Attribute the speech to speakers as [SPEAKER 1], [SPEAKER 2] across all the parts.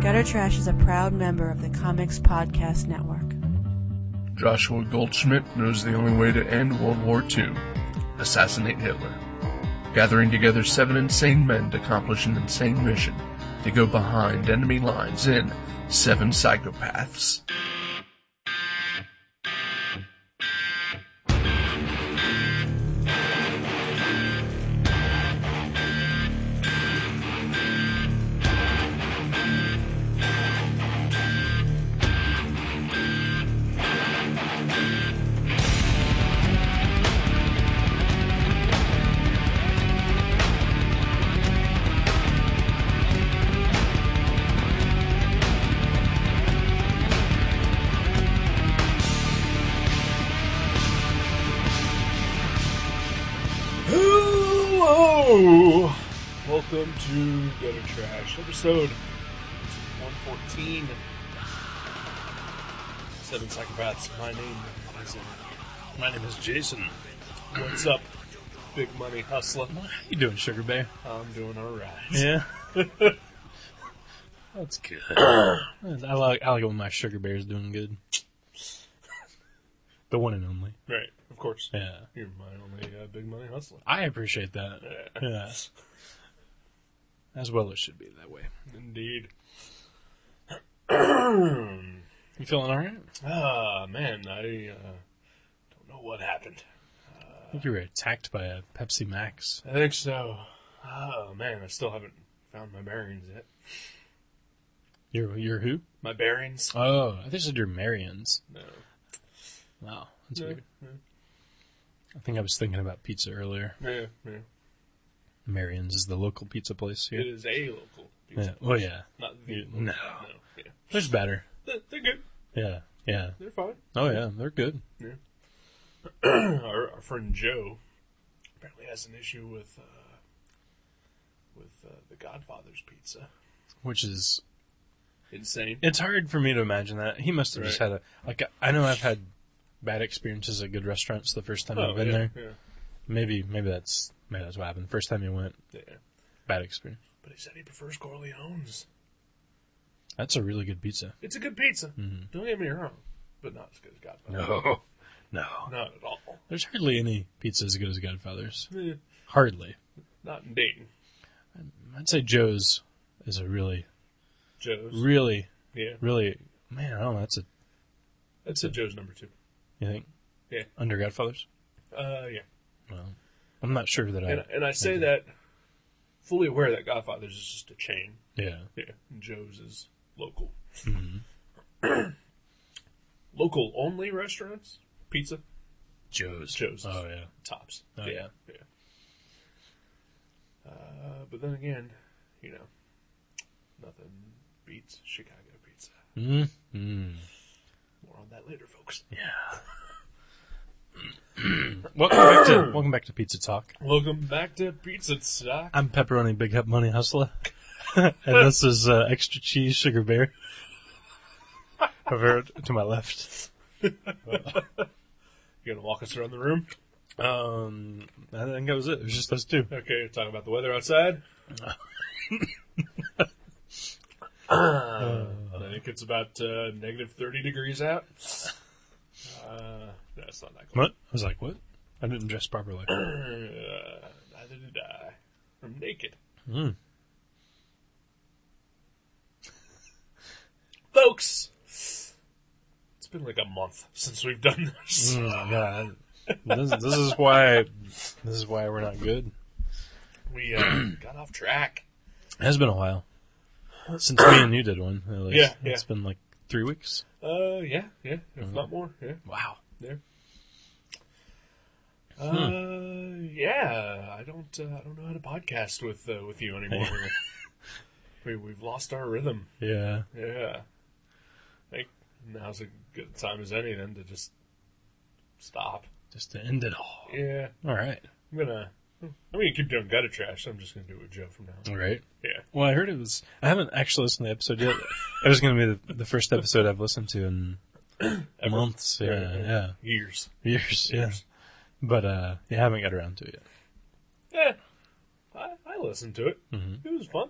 [SPEAKER 1] Gutter Trash is a proud member of the Comics Podcast Network.
[SPEAKER 2] Joshua Goldschmidt knows the only way to end World War II assassinate Hitler. Gathering together seven insane men to accomplish an insane mission to go behind enemy lines in Seven Psychopaths.
[SPEAKER 3] Hello! Welcome to Gutter Trash, episode 114. Seven Psychopaths. My name is uh, My name is Jason. What's up, big money hustler?
[SPEAKER 4] You doing, Sugar Bear?
[SPEAKER 3] I'm doing alright.
[SPEAKER 4] Yeah. That's good. I like I like it when my Sugar Bear's doing good. the one and only.
[SPEAKER 3] Right, of course.
[SPEAKER 4] Yeah.
[SPEAKER 3] You're my only uh, big money hustler.
[SPEAKER 4] I appreciate that. Yeah. As well, it should be that way.
[SPEAKER 3] Indeed.
[SPEAKER 4] You feeling all right?
[SPEAKER 3] Ah, man, I uh, don't know what happened.
[SPEAKER 4] I think you were attacked by a Pepsi Max.
[SPEAKER 3] I think so. Oh, man, I still haven't found my bearings yet.
[SPEAKER 4] You're you're who?
[SPEAKER 3] My bearings?
[SPEAKER 4] Oh, I think said you're Marion's.
[SPEAKER 3] No.
[SPEAKER 4] Wow, that's
[SPEAKER 3] No,
[SPEAKER 4] weird. I think I was thinking about pizza earlier.
[SPEAKER 3] Yeah, yeah.
[SPEAKER 4] Marion's is the local pizza place
[SPEAKER 3] It
[SPEAKER 4] here.
[SPEAKER 3] is a local pizza.
[SPEAKER 4] Yeah. Oh yeah,
[SPEAKER 3] Not the
[SPEAKER 4] Yeah,
[SPEAKER 3] local.
[SPEAKER 4] no.
[SPEAKER 3] Oh, Yeah.
[SPEAKER 4] there's better.
[SPEAKER 3] They're- They're good.
[SPEAKER 4] Yeah, yeah.
[SPEAKER 3] They're fine.
[SPEAKER 4] Oh yeah, they're good.
[SPEAKER 3] our, our friend Joe apparently has an issue with uh, with uh, the Godfather's pizza.
[SPEAKER 4] Which is
[SPEAKER 3] Insane.
[SPEAKER 4] It's hard for me to imagine that. He must have just
[SPEAKER 3] Right.
[SPEAKER 4] had a like. I know I've had bad experiences at good restaurants the first time I've been
[SPEAKER 3] Oh, yeah,
[SPEAKER 4] there.
[SPEAKER 3] yeah,
[SPEAKER 4] Maybe maybe that's maybe that's what happened. First time you went,
[SPEAKER 3] yeah.
[SPEAKER 4] bad experience.
[SPEAKER 3] But he said he prefers Corleone's.
[SPEAKER 4] That's a really good pizza.
[SPEAKER 3] It's a good pizza.
[SPEAKER 4] Mm-hmm.
[SPEAKER 3] Don't get me wrong, but not as good as Godfather.
[SPEAKER 4] no.
[SPEAKER 3] Not at all.
[SPEAKER 4] There's hardly any pizza as good as Godfather's.
[SPEAKER 3] Eh,
[SPEAKER 4] Hardly.
[SPEAKER 3] Not in Dayton.
[SPEAKER 4] I'd say Joe's is a really
[SPEAKER 3] Joe's.
[SPEAKER 4] really
[SPEAKER 3] Yeah,
[SPEAKER 4] really man. I don't know. That's a
[SPEAKER 3] that's a Joe's number two.
[SPEAKER 4] you think?
[SPEAKER 3] Yeah.
[SPEAKER 4] Under Godfather's.
[SPEAKER 3] Uh, yeah.
[SPEAKER 4] Well, I'm not sure that I.
[SPEAKER 3] And, and I say
[SPEAKER 4] Okay.
[SPEAKER 3] that fully aware that Godfather's is just a chain.
[SPEAKER 4] yeah.
[SPEAKER 3] Yeah, and Joe's is local. local only restaurants? Pizza?
[SPEAKER 4] Joe's.
[SPEAKER 3] Joe's.
[SPEAKER 4] Oh yeah.
[SPEAKER 3] Tops.
[SPEAKER 4] Oh, yeah.
[SPEAKER 3] Yeah. Uh, but then again, you know, nothing beats Chicago pizza.
[SPEAKER 4] mm Mm.
[SPEAKER 3] More on that later, folks.
[SPEAKER 4] Yeah. welcome back to welcome back to Pizza Talk.
[SPEAKER 3] Welcome back to Pizza Stock.
[SPEAKER 4] I'm Pepperoni Big Hut Money Hustler, and this is uh, Extra Cheese Sugar Bear. Over to my left.
[SPEAKER 3] You gonna walk us around the room?
[SPEAKER 4] Um, I think that was it. It was just us two.
[SPEAKER 3] Okay, talking about the weather outside. Uh, I think it's about uh, negative 30 degrees out. Uh, no, it's not that close.
[SPEAKER 4] What? I was like, what? I didn't dress properly.
[SPEAKER 3] Uh, neither did I. I'm naked.
[SPEAKER 4] Mm.
[SPEAKER 3] Folks! It's been like a month since we've done this.
[SPEAKER 4] Oh my god. This, this is why this is why we're not good.
[SPEAKER 3] We uh, got off track.
[SPEAKER 4] It has been a while since me and you did one. At least.
[SPEAKER 3] Yeah, yeah.
[SPEAKER 4] It's been like three weeks.
[SPEAKER 3] Uh, yeah, yeah, if not more, yeah.
[SPEAKER 4] Mm-hmm. Wow. Hmm.
[SPEAKER 3] there. Uh, yeah, I don't, uh, I don't know how to podcast with uh, with you anymore. we we've lost our rhythm.
[SPEAKER 4] Yeah.
[SPEAKER 3] Yeah, I think now's a good time as any then to just stop.
[SPEAKER 4] Just to end it all.
[SPEAKER 3] Yeah,
[SPEAKER 4] All right.
[SPEAKER 3] I'm gonna, I'm gonna keep doing gutter trash. I'm just gonna do it with Joe from now. on.
[SPEAKER 4] All right.
[SPEAKER 3] Yeah,
[SPEAKER 4] Well, I heard it was. I haven't actually listened to the episode yet. it was going to be the, the first episode I've listened to in
[SPEAKER 3] Ever.
[SPEAKER 4] months. Yeah,
[SPEAKER 3] Yeah,
[SPEAKER 4] yeah,
[SPEAKER 3] yeah. years.
[SPEAKER 4] years. Yeah,
[SPEAKER 3] Years.
[SPEAKER 4] but uh, yeah, I haven't got around to it yet.
[SPEAKER 3] Yeah, I, I listened to it.
[SPEAKER 4] Mhm.
[SPEAKER 3] It was fun.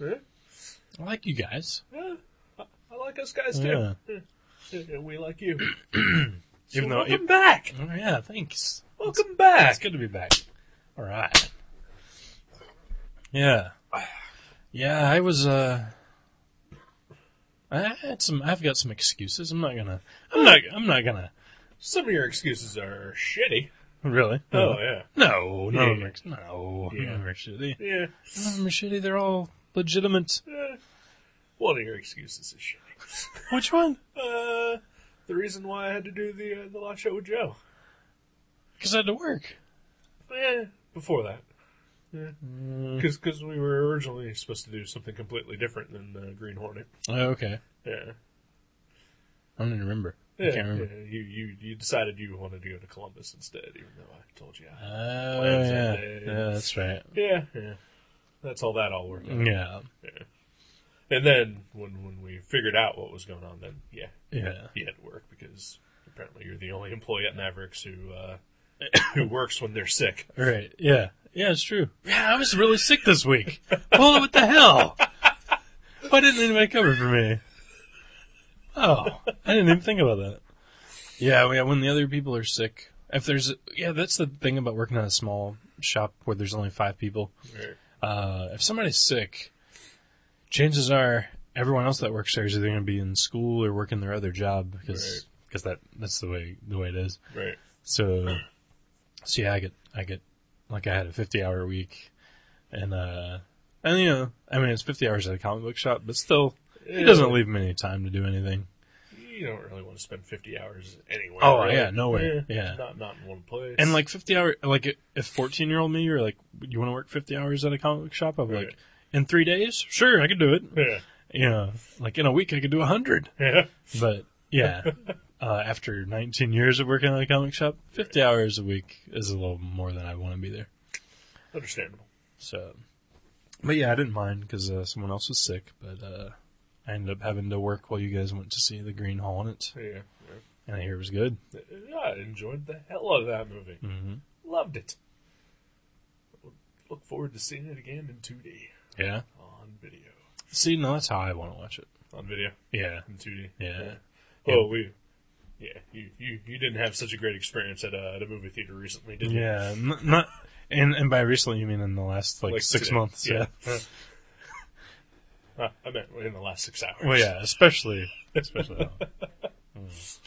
[SPEAKER 3] Yeah.
[SPEAKER 4] I like you guys.
[SPEAKER 3] Yeah, I, I like us guys
[SPEAKER 4] Yeah.
[SPEAKER 3] too. Yeah, we like you. So
[SPEAKER 4] Even though
[SPEAKER 3] welcome
[SPEAKER 4] it-
[SPEAKER 3] back.
[SPEAKER 4] Oh, yeah, thanks.
[SPEAKER 3] Welcome
[SPEAKER 4] It's
[SPEAKER 3] back.
[SPEAKER 4] good to be back. All right. Yeah. Yeah, I was uh I had some I've got some excuses. I'm not going to I'm not I'm not going to
[SPEAKER 3] Some of your excuses are shitty.
[SPEAKER 4] really.
[SPEAKER 3] Oh yeah,
[SPEAKER 4] No, none of
[SPEAKER 3] Yeah.
[SPEAKER 4] them are, no,
[SPEAKER 3] Yeah.
[SPEAKER 4] none of them are shitty.
[SPEAKER 3] yeah.
[SPEAKER 4] None of them are shitty. They're all legitimate.
[SPEAKER 3] Eh, one of your excuses is shitty.
[SPEAKER 4] Which one?
[SPEAKER 3] Uh, the reason why I had to do the uh, the live show with Joe.
[SPEAKER 4] Because I had to work.
[SPEAKER 3] Eh, before that.
[SPEAKER 4] Mm.
[SPEAKER 3] Because we were originally supposed to do something completely different than uh, Green Hornet.
[SPEAKER 4] Oh, okay.
[SPEAKER 3] Yeah.
[SPEAKER 4] I don't even remember.
[SPEAKER 3] Yeah,
[SPEAKER 4] I can't remember.
[SPEAKER 3] yeah, you, you you decided you wanted to go to Columbus instead, even though I told you. I,
[SPEAKER 4] Oh,
[SPEAKER 3] Plans
[SPEAKER 4] yeah.
[SPEAKER 3] that day.
[SPEAKER 4] yeah, that's right.
[SPEAKER 3] yeah, yeah, that's all that all worked out.
[SPEAKER 4] Yeah,
[SPEAKER 3] And then when when we figured out what was going on, then yeah,
[SPEAKER 4] yeah.
[SPEAKER 3] you had to work because apparently you're the only employee at Mavericks who uh, who works when they're sick.
[SPEAKER 4] All right. Yeah. Yeah, it's true. Yeah, I was really sick this week. well, what the hell? Why didn't anybody cover for me? Oh, I didn't even think about that. Yeah, well, yeah, when the other people are sick, if there's, yeah, that's the thing about working at a small shop where there's only five people. Uh, if somebody's sick, chances are everyone else that works there is either going to be in school or working their other job because because that that's the way the way it is.
[SPEAKER 3] Right.
[SPEAKER 4] So, so yeah, I get, I get, like I had a 50 hour week and, uh, and you know, I mean, it's 50 hours at a comic book shop, but still, it doesn't leave me any time to do anything.
[SPEAKER 3] You don't really want to spend 50 hours anywhere.
[SPEAKER 4] Oh,
[SPEAKER 3] really.
[SPEAKER 4] yeah, nowhere, yeah.
[SPEAKER 3] Not, not in one place.
[SPEAKER 4] And like 50 hour, like if 14 year old me were like, you want to work 50 hours at a comic book shop? I'd be
[SPEAKER 3] Right.
[SPEAKER 4] like, in three days? Sure, I could do it.
[SPEAKER 3] Yeah.
[SPEAKER 4] You know, like in a week, I could do a hundred.
[SPEAKER 3] Yeah.
[SPEAKER 4] But yeah, uh, after 19 years of working at a comic shop, 50 hours a week is a little more than I want to be there.
[SPEAKER 3] Understandable.
[SPEAKER 4] So, but yeah, I didn't mind because uh, someone else was sick, but uh, I ended up having to work while you guys went to see the Green Hornet,
[SPEAKER 3] Yeah.
[SPEAKER 4] and I hear it was good.
[SPEAKER 3] yeah. I enjoyed the hell out of that movie.
[SPEAKER 4] Mm-hmm.
[SPEAKER 3] Loved it. Look forward to seeing it again in 2D
[SPEAKER 4] Yeah.
[SPEAKER 3] on video.
[SPEAKER 4] See, no, that's how I want to watch it.
[SPEAKER 3] On video
[SPEAKER 4] Yeah.
[SPEAKER 3] in 2D.
[SPEAKER 4] Yeah.
[SPEAKER 3] Well, we. Yeah, you, you you didn't have such a great experience at a, at a movie theater recently, did you?
[SPEAKER 4] Yeah. N- not. And and by recently you mean in the last like,
[SPEAKER 3] Like
[SPEAKER 4] six
[SPEAKER 3] today.
[SPEAKER 4] months? Yeah.
[SPEAKER 3] Uh, I meant in the last six hours.
[SPEAKER 4] Well, yeah, especially especially. that one. Mm.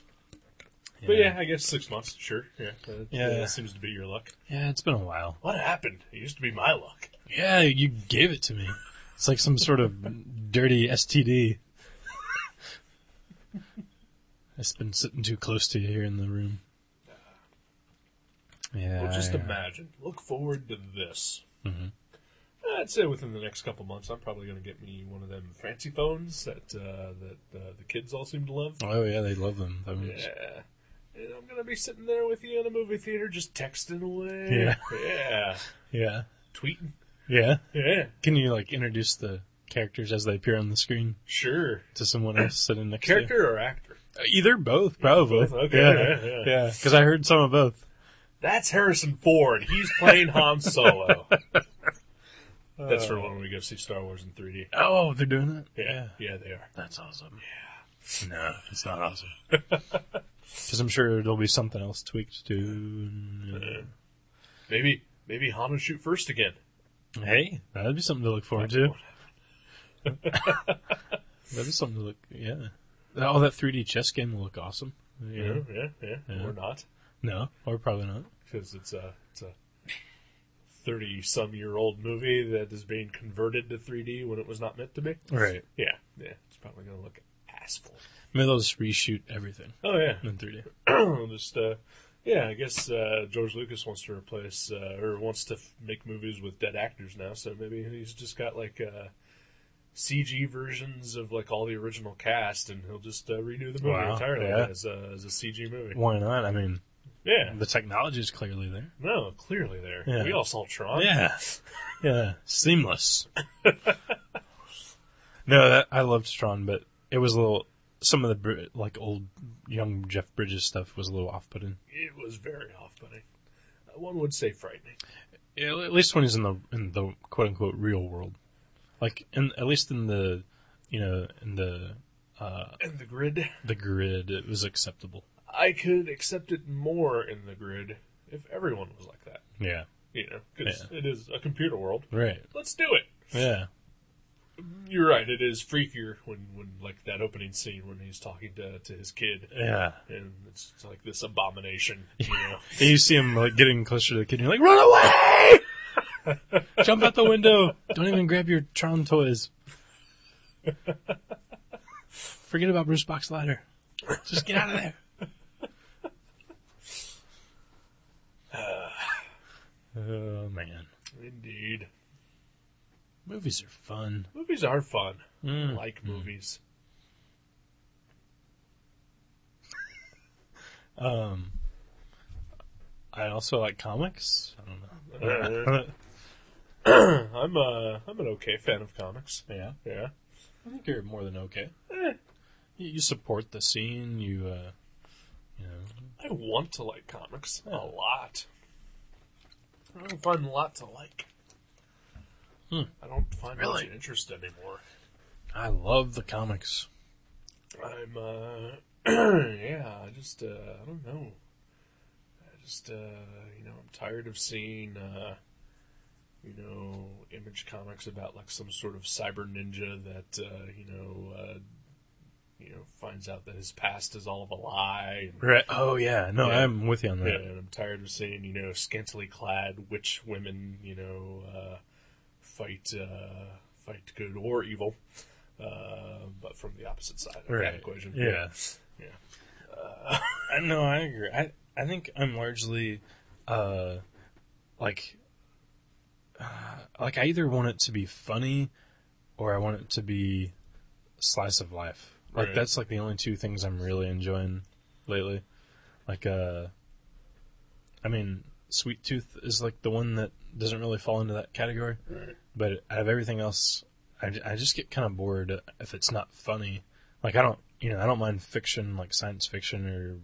[SPEAKER 3] But yeah, I guess six months, sure. Yeah. That,
[SPEAKER 4] Yeah.
[SPEAKER 3] That seems to be your luck.
[SPEAKER 4] Yeah, it's been a while.
[SPEAKER 3] What happened? It used to be my luck.
[SPEAKER 4] Yeah, you gave it to me. It's like some sort of dirty STD. It's been sitting too close to you here in the room. Yeah.
[SPEAKER 3] well, just
[SPEAKER 4] yeah.
[SPEAKER 3] imagine. Look forward to this.
[SPEAKER 4] Mhm.
[SPEAKER 3] I'd say within the next couple months, I'm probably going to get me one of them fancy phones that uh, that uh, the kids all seem to love.
[SPEAKER 4] Oh yeah, they love them. That means-
[SPEAKER 3] Yeah. And I'm going to be sitting there with you in a movie theater just texting away.
[SPEAKER 4] Yeah.
[SPEAKER 3] Yeah.
[SPEAKER 4] yeah.
[SPEAKER 3] Tweeting.
[SPEAKER 4] Yeah.
[SPEAKER 3] Yeah.
[SPEAKER 4] Can you like introduce the characters as they appear on the screen
[SPEAKER 3] Sure.
[SPEAKER 4] to someone else sitting next to
[SPEAKER 3] Character or actor?
[SPEAKER 4] you? Uh, Either both, probably.
[SPEAKER 3] Both, okay, yeah, yeah.
[SPEAKER 4] Yeah. Because I heard some of both.
[SPEAKER 3] That's Harrison Ford. He's playing Han Solo. That's
[SPEAKER 4] Uh.
[SPEAKER 3] for when we go see Star Wars in 3D.
[SPEAKER 4] Oh, they're doing it.
[SPEAKER 3] Yeah, yeah, they are.
[SPEAKER 4] That's awesome. Yeah. No, it's not awesome. Because I'm sure there'll be something else tweaked too. Uh,
[SPEAKER 3] Maybe maybe Han will shoot first again.
[SPEAKER 4] Hey, that'd be something to look forward to. that'd be something to look. Yeah. Oh, that 3D chess game will look awesome. You
[SPEAKER 3] Yeah,
[SPEAKER 4] know?
[SPEAKER 3] yeah, yeah.
[SPEAKER 4] Yeah.
[SPEAKER 3] Or not,
[SPEAKER 4] No, or probably not.
[SPEAKER 3] because it's a it's a thirty some year old movie that is being converted to 3D when it was not meant to be.
[SPEAKER 4] Right.
[SPEAKER 3] Yeah, yeah. It's probably gonna look assful.
[SPEAKER 4] Maybe they'll just reshoot everything
[SPEAKER 3] Oh yeah.
[SPEAKER 4] in 3D.
[SPEAKER 3] Just uh, yeah. I guess uh, George Lucas wants to replace uh, or wants to f- make movies with dead actors now. So maybe he's just got like. Uh, CG versions of like all the original cast, and he'll just uh, redo the movie
[SPEAKER 4] Wow,
[SPEAKER 3] entirely
[SPEAKER 4] yeah.
[SPEAKER 3] as, a, as a CG movie.
[SPEAKER 4] Why not? I mean,
[SPEAKER 3] Yeah.
[SPEAKER 4] the technology is clearly there.
[SPEAKER 3] No, clearly there.
[SPEAKER 4] Yeah.
[SPEAKER 3] We all saw Tron.
[SPEAKER 4] Oh, Yeah. Yeah. Seamless. no, that, I loved Tron, but it was a little. Some of the Br- like old young Jeff Bridges stuff was a little off putting.
[SPEAKER 3] It was very off-putting. Uh, One would say frightening.
[SPEAKER 4] At least when he's in the in the quote unquote real world, like in at least in the you know, in the uh,
[SPEAKER 3] And the grid.
[SPEAKER 4] the grid, it was acceptable.
[SPEAKER 3] I could accept it more in the grid if everyone was like that.
[SPEAKER 4] Yeah.
[SPEAKER 3] You know, because it is a computer world.
[SPEAKER 4] Right.
[SPEAKER 3] Let's do it.
[SPEAKER 4] Yeah.
[SPEAKER 3] You're right. It is freakier when, when like that opening scene when he's talking to to his kid,
[SPEAKER 4] Yeah.
[SPEAKER 3] and it's like this abomination. You know,
[SPEAKER 4] And you see him like getting closer to the kid, and you're like, "Run away! Jump out the window! Don't even grab your Tron toys. Forget about Bruce Box ladder. Just get out of there." oh man,
[SPEAKER 3] indeed.
[SPEAKER 4] movies are fun.
[SPEAKER 3] Movies are fun. I
[SPEAKER 4] Mm.
[SPEAKER 3] like movies.
[SPEAKER 4] Um, I also like comics. I don't know.
[SPEAKER 3] Uh, I'm uh I'm an okay fan of comics.
[SPEAKER 4] Yeah,
[SPEAKER 3] Yeah.
[SPEAKER 4] I think you're more than okay.
[SPEAKER 3] Eh,
[SPEAKER 4] You, you support the scene. You, uh, you know.
[SPEAKER 3] I want to like comics a lot. I don't find a lot to like.
[SPEAKER 4] Hmm.
[SPEAKER 3] I don't find
[SPEAKER 4] Really?
[SPEAKER 3] much interest anymore.
[SPEAKER 4] I love the comics.
[SPEAKER 3] I'm uh yeah, I just uh I don't know. I just uh you know, I'm tired of seeing uh you know, image comics about like some sort of cyber ninja that uh, you know, uh you know, finds out that his past is all of a lie. And,
[SPEAKER 4] Right. Oh yeah. No,
[SPEAKER 3] Yeah.
[SPEAKER 4] I'm with you on that.
[SPEAKER 3] and I'm tired of seeing, you know, scantily clad witch women, you know, uh fight uh fight good or evil. Uh, but from the opposite side of
[SPEAKER 4] Right.
[SPEAKER 3] that equation.
[SPEAKER 4] Yeah.
[SPEAKER 3] Yeah.
[SPEAKER 4] I Uh, no, I agree. I I think I'm largely, uh, like, uh, like I either want it to be funny, or I want it to be slice of life. Like
[SPEAKER 3] Right.
[SPEAKER 4] that's like the only two things I'm really enjoying lately. Like, uh, I mean, Sweet Tooth is like the one that doesn't really fall into that category.
[SPEAKER 3] Right.
[SPEAKER 4] but out of everything else, I, j- I just get kind of bored if it's not funny. Like I don't, you know, I don't mind fiction, like science fiction or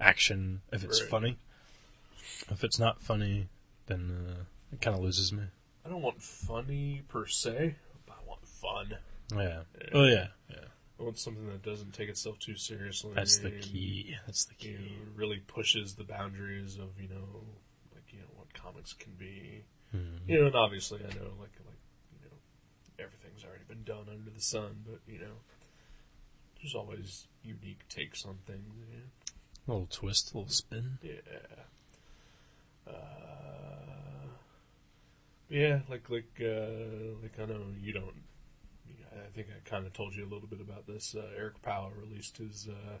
[SPEAKER 4] action, if it's
[SPEAKER 3] Right.
[SPEAKER 4] funny. If it's not funny, then uh, it kind of loses me.
[SPEAKER 3] I don't want funny per se. But I want fun.
[SPEAKER 4] Yeah. Oh yeah. Yeah.
[SPEAKER 3] I want something that doesn't take itself too seriously.
[SPEAKER 4] That's the
[SPEAKER 3] and,
[SPEAKER 4] key. That's the
[SPEAKER 3] You
[SPEAKER 4] key.
[SPEAKER 3] know, really pushes the boundaries of you know, like you know what comics can be.
[SPEAKER 4] Hmm.
[SPEAKER 3] You know, and obviously I know like like you know everything's already been done under the sun, but you know, there's always unique takes on things. You know?
[SPEAKER 4] little twist, little spin.
[SPEAKER 3] Yeah. Uh, yeah, like like uh, like I know you don't. I think I kind of told you a little bit about this. Uh, Eric Powell released his uh,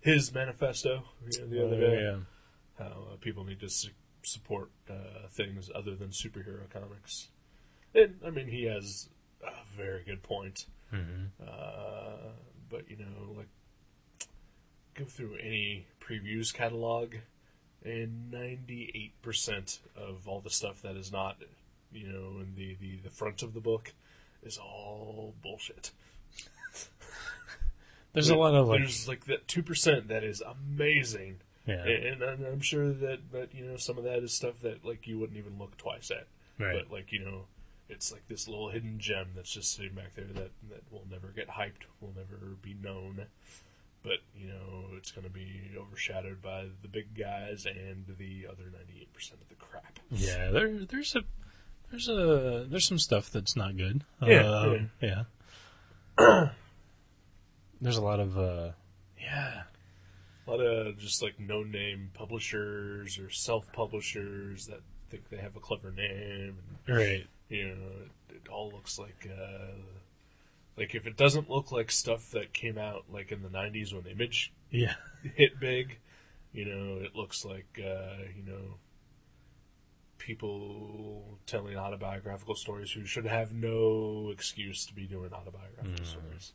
[SPEAKER 3] his manifesto you know, the other day.
[SPEAKER 4] Oh, Yeah.
[SPEAKER 3] How uh, people need to su- support uh, things other than superhero comics, and I mean he has a very good point.
[SPEAKER 4] Mhm.
[SPEAKER 3] Uh, but you know, like go through any previews catalog, and ninety-eight percent of all the stuff that is not, you know, in the the, the front of the book, is all bullshit.
[SPEAKER 4] There's a lot of like.
[SPEAKER 3] there's like that two percent that is amazing,
[SPEAKER 4] Yeah.
[SPEAKER 3] and, and I'm sure that that you know some of that is stuff that like you wouldn't even look twice at.
[SPEAKER 4] right.
[SPEAKER 3] But like you know, it's like this little hidden gem that's just sitting back there that that will never get hyped, will never be known. But you know, it's going to be overshadowed by the big guys and the other ninety eight percent of the crap.
[SPEAKER 4] yeah. There. There's a. There's a. There's some stuff that's not good.
[SPEAKER 3] Yeah,
[SPEAKER 4] Um, yeah. there's a lot of. uh Yeah.
[SPEAKER 3] A lot of just like no name publishers or self publishers that think they have a clever name. And,
[SPEAKER 4] Right.
[SPEAKER 3] you know, it, it all looks like. Uh, like if it doesn't look like stuff that came out like in the 90s when Image
[SPEAKER 4] Yeah.
[SPEAKER 3] hit big. You know, it looks like uh, you know people telling autobiographical stories who should have no excuse to be doing
[SPEAKER 4] Mm.
[SPEAKER 3] autobiographical stories.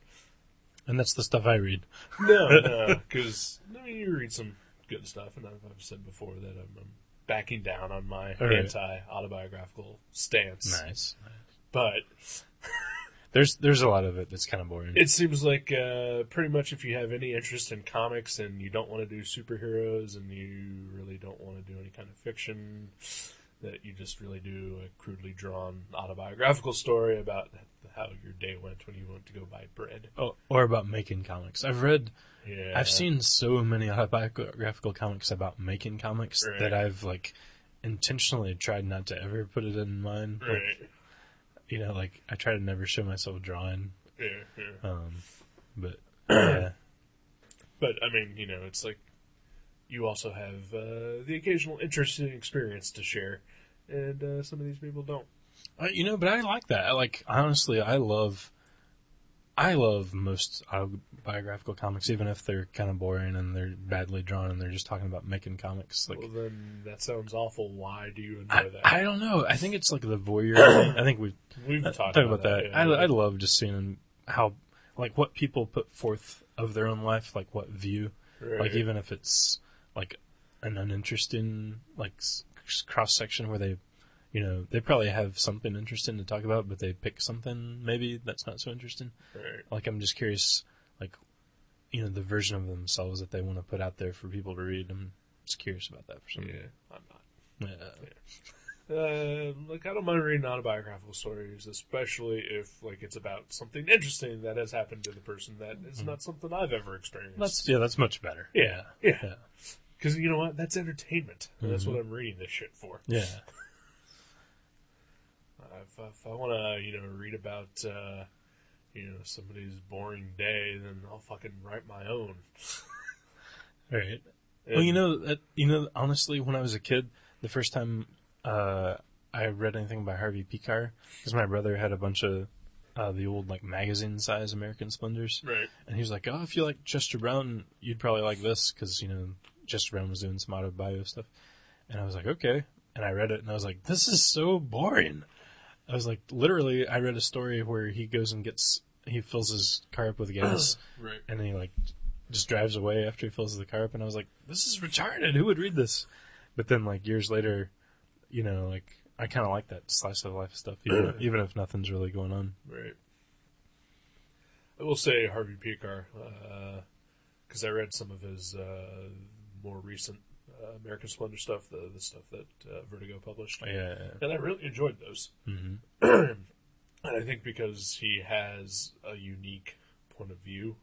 [SPEAKER 4] And that's the stuff I read.
[SPEAKER 3] No, because I mean, you read some good stuff, and I've, I've said before that I'm, I'm backing down on my
[SPEAKER 4] All right.
[SPEAKER 3] anti-autobiographical stance,
[SPEAKER 4] Nice.
[SPEAKER 3] but
[SPEAKER 4] There's there's a lot of it that's kind of boring.
[SPEAKER 3] It seems like uh, pretty much if you have any interest in comics and you don't want to do superheroes and you really don't want to do any kind of fiction, that you just really do a crudely drawn autobiographical story about how your day went when you went to go buy bread.
[SPEAKER 4] Oh, or about making comics. I've read,
[SPEAKER 3] Yeah,
[SPEAKER 4] I've seen so many autobiographical comics about making comics
[SPEAKER 3] Right.
[SPEAKER 4] that I've like intentionally tried not to ever put it in mine. Like,
[SPEAKER 3] Right.
[SPEAKER 4] you know, like I try to never show myself drawing,
[SPEAKER 3] Yeah, yeah.
[SPEAKER 4] um, but yeah,
[SPEAKER 3] But I mean, you know, it's like you also have uh, the occasional interesting experience to share, and uh, some of these people don't.
[SPEAKER 4] Uh, you know, but I like that. I like honestly, I love, I love most autobiographical comics, even if they're kind of boring and they're badly drawn and they're just talking about making comics. Like
[SPEAKER 3] well, then that sounds awful. Why do you
[SPEAKER 4] I,
[SPEAKER 3] enjoy that?
[SPEAKER 4] I don't know. I think it's like the voyeur. thing. I think we've
[SPEAKER 3] We've
[SPEAKER 4] uh,
[SPEAKER 3] talked
[SPEAKER 4] talked
[SPEAKER 3] about, that. yeah.
[SPEAKER 4] I, I love just seeing how, like, what people put forth of their own life, like what view,
[SPEAKER 3] Right.
[SPEAKER 4] like even if it's like an uninteresting like cross section where they, you know, they probably have something interesting to talk about, but they pick something maybe that's not so interesting.
[SPEAKER 3] Right.
[SPEAKER 4] Like I'm just curious, like, you know, the version of themselves that they want to put out there for people to read. I'm just curious about that for some.
[SPEAKER 3] Yeah, I'm not.
[SPEAKER 4] Yeah.
[SPEAKER 3] Uh, like I don't mind reading autobiographical stories, especially if like it's about something interesting that has happened to the person that is not something I've ever experienced.
[SPEAKER 4] Mm-hmm. That's yeah, that's much better.
[SPEAKER 3] yeah, yeah.
[SPEAKER 4] Yeah. Mm-hmm.
[SPEAKER 3] Because you know what? That's entertainment. And That's what I'm reading this shit for.
[SPEAKER 4] Yeah.
[SPEAKER 3] If, if I want to, you know, read about, uh, you know, somebody's boring day, then I'll fucking write my own.
[SPEAKER 4] All right. Well, you know, that, you know, honestly, when I was a kid, the first time uh, I read anything by Harvey Picar, because my brother had a bunch of uh, the old like magazine-size American Splendors,
[SPEAKER 3] right?
[SPEAKER 4] and he was like, "Oh, if you like Chester Brown, you'd probably like this," because you know Chester Brown was doing some autobio stuff, and I was like, "Okay," and I read it, and I was like, "This is so boring." I was like, literally, I read a story where he goes and gets he fills his car up with gas.
[SPEAKER 3] Right.
[SPEAKER 4] and then he like just drives away after he fills the car up and i was like this is retarded who would read this but then like years later you know like i kind of like that slice of life stuff even, even if nothing's really going on
[SPEAKER 3] Right. I will say Harvey Pekar, because I read some of his uh, more recent uh, American Splendor stuff, the, the stuff that uh, Vertigo published,
[SPEAKER 4] Oh, yeah
[SPEAKER 3] and I really enjoyed those.
[SPEAKER 4] mm-hmm.
[SPEAKER 3] And I think because he has a unique point of view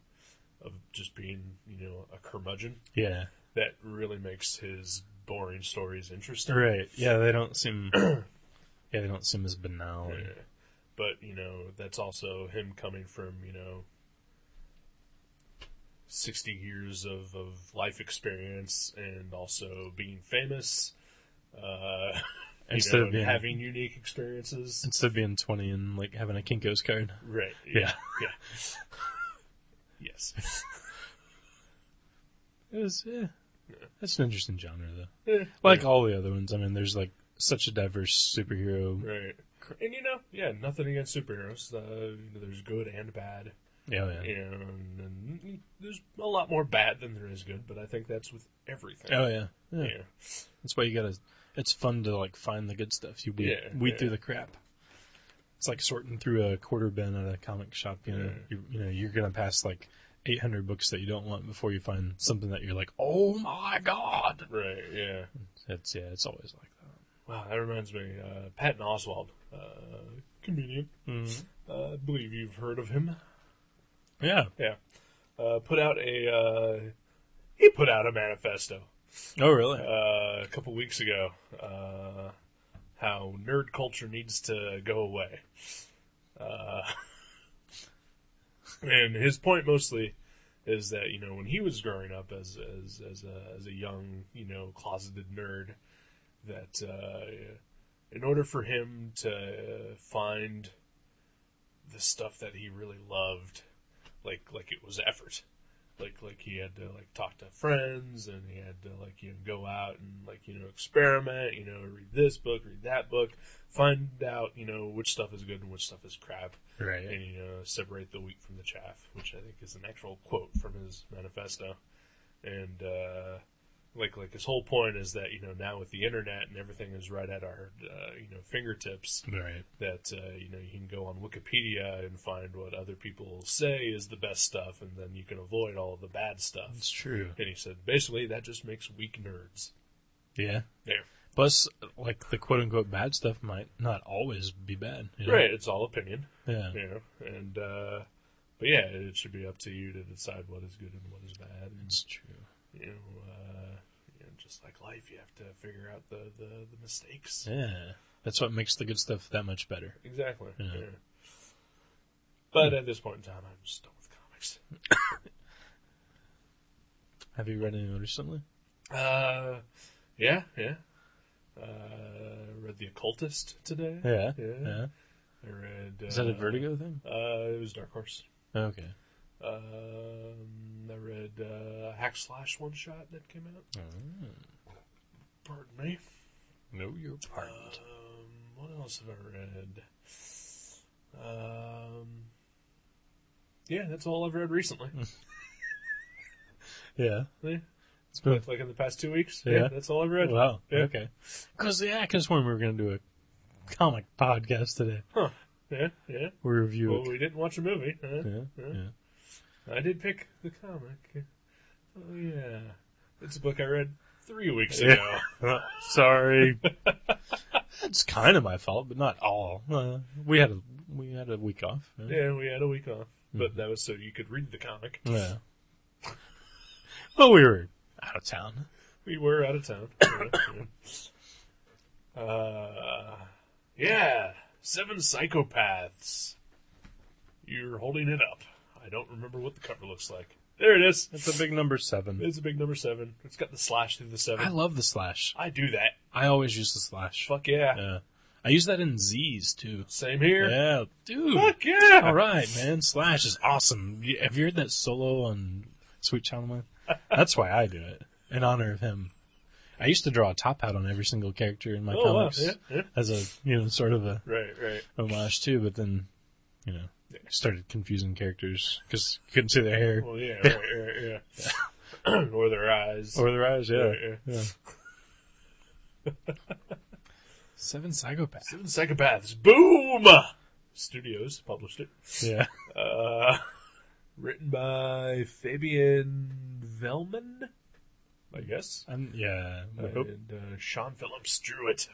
[SPEAKER 3] of just being, you know, a curmudgeon,
[SPEAKER 4] yeah
[SPEAKER 3] that really makes his boring stories interesting.
[SPEAKER 4] right yeah they don't seem yeah they don't seem as banal
[SPEAKER 3] Yeah. But, you know, that's also him coming from, you know, 60 years of, of life experience and also being famous. Uh, you
[SPEAKER 4] Instead
[SPEAKER 3] know,
[SPEAKER 4] of
[SPEAKER 3] and
[SPEAKER 4] being-
[SPEAKER 3] having unique experiences.
[SPEAKER 4] instead of being 20 and like having a kinkos card
[SPEAKER 3] Right.
[SPEAKER 4] yeah
[SPEAKER 3] Yeah. yes.
[SPEAKER 4] it was yeah that's an interesting genre though
[SPEAKER 3] Eh,
[SPEAKER 4] like all the other ones i mean there's like such a diverse superhero
[SPEAKER 3] Right. And, you know, yeah, nothing against superheroes. Uh, you know, there's good and bad.
[SPEAKER 4] yeah, yeah.
[SPEAKER 3] and, and there's a lot more bad than there is good, but I think that's with everything.
[SPEAKER 4] oh yeah yeah,
[SPEAKER 3] yeah.
[SPEAKER 4] That's why you gotta. It's fun to like find the good stuff. You weed,
[SPEAKER 3] Yeah,
[SPEAKER 4] weed
[SPEAKER 3] yeah.
[SPEAKER 4] through the crap. It's like sorting through a quarter bin at a comic shop. You know,
[SPEAKER 3] Yeah.
[SPEAKER 4] you, you know, you're gonna pass like 800 books that you don't want before you find something that you're like, oh my god.
[SPEAKER 3] Right. Yeah.
[SPEAKER 4] It's yeah, it's always like that.
[SPEAKER 3] Wow, that reminds me. Uh, Patton Oswald, uh, comedian. Uh, I believe you've heard of him.
[SPEAKER 4] Yeah.
[SPEAKER 3] Yeah. Uh, put out a. Uh, he put out a manifesto
[SPEAKER 4] Oh really?
[SPEAKER 3] uh, a couple weeks ago. Uh, how nerd culture needs to go away. Uh, and his point mostly is that you know when he was growing up as as as a, as a young you know closeted nerd, that uh, in order for him to find the stuff that he really loved, like like it was effort, like like he had to like talk to friends and he had to like you know go out and like you know experiment, you know read this book, read that book, find out you know which stuff is good and which stuff is crap and
[SPEAKER 4] right.
[SPEAKER 3] you know uh, separate the wheat from the chaff, which I think is an actual quote from his manifesto. And uh, like like his whole point is that you know now with the internet and everything is right at our uh, you know fingertips,
[SPEAKER 4] Right.
[SPEAKER 3] that uh, you know you can go on Wikipedia and find what other people say is the best stuff, and then you can avoid all the bad stuff.
[SPEAKER 4] It's true.
[SPEAKER 3] And he said basically that just makes weak nerds.
[SPEAKER 4] Yeah.
[SPEAKER 3] There.
[SPEAKER 4] Plus, like the quote unquote bad stuff might not always be bad. you know?
[SPEAKER 3] Right, it's all opinion.
[SPEAKER 4] Yeah.
[SPEAKER 3] You know, and uh, but yeah, it should be up to you to decide what is good and what is bad. And
[SPEAKER 4] It's true.
[SPEAKER 3] you know, uh, you know, just like life, you have to figure out the the, the mistakes.
[SPEAKER 4] Yeah. That's what makes the good stuff that much better.
[SPEAKER 3] Exactly.
[SPEAKER 4] Yeah.
[SPEAKER 3] yeah. But at this point in time, I'm just done with comics.
[SPEAKER 4] Have you read anyone recently?
[SPEAKER 3] Uh, yeah, yeah. Uh, read The Occultist today.
[SPEAKER 4] Yeah.
[SPEAKER 3] Yeah.
[SPEAKER 4] Yeah.
[SPEAKER 3] I read. Uh,
[SPEAKER 4] Is that a Vertigo thing?
[SPEAKER 3] Uh, it was Dark Horse.
[SPEAKER 4] Okay.
[SPEAKER 3] Um, I read uh, Hack Slash one shot that came out.
[SPEAKER 4] Oh.
[SPEAKER 3] Pardon me.
[SPEAKER 4] No, you're pardoned.
[SPEAKER 3] Um, what else have I read? Um, yeah, that's all I've read recently.
[SPEAKER 4] Mm. yeah.
[SPEAKER 3] Yeah.
[SPEAKER 4] It's been,
[SPEAKER 3] like in the past two weeks. Yeah,
[SPEAKER 4] Yeah.
[SPEAKER 3] that's all I've read.
[SPEAKER 4] wow.
[SPEAKER 3] Yeah.
[SPEAKER 4] Okay. Because yeah, I could have sworn we were going to do a comic podcast today.
[SPEAKER 3] Huh. Yeah, yeah.
[SPEAKER 4] We review.
[SPEAKER 3] Well,
[SPEAKER 4] it.
[SPEAKER 3] we didn't watch a movie. huh?
[SPEAKER 4] yeah.
[SPEAKER 3] yeah.
[SPEAKER 4] Yeah.
[SPEAKER 3] I did pick the comic. Oh yeah, it's a book I read three weeks
[SPEAKER 4] Yeah.
[SPEAKER 3] ago.
[SPEAKER 4] Sorry. That's kind of my fault, but not all. Uh, we had a we had a week off. yeah.
[SPEAKER 3] yeah, we had a week off, but that was so you could read the comic.
[SPEAKER 4] Mm. Yeah. well, we were out of town.
[SPEAKER 3] We were out of town. Yeah, yeah. uh, yeah, Seven Psychopaths. You're holding it up. I don't remember what the cover looks like. There it is.
[SPEAKER 4] It's a big number seven.
[SPEAKER 3] It's a big number seven. It's got the slash through the seven.
[SPEAKER 4] I love the slash.
[SPEAKER 3] I do that.
[SPEAKER 4] I always use the slash.
[SPEAKER 3] Fuck yeah.
[SPEAKER 4] Yeah. I use that in Z's too.
[SPEAKER 3] Same here.
[SPEAKER 4] Yeah, dude.
[SPEAKER 3] Fuck yeah.
[SPEAKER 4] All right, man. Slash is awesome. You- Have you heard that solo on Sweet Child Mine? That's why I do it in honor of him. I used to draw a top hat on every single character in my
[SPEAKER 3] Oh, wow.
[SPEAKER 4] comics
[SPEAKER 3] Yeah, yeah.
[SPEAKER 4] as a you know sort of a
[SPEAKER 3] Right, right.
[SPEAKER 4] homage too, but then you know started confusing characters because you couldn't see their hair
[SPEAKER 3] Well, yeah, right, right, yeah. or their eyes.
[SPEAKER 4] or their eyes. Yeah,
[SPEAKER 3] Yeah,
[SPEAKER 4] Seven psychopaths.
[SPEAKER 3] Seven Psychopaths. Boom! Studios published it.
[SPEAKER 4] Yeah,
[SPEAKER 3] Uh, written by Fabian Vellman, I guess.
[SPEAKER 4] and yeah. I hope-
[SPEAKER 3] And uh, Sean Phillips drew it.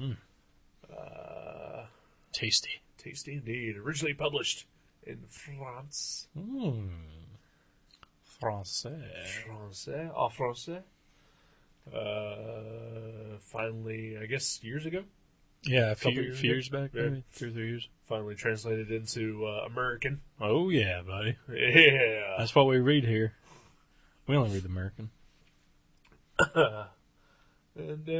[SPEAKER 3] Uh,
[SPEAKER 4] tasty.
[SPEAKER 3] tasty indeed. Originally published in France.
[SPEAKER 4] Mm. Francais.
[SPEAKER 3] Francais, en français. Uh, finally, I guess years ago,
[SPEAKER 4] Yeah, a few,
[SPEAKER 3] Couple
[SPEAKER 4] years,
[SPEAKER 3] years
[SPEAKER 4] few
[SPEAKER 3] ago.
[SPEAKER 4] years back,
[SPEAKER 3] Yeah.
[SPEAKER 4] maybe two or three years.
[SPEAKER 3] finally translated into uh, American.
[SPEAKER 4] Oh yeah, buddy.
[SPEAKER 3] Yeah.
[SPEAKER 4] That's what we read here. We only read American.
[SPEAKER 3] And uh,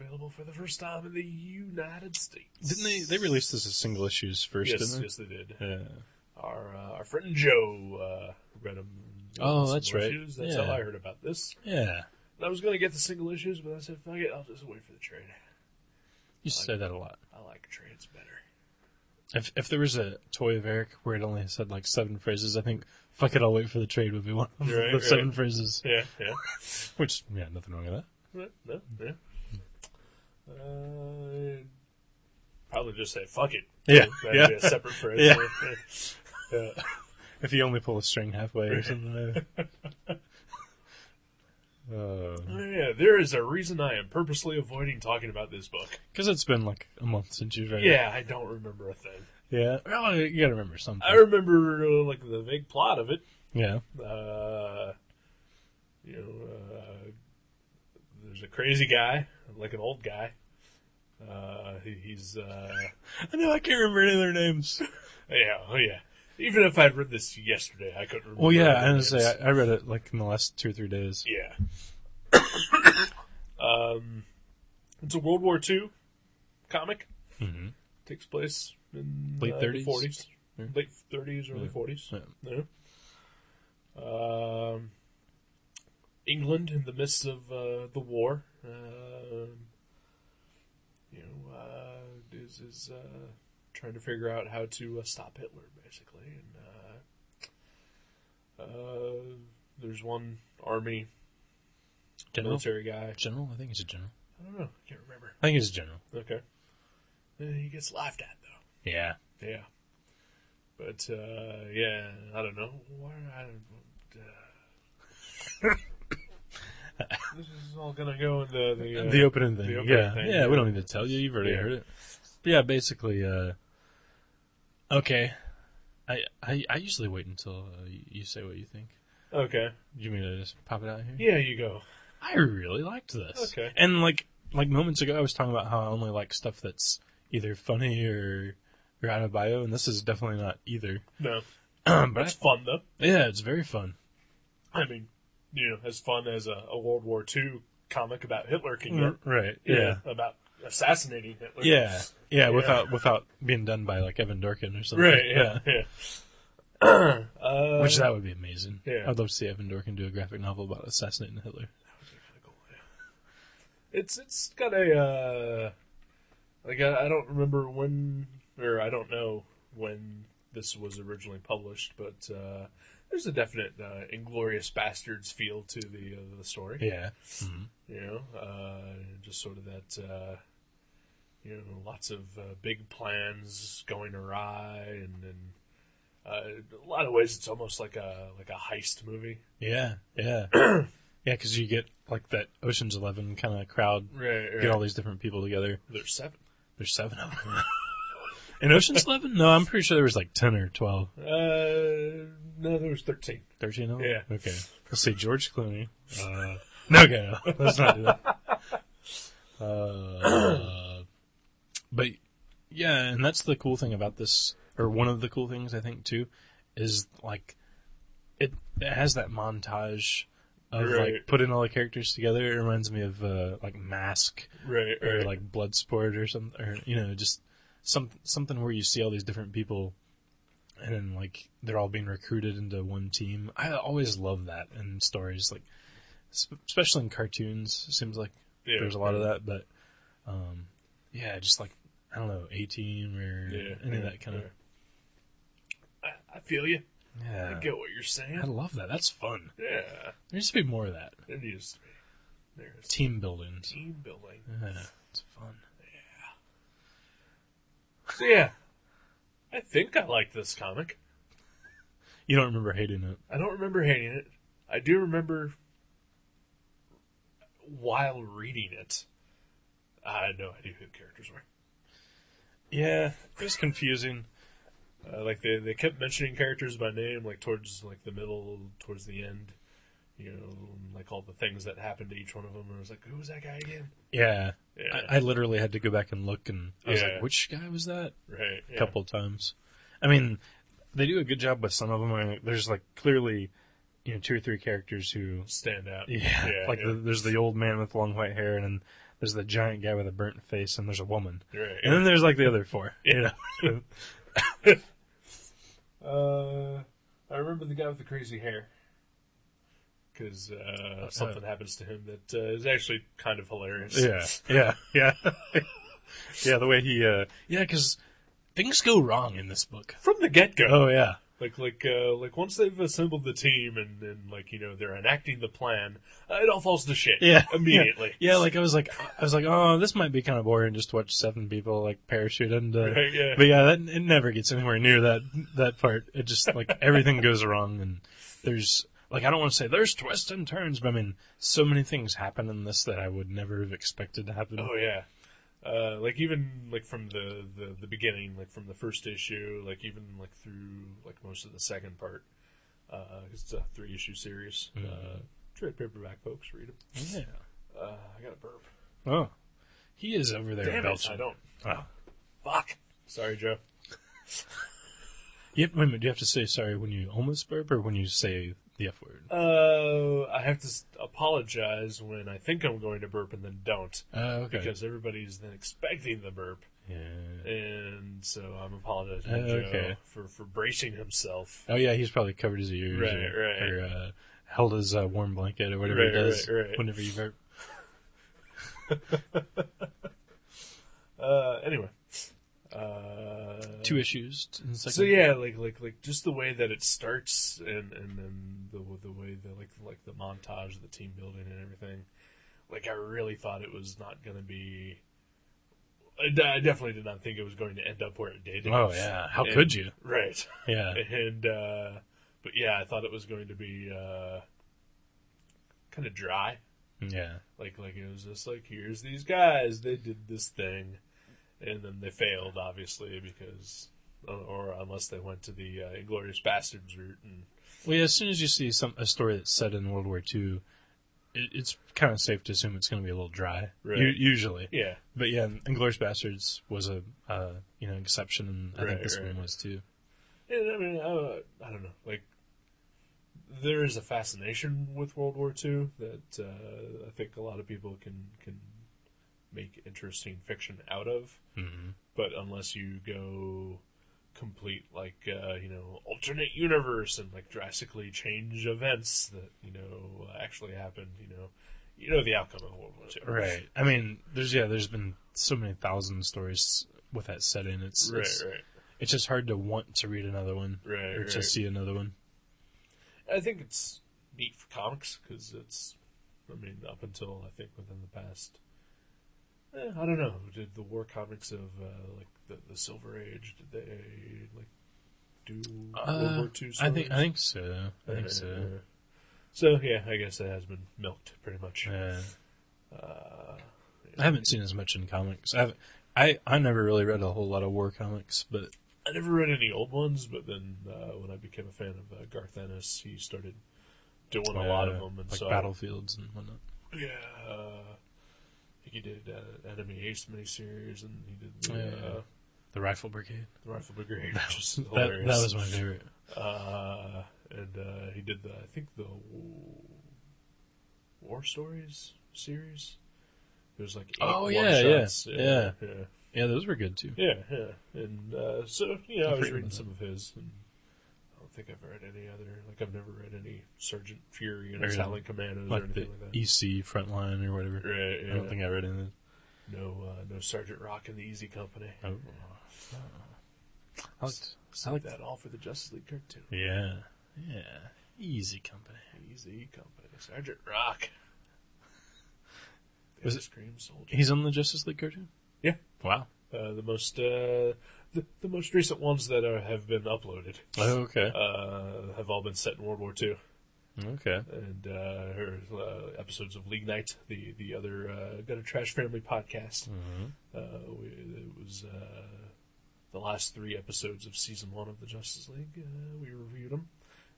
[SPEAKER 3] available for the first time in the United States.
[SPEAKER 4] Didn't they? They released this as single issues first,
[SPEAKER 3] Yes,
[SPEAKER 4] didn't they?
[SPEAKER 3] yes, they did.
[SPEAKER 4] Yeah.
[SPEAKER 3] Our uh, our friend Joe uh, read them.
[SPEAKER 4] Oh, that's right.
[SPEAKER 3] Issues. That's
[SPEAKER 4] Yeah.
[SPEAKER 3] how I heard about this.
[SPEAKER 4] Yeah.
[SPEAKER 3] And I was going to get the single issues, but I said, "Fuck it, I'll just wait for the trade.
[SPEAKER 4] You say that a lot.
[SPEAKER 3] I like trades better."
[SPEAKER 4] If if there was a toy of Eric where it only said like seven phrases, I think "fuck it, I'll wait for the trade" would be one of
[SPEAKER 3] Right,
[SPEAKER 4] the
[SPEAKER 3] right.
[SPEAKER 4] seven phrases.
[SPEAKER 3] Yeah, yeah.
[SPEAKER 4] Which yeah, nothing wrong with that.
[SPEAKER 3] No, no, yeah. Uh, probably just say "fuck it."
[SPEAKER 4] Yeah,
[SPEAKER 3] That'd
[SPEAKER 4] yeah.
[SPEAKER 3] be a separate phrase.
[SPEAKER 4] Yeah.
[SPEAKER 3] Yeah.
[SPEAKER 4] If you only pull a string halfway or something. Uh, Maybe. Because
[SPEAKER 3] Oh, yeah, there is a reason I am purposely avoiding talking about this book.
[SPEAKER 4] it's been like a month since you've read it.
[SPEAKER 3] Yeah, I don't remember a thing.
[SPEAKER 4] Yeah. Well, you gotta remember something.
[SPEAKER 3] I remember uh, like the vague plot of it.
[SPEAKER 4] yeah.
[SPEAKER 3] Uh, you know, uh, there's a crazy guy, like an old guy. Uh, he, he's uh,
[SPEAKER 4] I know I can't remember any of their names.
[SPEAKER 3] yeah, oh yeah. Even if I'd read this yesterday, I couldn't remember.
[SPEAKER 4] Well, yeah,
[SPEAKER 3] their
[SPEAKER 4] I was gonna
[SPEAKER 3] names.
[SPEAKER 4] say I, I read it like in the last two or three days.
[SPEAKER 3] Yeah. um, it's a World War II comic.
[SPEAKER 4] Mhm.
[SPEAKER 3] Takes place in
[SPEAKER 4] Late
[SPEAKER 3] uh, the
[SPEAKER 4] 30s?
[SPEAKER 3] 40s,
[SPEAKER 4] Yeah.
[SPEAKER 3] late 30s, early
[SPEAKER 4] Yeah.
[SPEAKER 3] 40s.
[SPEAKER 4] Yeah.
[SPEAKER 3] Yeah. Um, England in the midst of uh, the war. Um you know, uh, is is uh, trying to figure out how to uh, stop Hitler, basically, and. Uh, uh, there's one army
[SPEAKER 4] General,
[SPEAKER 3] military guy.
[SPEAKER 4] general, I think he's a general.
[SPEAKER 3] I don't know. I can't remember.
[SPEAKER 4] I think he's a general.
[SPEAKER 3] Okay. Uh, he gets laughed at though.
[SPEAKER 4] Yeah,
[SPEAKER 3] Yeah. But uh, yeah, I don't know. Why? I don't, uh, This is all gonna go in the the, uh,
[SPEAKER 4] the opening thing.
[SPEAKER 3] the opening
[SPEAKER 4] yeah.
[SPEAKER 3] thing,
[SPEAKER 4] yeah,
[SPEAKER 3] yeah.
[SPEAKER 4] we don't need to tell you. You've already
[SPEAKER 3] Yeah.
[SPEAKER 4] heard it. But yeah, basically, uh, okay. I, I I usually wait until uh, you say what you think.
[SPEAKER 3] Okay.
[SPEAKER 4] You mean I just pop it out here?
[SPEAKER 3] Yeah, you go.
[SPEAKER 4] I really liked this.
[SPEAKER 3] Okay.
[SPEAKER 4] And like like moments ago, I was talking about how I only like stuff that's either funny or or out of bio, and this is definitely not either.
[SPEAKER 3] No,
[SPEAKER 4] but
[SPEAKER 3] that's fun though.
[SPEAKER 4] I- yeah, it's very fun.
[SPEAKER 3] I mean, you know, as fun as a, a World War II comic about Hitler can get.
[SPEAKER 4] Right.
[SPEAKER 3] you
[SPEAKER 4] Mm-hmm. Yeah.
[SPEAKER 3] know, about assassinating Hitler.
[SPEAKER 4] Yeah. Yeah, without without being done by like Evan Dorkin or something.
[SPEAKER 3] Right. Yeah. Yeah. uh,
[SPEAKER 4] Which that would be amazing.
[SPEAKER 3] yeah.
[SPEAKER 4] I'd love to see Evan Dorkin do a graphic novel about assassinating Hitler.
[SPEAKER 3] it's it's got a uh, like I, I don't remember when or I don't know when this was originally published, but uh, there's a definite uh, Inglorious Bastards feel to the uh, the story.
[SPEAKER 4] Yeah.
[SPEAKER 3] You know, uh, just sort of that. Uh, you know, lots of uh, big plans going awry, and, and uh, a lot of ways it's almost like a like a heist movie.
[SPEAKER 4] Yeah. Yeah. yeah, because you get like that Ocean's Eleven kind of crowd.
[SPEAKER 3] Right.
[SPEAKER 4] Get all these different people together.
[SPEAKER 3] There's seven.
[SPEAKER 4] There's seven of them. In Ocean's Eleven? No, I'm pretty sure there was like 10 or 12.
[SPEAKER 3] Uh, no, there was thirteen.
[SPEAKER 4] 13 of them?
[SPEAKER 3] Yeah.
[SPEAKER 4] Okay. Let's see, George Clooney. Uh, no, okay, no. Let's not do that. Uh, but, yeah, and that's the cool thing about this, or one of the cool things, I think, too, is like, it, it has that montage of like
[SPEAKER 3] Right.
[SPEAKER 4] putting all the characters together. It reminds me of, uh, like Mask.
[SPEAKER 3] Right.
[SPEAKER 4] or like Bloodsport or something, or you know, just some something where you see all these different people, and then like they're all being recruited into one team. I always love that in stories, like sp- especially in cartoons. It seems like
[SPEAKER 3] Yeah.
[SPEAKER 4] there's a lot of that, but um, yeah, just like I don't know, A Team or
[SPEAKER 3] Yeah,
[SPEAKER 4] any of
[SPEAKER 3] yeah,
[SPEAKER 4] that kind of.
[SPEAKER 3] I feel you. I
[SPEAKER 4] Yeah,
[SPEAKER 3] get what you're
[SPEAKER 4] I
[SPEAKER 3] saying.
[SPEAKER 4] love that. That's fun.
[SPEAKER 3] Yeah,
[SPEAKER 4] There needs to be more of that
[SPEAKER 3] it is. There's
[SPEAKER 4] team building.
[SPEAKER 3] team building.
[SPEAKER 4] Yeah, it's fun.
[SPEAKER 3] So yeah, I think I like this comic.
[SPEAKER 4] You don't remember hating it?
[SPEAKER 3] I don't remember hating it. I do remember while reading it, I had no idea who the characters were.
[SPEAKER 4] Yeah, it was confusing.
[SPEAKER 3] Uh, like they, they kept mentioning characters by name, like towards like the middle, towards the end, you know, like all the things that happened to each one of them. And I was like, who was that guy again?
[SPEAKER 4] Yeah.
[SPEAKER 3] Yeah.
[SPEAKER 4] I, I literally had to go back and look, and I was
[SPEAKER 3] Yeah.
[SPEAKER 4] like, which guy was that?
[SPEAKER 3] Right.
[SPEAKER 4] A
[SPEAKER 3] yeah.
[SPEAKER 4] couple times. I mean, they do a good job with some of them. I, there's like clearly, you know, two or three characters who,
[SPEAKER 3] stand out.
[SPEAKER 4] yeah, like
[SPEAKER 3] yeah.
[SPEAKER 4] The, there's the old man with long white hair, and then there's the giant guy with a burnt face, and there's a woman,
[SPEAKER 3] Right,
[SPEAKER 4] and then there's like the other four.
[SPEAKER 3] yeah.
[SPEAKER 4] You know?
[SPEAKER 3] Uh, I remember the guy with the crazy hair. Because uh, something happens to him that uh, is actually kind of hilarious.
[SPEAKER 4] Yeah, yeah, yeah, yeah. The way he, uh, yeah, because things go wrong in this book.
[SPEAKER 3] From the get go,
[SPEAKER 4] Oh yeah,
[SPEAKER 3] like like uh, like once they've assembled the team and, and like you know they're enacting the plan, uh, it all falls to shit.
[SPEAKER 4] Yeah,
[SPEAKER 3] immediately.
[SPEAKER 4] Yeah, like I was like, I was like, oh, this might be kind of boring just to watch seven people like parachute into.
[SPEAKER 3] Right, yeah.
[SPEAKER 4] But yeah, that, it never gets anywhere near that that part. It just like everything goes wrong, and there's like I don't want to say there's twists and turns, but I mean, so many things happen in this that I would never have expected to happen.
[SPEAKER 3] Oh yeah. Uh, like even like from the, the the beginning, like from the first issue, like even like through like most of the second part. Uh, it's a three issue series. Uh, trade paperback, folks, read them.
[SPEAKER 4] yeah.
[SPEAKER 3] Uh, I got a burp.
[SPEAKER 4] Oh, he is over there.
[SPEAKER 3] Damn it,
[SPEAKER 4] belching.
[SPEAKER 3] I don't.
[SPEAKER 4] Oh.
[SPEAKER 3] Fuck. Sorry, Joe.
[SPEAKER 4] Yep. Wait a minute. Do you have to say sorry when you almost burp or when you say the f word?
[SPEAKER 3] Uh, I have to s- apologize when I think I'm going to burp and then don't,
[SPEAKER 4] Oh, okay.
[SPEAKER 3] Uh, because everybody's then expecting the burp,
[SPEAKER 4] yeah.
[SPEAKER 3] and so I'm apologizing to
[SPEAKER 4] Uh,
[SPEAKER 3] Joe
[SPEAKER 4] okay.
[SPEAKER 3] for for bracing himself.
[SPEAKER 4] Oh yeah, he's probably covered his ears,
[SPEAKER 3] Right,
[SPEAKER 4] or,
[SPEAKER 3] right.
[SPEAKER 4] or uh, held his uh, warm blanket, or whatever
[SPEAKER 3] Right,
[SPEAKER 4] he does
[SPEAKER 3] right, right.
[SPEAKER 4] whenever you burp.
[SPEAKER 3] Uh, anyway. Uh,
[SPEAKER 4] Two issues in the second.
[SPEAKER 3] so yeah, like like like just the way that it starts, and and then the the way the like like the montage, of the team building, and everything. Like I really thought it was not going to be. I, de- I definitely did not think it was going to end up where it did.
[SPEAKER 4] Oh yeah, how
[SPEAKER 3] And-
[SPEAKER 4] could you?
[SPEAKER 3] Right.
[SPEAKER 4] Yeah,
[SPEAKER 3] And uh, but yeah, I thought it was going to be uh, kind of dry.
[SPEAKER 4] Yeah.
[SPEAKER 3] Like like it was just like here's these guys they did this thing, and then they failed obviously because or unless they went to the uh, Inglorious Bastards route and
[SPEAKER 4] Well, yeah, as soon as you see some a story that's set in World War II, it, it's kind of safe to assume it's going to be a little dry,
[SPEAKER 3] Right.
[SPEAKER 4] u- usually.
[SPEAKER 3] yeah
[SPEAKER 4] But yeah, Inglorious Bastards was a uh, you know exception, and I
[SPEAKER 3] Right,
[SPEAKER 4] think this
[SPEAKER 3] right.
[SPEAKER 4] one was too.
[SPEAKER 3] And, I mean, uh, I don't know. Like, there is a fascination with World War II that uh, I think a lot of people can can make interesting fiction out of. But unless you go complete, like uh, you know, alternate universe and like drastically change events that you know actually happened, you know, you know the outcome of World War II,
[SPEAKER 4] Right. I mean, there's yeah, there's been so many thousand stories with that set in. It's
[SPEAKER 3] Right,
[SPEAKER 4] it's,
[SPEAKER 3] right.
[SPEAKER 4] it's just hard to want to read another one
[SPEAKER 3] Right,
[SPEAKER 4] or to
[SPEAKER 3] right.
[SPEAKER 4] see another one.
[SPEAKER 3] I think it's neat for comics because it's, I mean, up until I think within the past, eh, I don't know, did the war comics of uh, like the, the Silver Age did they like do Uh, World War II?
[SPEAKER 4] Uh, I think I
[SPEAKER 3] stories?
[SPEAKER 4] think so. I think
[SPEAKER 3] Uh,
[SPEAKER 4] so.
[SPEAKER 3] So yeah, I guess that has been milked pretty much.
[SPEAKER 4] Yeah.
[SPEAKER 3] Uh,
[SPEAKER 4] I haven't seen as much in comics. I've I I never really read a whole lot of war comics, but
[SPEAKER 3] I never read any old ones, but then uh, when I became a fan of uh, Garth Ennis, he started doing a lot of
[SPEAKER 4] uh,
[SPEAKER 3] them, and
[SPEAKER 4] like
[SPEAKER 3] so I-
[SPEAKER 4] battlefields and whatnot.
[SPEAKER 3] Yeah, uh, I think he did uh, Enemy Ace miniseries, and he did the,
[SPEAKER 4] Yeah.
[SPEAKER 3] uh,
[SPEAKER 4] The Rifle Brigade.
[SPEAKER 3] the Rifle Brigade,
[SPEAKER 4] That
[SPEAKER 3] which is
[SPEAKER 4] was, that,
[SPEAKER 3] hilarious.
[SPEAKER 4] that was my favorite.
[SPEAKER 3] Uh, and uh, he did the, I think the War Stories series. It was like eight
[SPEAKER 4] Oh,
[SPEAKER 3] one
[SPEAKER 4] yeah, yeah,
[SPEAKER 3] shots.
[SPEAKER 4] yeah.
[SPEAKER 3] yeah,
[SPEAKER 4] Yeah, those were good too.
[SPEAKER 3] yeah, yeah. And uh, so you know, I
[SPEAKER 4] I
[SPEAKER 3] was
[SPEAKER 4] forget
[SPEAKER 3] reading
[SPEAKER 4] about
[SPEAKER 3] some of his. and I don't think I've read any other. Like I've never read any Sergeant Fury and
[SPEAKER 4] Or
[SPEAKER 3] Howling Commandos or
[SPEAKER 4] Like the
[SPEAKER 3] anything like that.
[SPEAKER 4] EC Frontline or whatever.
[SPEAKER 3] Right,
[SPEAKER 4] I
[SPEAKER 3] yeah.
[SPEAKER 4] don't think I read anything.
[SPEAKER 3] No, uh, no Sergeant Rock and the Easy Company.
[SPEAKER 4] Oh. I liked, I
[SPEAKER 3] Save
[SPEAKER 4] liked
[SPEAKER 3] that all for the Justice League cartoon.
[SPEAKER 4] Yeah. Yeah. Easy company.
[SPEAKER 3] Easy Company, Sergeant Rock. The
[SPEAKER 4] Was
[SPEAKER 3] Ice
[SPEAKER 4] it-
[SPEAKER 3] Cream Soldier.
[SPEAKER 4] He's on the Justice League cartoon?
[SPEAKER 3] Yeah.
[SPEAKER 4] Wow.
[SPEAKER 3] Uh, the most uh, the, the most recent ones that are, have been uploaded
[SPEAKER 4] okay.
[SPEAKER 3] uh, have all been set in World War II,
[SPEAKER 4] okay.
[SPEAKER 3] and uh, her uh, episodes of League Night, the the other uh, Got a Trash Family podcast.
[SPEAKER 4] Mm-hmm.
[SPEAKER 3] Uh, we, it was uh, the last three episodes of season one of the Justice League. Uh, we reviewed them.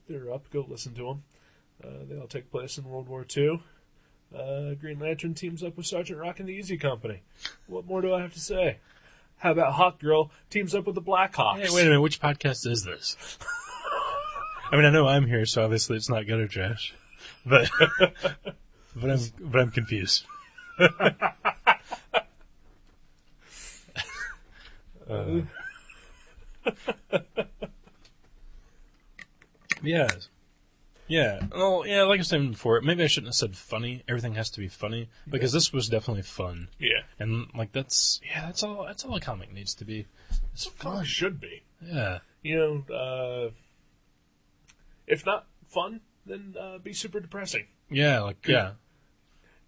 [SPEAKER 3] They're up. Go listen to them. Uh, they all take place in World War II. Uh, Green Lantern teams up with Sergeant Rock and the Easy Company. What more do I have to say? How about Hawk Girl teams up with the Black Hawks?
[SPEAKER 4] Hey, wait a minute. Which podcast is this? I mean, I know I'm here, so obviously it's not gutter trash, but but I'm but I'm confused. Uh, yeah, yeah. Oh, yeah. Like I said before, maybe I shouldn't have said funny. Everything has to be funny because this was definitely fun,
[SPEAKER 3] Yeah,
[SPEAKER 4] and like that's yeah, that's all. That's all a comic needs to be. It's
[SPEAKER 3] Comics
[SPEAKER 4] fun.
[SPEAKER 3] should be.
[SPEAKER 4] Yeah.
[SPEAKER 3] You know, uh, if not fun, then uh, be super depressing.
[SPEAKER 4] Yeah, like yeah,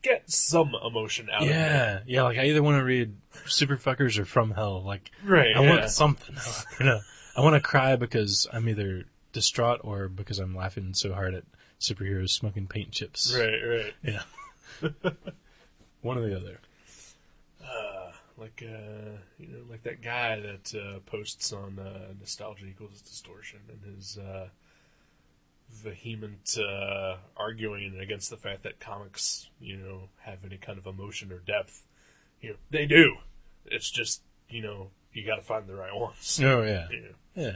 [SPEAKER 3] Get some emotion out of it.
[SPEAKER 4] yeah, yeah. Like I either want to read Super Fuckers or From Hell. Like
[SPEAKER 3] Right,
[SPEAKER 4] I
[SPEAKER 3] yeah.
[SPEAKER 4] want something. you know, I want to cry because I'm either distraught or because I'm laughing so hard at superheroes smoking paint chips.
[SPEAKER 3] Right, right.
[SPEAKER 4] Yeah. One or the other.
[SPEAKER 3] like uh, you know, like that guy that uh, posts on uh, Nostalgia Equals Distortion and his uh, vehement uh, arguing against the fact that comics, you know, have any kind of emotion or depth. You know, they do. It's just you know, you got to find the right ones.
[SPEAKER 4] Oh yeah,
[SPEAKER 3] Yeah,
[SPEAKER 4] yeah,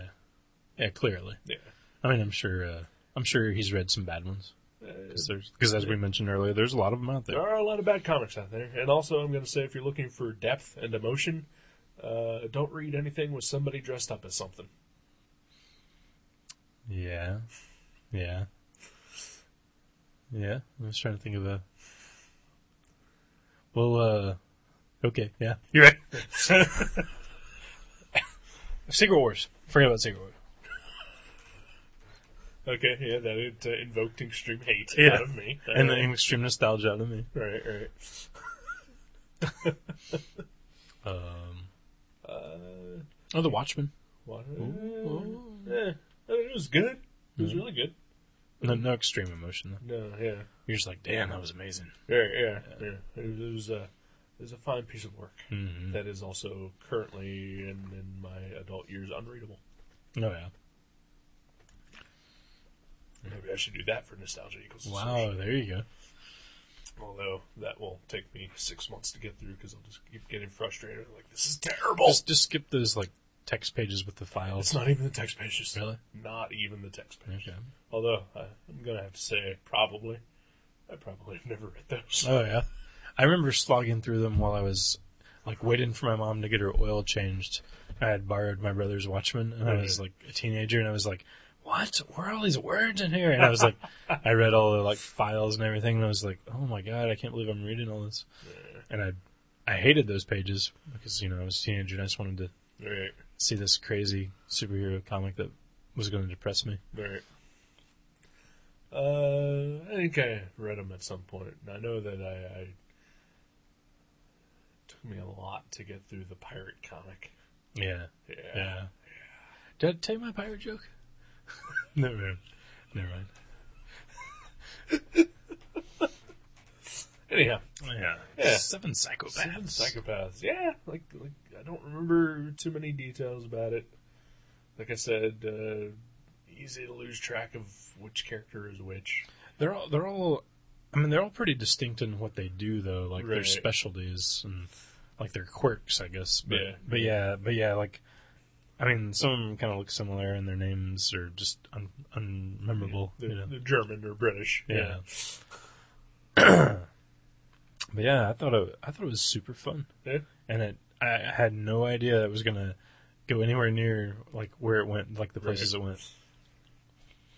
[SPEAKER 4] yeah. Clearly,
[SPEAKER 3] yeah.
[SPEAKER 4] I mean, I'm sure. Uh, I'm sure he's read some bad ones
[SPEAKER 3] Uh,
[SPEAKER 4] because, as we mentioned earlier, there's a lot of them out
[SPEAKER 3] there
[SPEAKER 4] there.
[SPEAKER 3] are a lot of bad comics out there, and also I'm going to say if you're looking for depth and emotion, uh, don't read anything with somebody dressed up as something.
[SPEAKER 4] Yeah, yeah, yeah. I was trying to think of a. Well, uh, okay, yeah, you're right. Secret Wars. Forget about Secret Wars.
[SPEAKER 3] Okay, yeah, that it uh, invoked extreme hate
[SPEAKER 4] Yeah.
[SPEAKER 3] out of me.
[SPEAKER 4] And
[SPEAKER 3] Uh,
[SPEAKER 4] the extreme nostalgia out of me.
[SPEAKER 3] right, right.
[SPEAKER 4] Um,
[SPEAKER 3] Uh,
[SPEAKER 4] oh, The Watchmen.
[SPEAKER 3] what? Uh, yeah, I mean, it was good. It was really good.
[SPEAKER 4] No, no extreme emotion. Though.
[SPEAKER 3] No, yeah,
[SPEAKER 4] You're just like, damn, that was amazing.
[SPEAKER 3] yeah, yeah, yeah. It was, it was a it was a fine piece of work
[SPEAKER 4] Mm-hmm.
[SPEAKER 3] that is also currently in, in my adult years unreadable.
[SPEAKER 4] Oh yeah.
[SPEAKER 3] Maybe I should do that for nostalgia equals
[SPEAKER 4] Wow, there you go.
[SPEAKER 3] Distortion. Although that will take me six months to get through because I'll just keep getting frustrated. Like this is terrible.
[SPEAKER 4] Just just skip those like text pages with the files.
[SPEAKER 3] it's not even the text pages.
[SPEAKER 4] Really?
[SPEAKER 3] Not even the text pages.
[SPEAKER 4] Okay.
[SPEAKER 3] Although I, I'm gonna have to say probably, I probably have never read those.
[SPEAKER 4] Oh yeah, I remember slogging through them while I was like waiting for my mom to get her oil changed. I had borrowed my brother's Watchman, and I was like a teenager, and I was like, "What? Where are all these words in here?" And I was like, I read all the like files and everything, and I was like, "Oh my god, I can't believe I'm reading all this." And I, I hated those pages because you know I was a teenager and I just wanted to
[SPEAKER 3] Right,
[SPEAKER 4] see this crazy superhero comic that was going to depress me.
[SPEAKER 3] right. Uh, I think I read them at some point. And I know that I, I took me a lot to get through the pirate comic.
[SPEAKER 4] Yeah,
[SPEAKER 3] Yeah.
[SPEAKER 4] yeah. Did I tell you my pirate joke? never mind. Never mind.
[SPEAKER 3] Anyhow,
[SPEAKER 4] Oh, Yeah.
[SPEAKER 3] Yeah.
[SPEAKER 4] Seven psychopaths.
[SPEAKER 3] seven psychopaths. Yeah, like like I don't remember too many details about it. Like I said, uh, easy to lose track of which character is which.
[SPEAKER 4] They're all they're all I mean they're all pretty distinct in what they do though, like their
[SPEAKER 3] Right.
[SPEAKER 4] specialties and like their quirks, I guess. But
[SPEAKER 3] Yeah.
[SPEAKER 4] but yeah, but yeah, like I mean some of them kind of look similar and their names are just un- unmemorable,
[SPEAKER 3] The,
[SPEAKER 4] you know.
[SPEAKER 3] the German or British.
[SPEAKER 4] Yeah. but yeah, I thought it I thought it was super fun.
[SPEAKER 3] Yeah.
[SPEAKER 4] And it I I had no idea that it was going to go anywhere near like where it went, like the places it went.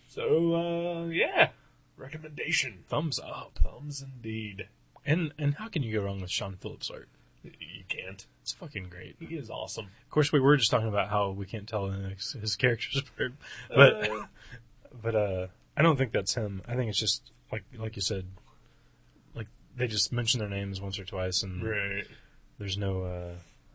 [SPEAKER 3] So uh, yeah, recommendation.
[SPEAKER 4] Thumbs up.
[SPEAKER 3] Thumbs indeed.
[SPEAKER 4] And and how can you go wrong with Sean Phillips art?
[SPEAKER 3] You can't.
[SPEAKER 4] It's fucking great.
[SPEAKER 3] He is awesome.
[SPEAKER 4] Of course, we were just talking about how we can't tell his, his character's apart, but
[SPEAKER 3] Uh,
[SPEAKER 4] but uh, I don't think that's him. I think it's just like like you said, like they just mention their names once or twice, and
[SPEAKER 3] right.
[SPEAKER 4] there's no uh,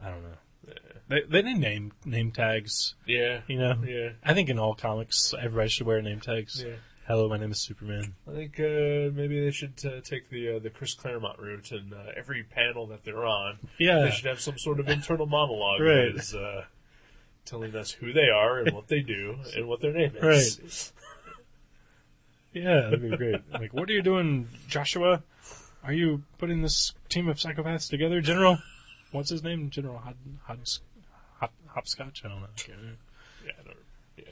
[SPEAKER 4] I don't know.
[SPEAKER 3] Yeah.
[SPEAKER 4] They they didn't name name tags,
[SPEAKER 3] Yeah.
[SPEAKER 4] you know.
[SPEAKER 3] Yeah.
[SPEAKER 4] I think in all comics, everybody should wear name tags.
[SPEAKER 3] Yeah.
[SPEAKER 4] Hello, my name is Superman.
[SPEAKER 3] I think uh, maybe they should uh, take the uh, the Chris Claremont route, and uh, every panel that they're on,
[SPEAKER 4] Yeah,
[SPEAKER 3] they should have some sort of internal monologue
[SPEAKER 4] Right.
[SPEAKER 3] that is uh, telling us who they are and what they do and what their name is.
[SPEAKER 4] yeah, that'd be great. like, what are you doing, Joshua? Are you putting this team of psychopaths together, General? What's his name, General Hod, Hods- Hop, Hopscotch? I don't know. I can't remember.
[SPEAKER 3] Yeah, I don't, yeah.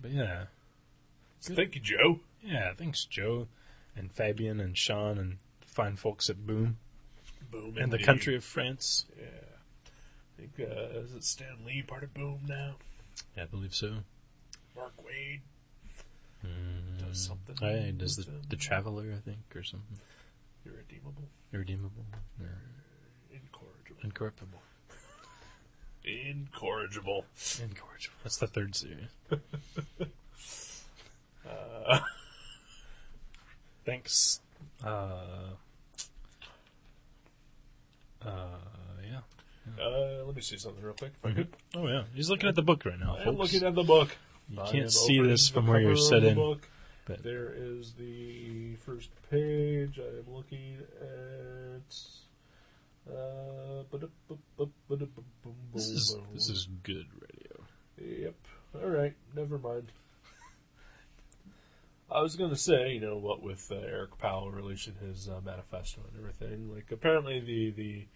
[SPEAKER 4] But yeah,
[SPEAKER 3] So thank you, Joe.
[SPEAKER 4] yeah. Thanks, Joe, and Fabian, and Sean, and the fine folks at Boom,
[SPEAKER 3] Boom
[SPEAKER 4] and the
[SPEAKER 3] indeed.
[SPEAKER 4] country of France.
[SPEAKER 3] Yeah, I think uh, is it Stan Lee part of Boom now?
[SPEAKER 4] Yeah, I believe so.
[SPEAKER 3] Mark Wade does something.
[SPEAKER 4] Hey, Hmm. does
[SPEAKER 3] with
[SPEAKER 4] the
[SPEAKER 3] them.
[SPEAKER 4] the Traveler, I think, or something
[SPEAKER 3] irredeemable,
[SPEAKER 4] irredeemable, yeah.
[SPEAKER 3] incorrigible,
[SPEAKER 4] incorruptible,
[SPEAKER 3] incorrigible?
[SPEAKER 4] incorrigible. That's the third series.
[SPEAKER 3] Uh,
[SPEAKER 4] Thanks. Uh, uh, yeah.
[SPEAKER 3] uh, let me see something real quick. If I
[SPEAKER 4] Mhm.
[SPEAKER 3] could,
[SPEAKER 4] Oh yeah, he's looking at the book right now,
[SPEAKER 3] I'm
[SPEAKER 4] folks.
[SPEAKER 3] looking at the book.
[SPEAKER 4] you
[SPEAKER 3] I am
[SPEAKER 4] can't see
[SPEAKER 3] opening
[SPEAKER 4] this
[SPEAKER 3] the
[SPEAKER 4] from where
[SPEAKER 3] cover
[SPEAKER 4] you're
[SPEAKER 3] of the
[SPEAKER 4] sitting.
[SPEAKER 3] book.
[SPEAKER 4] but-
[SPEAKER 3] There is the first page. I am looking at. Uh,
[SPEAKER 4] This is this is good radio.
[SPEAKER 3] Yep. All right. Never mind. I was gonna say, you know, what with uh, Eric Powell releasing his uh, manifesto and everything, like apparently the the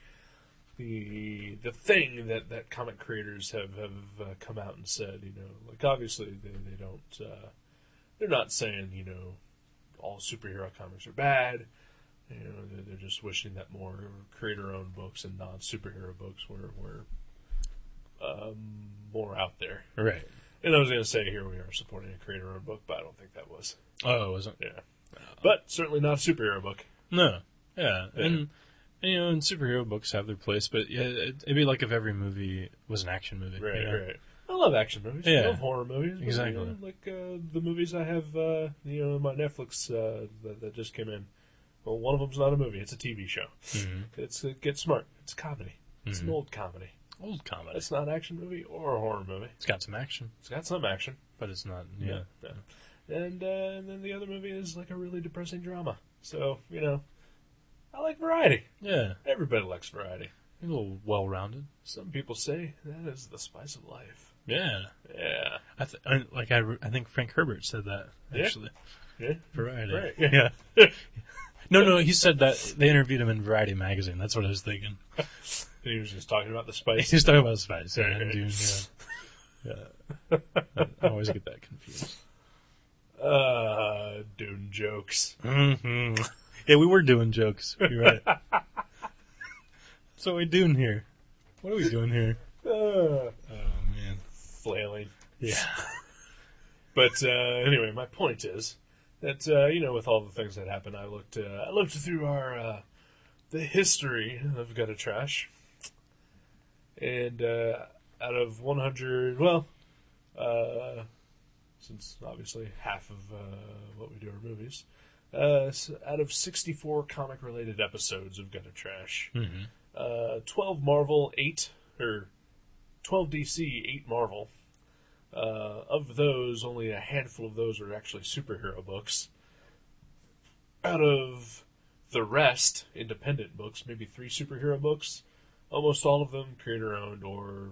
[SPEAKER 3] the the thing that that comic creators have have uh, come out and said, you know, like obviously they they don't uh, they're not saying you know all superhero comics are bad. You know, they're, they're just wishing that more creator-owned books and non-superhero books were were um, more out there.
[SPEAKER 4] Right.
[SPEAKER 3] And I was going to say, here we are supporting a creator-owned book, but I don't think that was.
[SPEAKER 4] Oh, it wasn't.
[SPEAKER 3] Yeah, but certainly not a superhero book.
[SPEAKER 4] No. Yeah.
[SPEAKER 3] Yeah.
[SPEAKER 4] And you know, and superhero books have their place, but yeah, it, it'd be like if every movie was an action movie. you know?
[SPEAKER 3] right. I love action movies. I
[SPEAKER 4] Yeah.
[SPEAKER 3] love horror movies. but, you
[SPEAKER 4] Exactly.
[SPEAKER 3] know, like uh, the movies I have, uh, you know, my Netflix uh, that, that just came in. Well, one of them's not a movie; it's a TV show.
[SPEAKER 4] Mhm.
[SPEAKER 3] It's uh, Get Smart. It's a comedy. It's
[SPEAKER 4] Mhm.
[SPEAKER 3] an old comedy.
[SPEAKER 4] Old comedy.
[SPEAKER 3] It's not an action movie or a horror movie.
[SPEAKER 4] It's got some action,
[SPEAKER 3] It's got some action.
[SPEAKER 4] but it's not.
[SPEAKER 3] Yeah.
[SPEAKER 4] Yeah.
[SPEAKER 3] yeah. and uh, and then the other movie is like a really depressing drama. So you know, I like variety.
[SPEAKER 4] Yeah.
[SPEAKER 3] Everybody likes variety.
[SPEAKER 4] A little well rounded.
[SPEAKER 3] Some people say that is the spice of life.
[SPEAKER 4] Yeah.
[SPEAKER 3] Yeah,
[SPEAKER 4] I, th- I like I, re- I think Frank Herbert said that
[SPEAKER 3] Yeah.
[SPEAKER 4] actually.
[SPEAKER 3] yeah,
[SPEAKER 4] Variety.
[SPEAKER 3] Right.
[SPEAKER 4] Yeah. no, no, he said that they interviewed him in Variety magazine. That's what I was thinking.
[SPEAKER 3] And he was just talking about the spice.
[SPEAKER 4] He was talking about spice. Yeah. and
[SPEAKER 3] Right.
[SPEAKER 4] Dune, yeah. yeah. I always get that confused.
[SPEAKER 3] Uh, Dune jokes.
[SPEAKER 4] hmm Yeah, we were doing jokes. You're right. so what we doing here? What are we doing here?
[SPEAKER 3] Uh,
[SPEAKER 4] Oh man.
[SPEAKER 3] flailing.
[SPEAKER 4] Yeah.
[SPEAKER 3] But uh, anyway, my point is that uh, you know, with all the things that happened, I looked uh, I looked through our uh, the history of Gutter Trash, and uh, out of 100, well, uh, since obviously half of uh, what we do are movies, uh, s out of 64 comic related episodes of Gutter Trash,
[SPEAKER 4] hmm
[SPEAKER 3] uh, 12 Marvel, 8, or 12 DC, 8 Marvel. Uh, of those, only a handful of those are actually superhero books. Out of the rest, independent books, maybe three superhero books, almost all of them creator owned or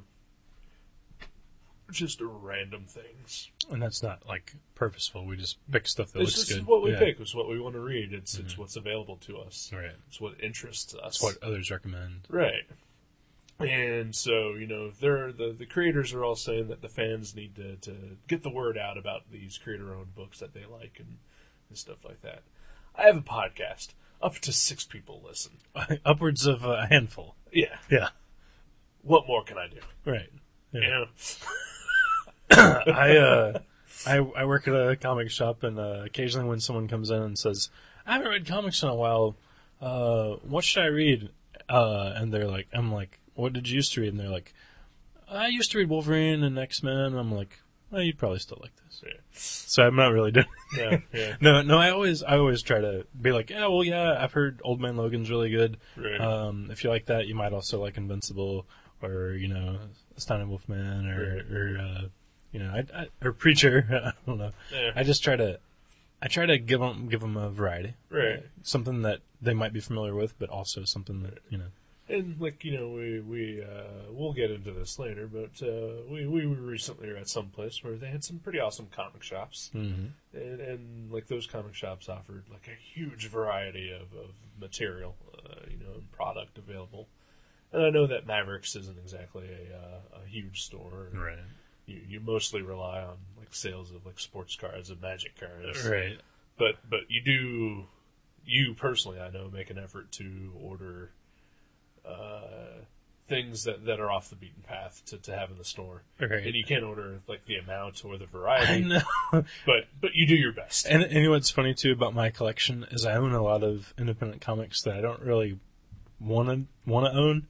[SPEAKER 3] just random things.
[SPEAKER 4] And that's not like purposeful. We just pick stuff that
[SPEAKER 3] This
[SPEAKER 4] looks
[SPEAKER 3] is
[SPEAKER 4] good.
[SPEAKER 3] what we
[SPEAKER 4] Yeah. Mm-hmm.
[SPEAKER 3] pick, it's what we want to read, it's, it's what's available to us,
[SPEAKER 4] Right.
[SPEAKER 3] it's what interests us.
[SPEAKER 4] That's what others recommend.
[SPEAKER 3] Right. And so, you know, they're the, the creators are all saying that the fans need to, to get the word out about these creator owned books that they like and, and stuff like that. I have a podcast. Up to six people listen.
[SPEAKER 4] Upwards of a handful.
[SPEAKER 3] Yeah.
[SPEAKER 4] Yeah.
[SPEAKER 3] What more can I do?
[SPEAKER 4] Right. Yeah.
[SPEAKER 3] You know?
[SPEAKER 4] I uh, I I work at a comic shop, and uh, occasionally when someone comes in and says, "I haven't read comics in a while. Uh, what should I read?" Uh, and they're like, "I'm like, what did you used to read?" And they're like, "I used to read Wolverine and X Men." And I'm like, "Well, you'd probably still like this."
[SPEAKER 3] Yeah.
[SPEAKER 4] So I'm not really doing.
[SPEAKER 3] Yeah. yeah.
[SPEAKER 4] No, no. I always I always try to be like, "Yeah, well, yeah. I've heard Old Man Logan's really good.
[SPEAKER 3] Right.
[SPEAKER 4] Um, if you like that, you might also like Invincible or, you know, Astounding Wolfman or,
[SPEAKER 3] Right.
[SPEAKER 4] or uh, you know, I, I, or Preacher. I don't know.
[SPEAKER 3] Yeah.
[SPEAKER 4] I just try to, I try to give them, give 'em a variety.
[SPEAKER 3] Right.
[SPEAKER 4] Something that they might be familiar with, but also something that, you know.
[SPEAKER 3] And like you know, we we uh, we'll get into this later, but uh, we we were recently at some place where they had some pretty awesome comic shops,
[SPEAKER 4] mm-hmm.
[SPEAKER 3] and, and like those comic shops offered like a huge variety of, of material, uh, you know, and product available. And I know that Mavericks isn't exactly a uh, a huge store.
[SPEAKER 4] Right.
[SPEAKER 3] You you mostly rely on like sales of like sports cards and magic cards,
[SPEAKER 4] Right.
[SPEAKER 3] but but you do you personally I know make an effort to order uh, things that, that are off the beaten path to, to have in the store.
[SPEAKER 4] Right.
[SPEAKER 3] And you can't order like the amount or the
[SPEAKER 4] I
[SPEAKER 3] variety,
[SPEAKER 4] know.
[SPEAKER 3] but but you do your best.
[SPEAKER 4] And, and you know what's funny too about my collection is I own a lot of independent comics that I don't really want to want to own,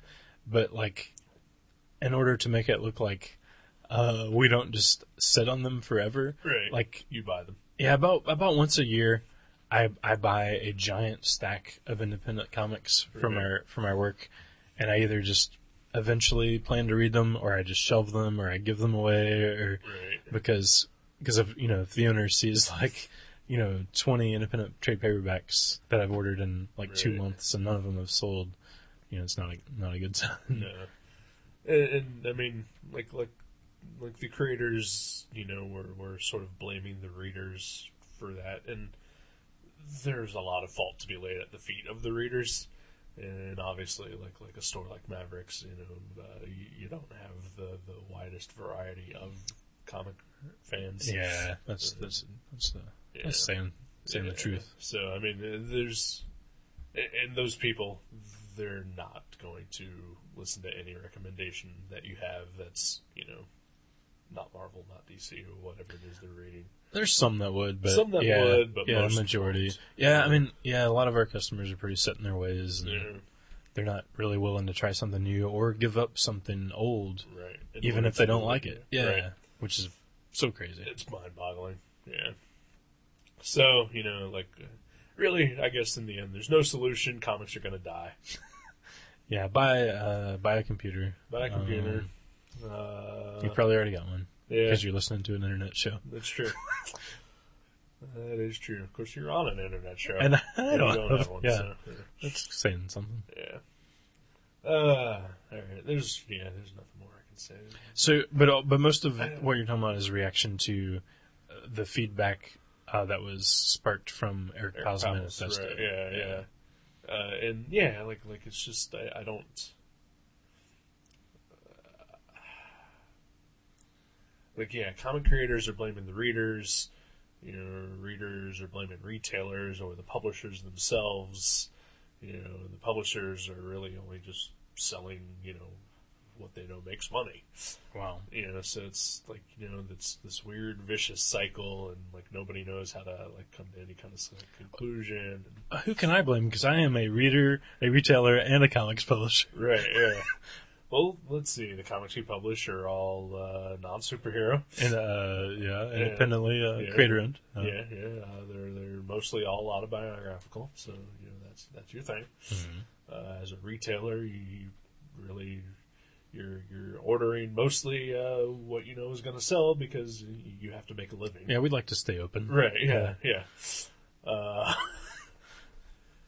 [SPEAKER 4] but like, in order to make it look like uh, we don't just sit on them forever,
[SPEAKER 3] right.
[SPEAKER 4] like
[SPEAKER 3] you buy them.
[SPEAKER 4] yeah, about about once a year, I I buy a giant stack of independent comics from
[SPEAKER 3] Right.
[SPEAKER 4] our from our work, and I either just eventually plan to read them, or I just shelve them, or I give them away, or
[SPEAKER 3] Right.
[SPEAKER 4] because because of you know if the owner sees like you know 20 independent trade paperbacks that I've ordered in like two
[SPEAKER 3] Right.
[SPEAKER 4] months and none of them have sold, you know it's not a not a good sign.
[SPEAKER 3] No. And, and I mean, like like like the creators, you know, were were sort of blaming the readers for that, and there's a lot of fault to be laid at the feet of the readers. And obviously, like like a store like Mavericks, you know, uh, you, you don't have the the widest variety of comic fans.
[SPEAKER 4] Yeah, that's that's that's the
[SPEAKER 3] Uh, Yeah.
[SPEAKER 4] that's saying saying the
[SPEAKER 3] Yeah.
[SPEAKER 4] truth.
[SPEAKER 3] So I mean, uh, there's a- and those people, they're not going to listen to any recommendation that you have. That's you know, not Marvel, not DC, or whatever it is they're reading.
[SPEAKER 4] There's some that would, but
[SPEAKER 3] Some that
[SPEAKER 4] yeah,
[SPEAKER 3] would, but
[SPEAKER 4] yeah,
[SPEAKER 3] most
[SPEAKER 4] majority.
[SPEAKER 3] won't.
[SPEAKER 4] Yeah, I mean, yeah, a lot of our customers are pretty set in their ways. And
[SPEAKER 3] Yeah,
[SPEAKER 4] They're not really willing to try something new or give up something old,
[SPEAKER 3] right. And
[SPEAKER 4] even
[SPEAKER 3] when
[SPEAKER 4] if
[SPEAKER 3] it's
[SPEAKER 4] they don't
[SPEAKER 3] new,
[SPEAKER 4] like it. Yeah,
[SPEAKER 3] right.
[SPEAKER 4] which is so crazy.
[SPEAKER 3] it's mind-boggling. Yeah. So you know, like, uh, really, I guess in the end, there's no solution. Comics are going to die.
[SPEAKER 4] Yeah, buy uh, buy a computer.
[SPEAKER 3] Buy a
[SPEAKER 4] Um,
[SPEAKER 3] computer. Uh,
[SPEAKER 4] you probably already got one
[SPEAKER 3] yeah,
[SPEAKER 4] because you're listening to an internet show.
[SPEAKER 3] that's true. That is true. Of course, you're on an internet show.
[SPEAKER 4] And I
[SPEAKER 3] You
[SPEAKER 4] don't know.
[SPEAKER 3] have one,
[SPEAKER 4] yeah,
[SPEAKER 3] so,
[SPEAKER 4] that's saying something.
[SPEAKER 3] yeah. Uh, all right. There's yeah. There's nothing more I can say.
[SPEAKER 4] So, but uh, but most of what you're talking about is reaction to uh, the feedback uh, that was sparked from Eric,
[SPEAKER 3] Eric
[SPEAKER 4] Pausman
[SPEAKER 3] Powell's,
[SPEAKER 4] and Festo.
[SPEAKER 3] right, Yeah, yeah. Uh, and yeah, like like it's just I, I don't. uh, Like yeah, comic creators are blaming the readers. You know, readers are blaming retailers or the publishers themselves. You know, the publishers are really only just selling. You know, what they know makes money
[SPEAKER 4] Wow.
[SPEAKER 3] you know so it's like you know that's this weird vicious cycle and like nobody knows how to like come to any kind of like, conclusion
[SPEAKER 4] Uh, Who can I blame? Because I am a reader, a retailer, and a comics publisher.
[SPEAKER 3] right yeah well let's see the comics we publish are all uh, non-superhero
[SPEAKER 4] And uh, yeah, independently uh,
[SPEAKER 3] Yeah.
[SPEAKER 4] creator owned. Uh,
[SPEAKER 3] yeah yeah uh, they're they're mostly all autobiographical so you know that's that's your thing uh, as a retailer you, you really you're you're ordering mostly uh, what you know is going to sell because you have to make a living
[SPEAKER 4] Yeah, we'd like to stay open.
[SPEAKER 3] Right. Yeah. Yeah. Uh,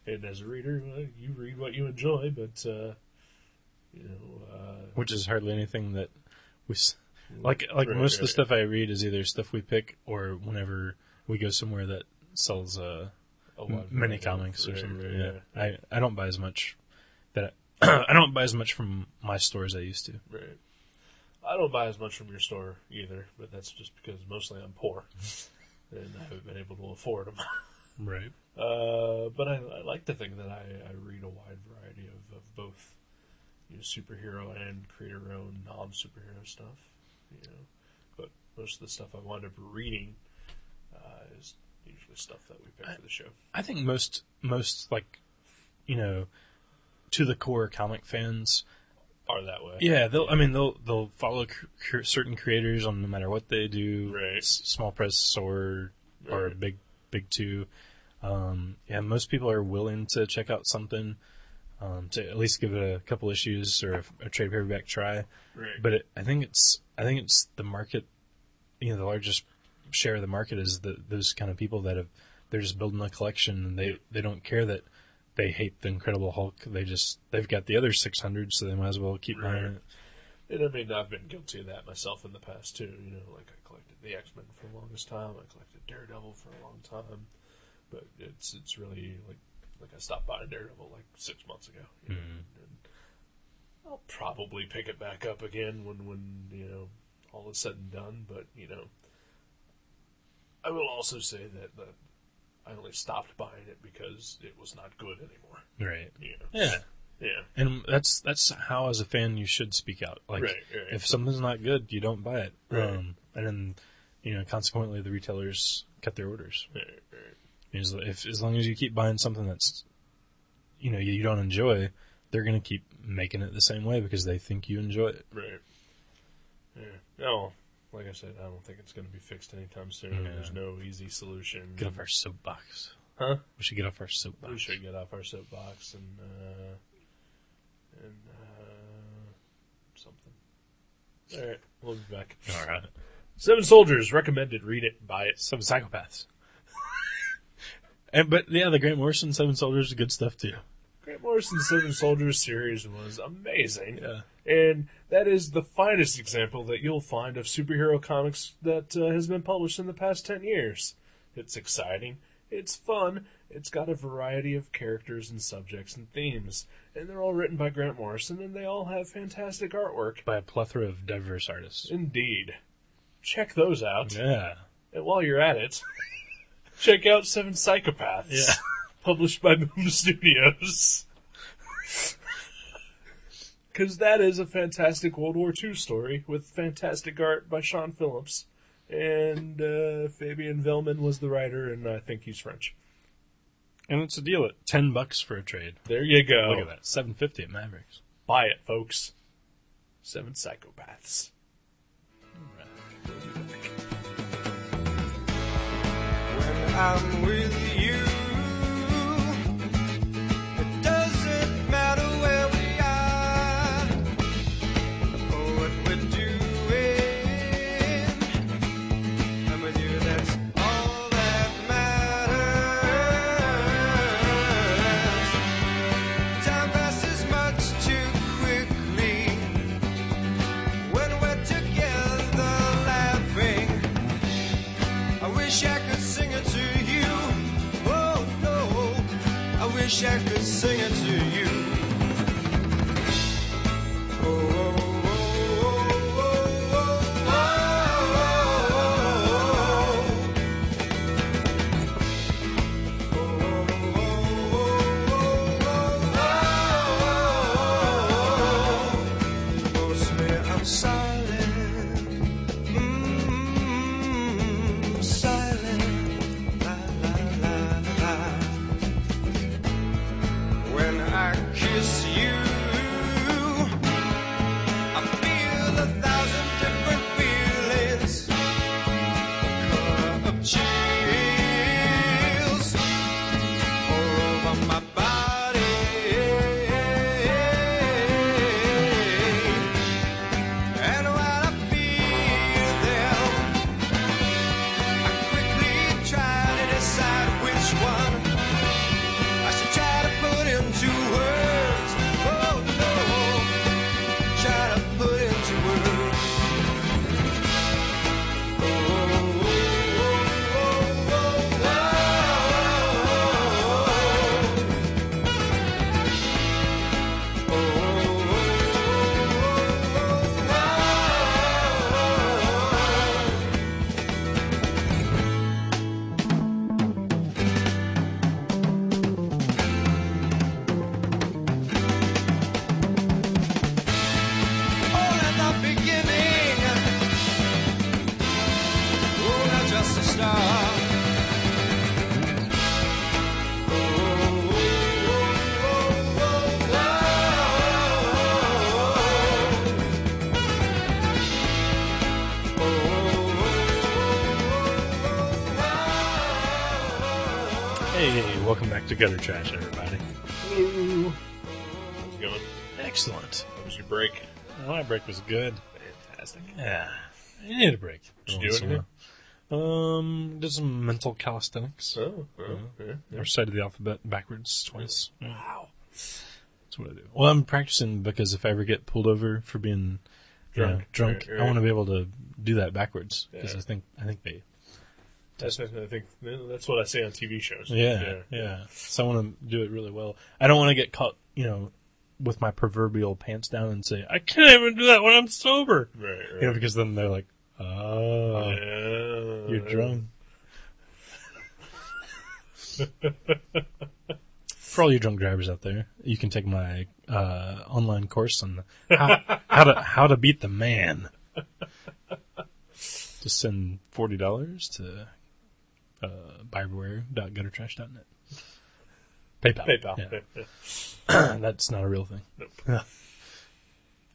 [SPEAKER 3] and as a reader, well, you read what you enjoy, but uh, you know, uh,
[SPEAKER 4] Which is hardly anything that we s- like. Like
[SPEAKER 3] Right,
[SPEAKER 4] most of the
[SPEAKER 3] right.
[SPEAKER 4] stuff I read is either stuff we pick or whenever we go somewhere that sells uh,
[SPEAKER 3] a
[SPEAKER 4] m-
[SPEAKER 3] lot of-
[SPEAKER 4] mini comics or
[SPEAKER 3] Right,
[SPEAKER 4] something.
[SPEAKER 3] right,
[SPEAKER 4] yeah. I, I don't buy as much that I, I don't buy as much from my store as I used to.
[SPEAKER 3] Right. I don't buy as much from your store either, but that's just because mostly I'm poor
[SPEAKER 4] Mm-hmm.
[SPEAKER 3] and I haven't been able to afford them.
[SPEAKER 4] Right.
[SPEAKER 3] Uh, but I, I like to think that I, I read a wide variety of, of both you know, superhero and creator owned non superhero stuff. You know, but most of the stuff I wind up reading uh, is usually stuff that we pick for the show.
[SPEAKER 4] I think most most like you know to the core comic fans.
[SPEAKER 3] Are that way?
[SPEAKER 4] Yeah, they'll. I mean, they'll they'll follow cr- cr- certain creators on no matter what they do.
[SPEAKER 3] Right.
[SPEAKER 4] S- small press or or
[SPEAKER 3] Right.
[SPEAKER 4] big big two. Um, yeah, most people are willing to check out something um, to at least give it a couple issues or a, a trade paperback try.
[SPEAKER 3] right.
[SPEAKER 4] But it, I think it's I think it's the market. You know, the largest share of the market is the, those kind of people that have they're just building a collection and they they don't care that they hate the Incredible Hulk. They just they've got the other six hundred, so they might as well keep buying
[SPEAKER 3] Right.
[SPEAKER 4] it.
[SPEAKER 3] and I mean, I've been guilty of that myself in the past too. You know, like I collected the X Men for the longest time. I collected Daredevil for a long time, but it's it's really like like I stopped buying Daredevil like six months ago. you know,
[SPEAKER 4] Mm-hmm.
[SPEAKER 3] and I'll probably pick it back up again when when you know all is said and done. But you know, I will also say that that I only stopped buying it because it was not good anymore.
[SPEAKER 4] Right.
[SPEAKER 3] You know?
[SPEAKER 4] Yeah.
[SPEAKER 3] yeah.
[SPEAKER 4] And that's that's how as a fan you should speak out. Like
[SPEAKER 3] Right, right.
[SPEAKER 4] if something's not good, you don't buy it.
[SPEAKER 3] Right.
[SPEAKER 4] Um, and then you know, consequently, the retailers cut their orders.
[SPEAKER 3] Right, right.
[SPEAKER 4] As, if as long as you keep buying something that's you know you don't enjoy, they're gonna keep making it the same way because they think you enjoy it.
[SPEAKER 3] Right. Yeah. No, like I said, I don't think it's going to be fixed anytime soon.
[SPEAKER 4] Yeah.
[SPEAKER 3] There's no easy solution.
[SPEAKER 4] Get off our soapbox.
[SPEAKER 3] huh?
[SPEAKER 4] We should get off our soapbox.
[SPEAKER 3] We should get off our soapbox and uh, and uh, something. All right, we'll be back.
[SPEAKER 4] All right.
[SPEAKER 3] Seven Soldiers recommended. Read it, buy it.
[SPEAKER 4] Some psychopaths. and but yeah, the Grant Morrison Seven Soldiers is good stuff too.
[SPEAKER 3] Grant Morrison's Seven Soldiers series was amazing.
[SPEAKER 4] Yeah.
[SPEAKER 3] And that is the finest example that you'll find of superhero comics that uh, has been published in the past 10 years. It's exciting, it's fun, it's got a variety of characters and subjects and themes, and they're all written by Grant Morrison and they all have fantastic artwork.
[SPEAKER 4] By a plethora of diverse artists.
[SPEAKER 3] Indeed. Check those out.
[SPEAKER 4] Yeah.
[SPEAKER 3] And while you're at it, check out Seven Psychopaths,
[SPEAKER 4] Yeah.
[SPEAKER 3] published by Boom Studios. Because that is a fantastic World War II story with fantastic art by Sean Phillips. And uh, Fabian Vellman was the writer, and I think he's French.
[SPEAKER 4] And it's a deal at ten bucks for a trade.
[SPEAKER 3] There you go.
[SPEAKER 4] Look at that. Seven fifty at Mavericks.
[SPEAKER 3] Buy it, folks. Seven Psychopaths.
[SPEAKER 5] When I'm with you, it doesn't matter where we are or what we're doing. I'm with you, that's all that wish I could sing it to you. Oh, oh, oh, oh, oh, oh, oh, oh, oh. Chills all over my body. And when I feel them, I quickly try to decide which one I should try to put into words. Oh no, try to put into words. Stop.
[SPEAKER 4] Hey, welcome back to Gutter Trash, everybody.
[SPEAKER 3] Hello. How's it going?
[SPEAKER 4] Excellent.
[SPEAKER 3] How was your break?
[SPEAKER 4] Well, my break was good.
[SPEAKER 3] Fantastic.
[SPEAKER 4] Yeah, I needed a break.
[SPEAKER 3] Did you do anything?
[SPEAKER 4] Um, did some mental calisthenics.
[SPEAKER 3] Oh, oh, yeah, yeah.
[SPEAKER 4] recited the alphabet backwards twice.
[SPEAKER 3] Wow.
[SPEAKER 4] That's what I do. Well, I'm practicing because if I ever get pulled over for being you know,
[SPEAKER 3] Drunk.
[SPEAKER 4] drunk,
[SPEAKER 3] Right, right.
[SPEAKER 4] I want to be able to do that backwards because
[SPEAKER 3] Yeah.
[SPEAKER 4] I think I think they.
[SPEAKER 3] That's, I think that's what I say on TV shows.
[SPEAKER 4] Yeah, yeah, So I want to do it really well. I don't want to get caught, you know, with my proverbial pants down and say I can't even do that when I'm sober.
[SPEAKER 3] Right, right.
[SPEAKER 4] You know, because then they're like, oh,
[SPEAKER 3] Yeah.
[SPEAKER 4] you're drunk. For all you drunk drivers out there, you can take my uh, online course on how, how to how to beat the man. Just send forty dollars to uh, buyware.guttertrash.net. PayPal.
[SPEAKER 3] PayPal.
[SPEAKER 4] Yeah.
[SPEAKER 3] Yeah.
[SPEAKER 4] That's not a real thing.
[SPEAKER 3] Nope.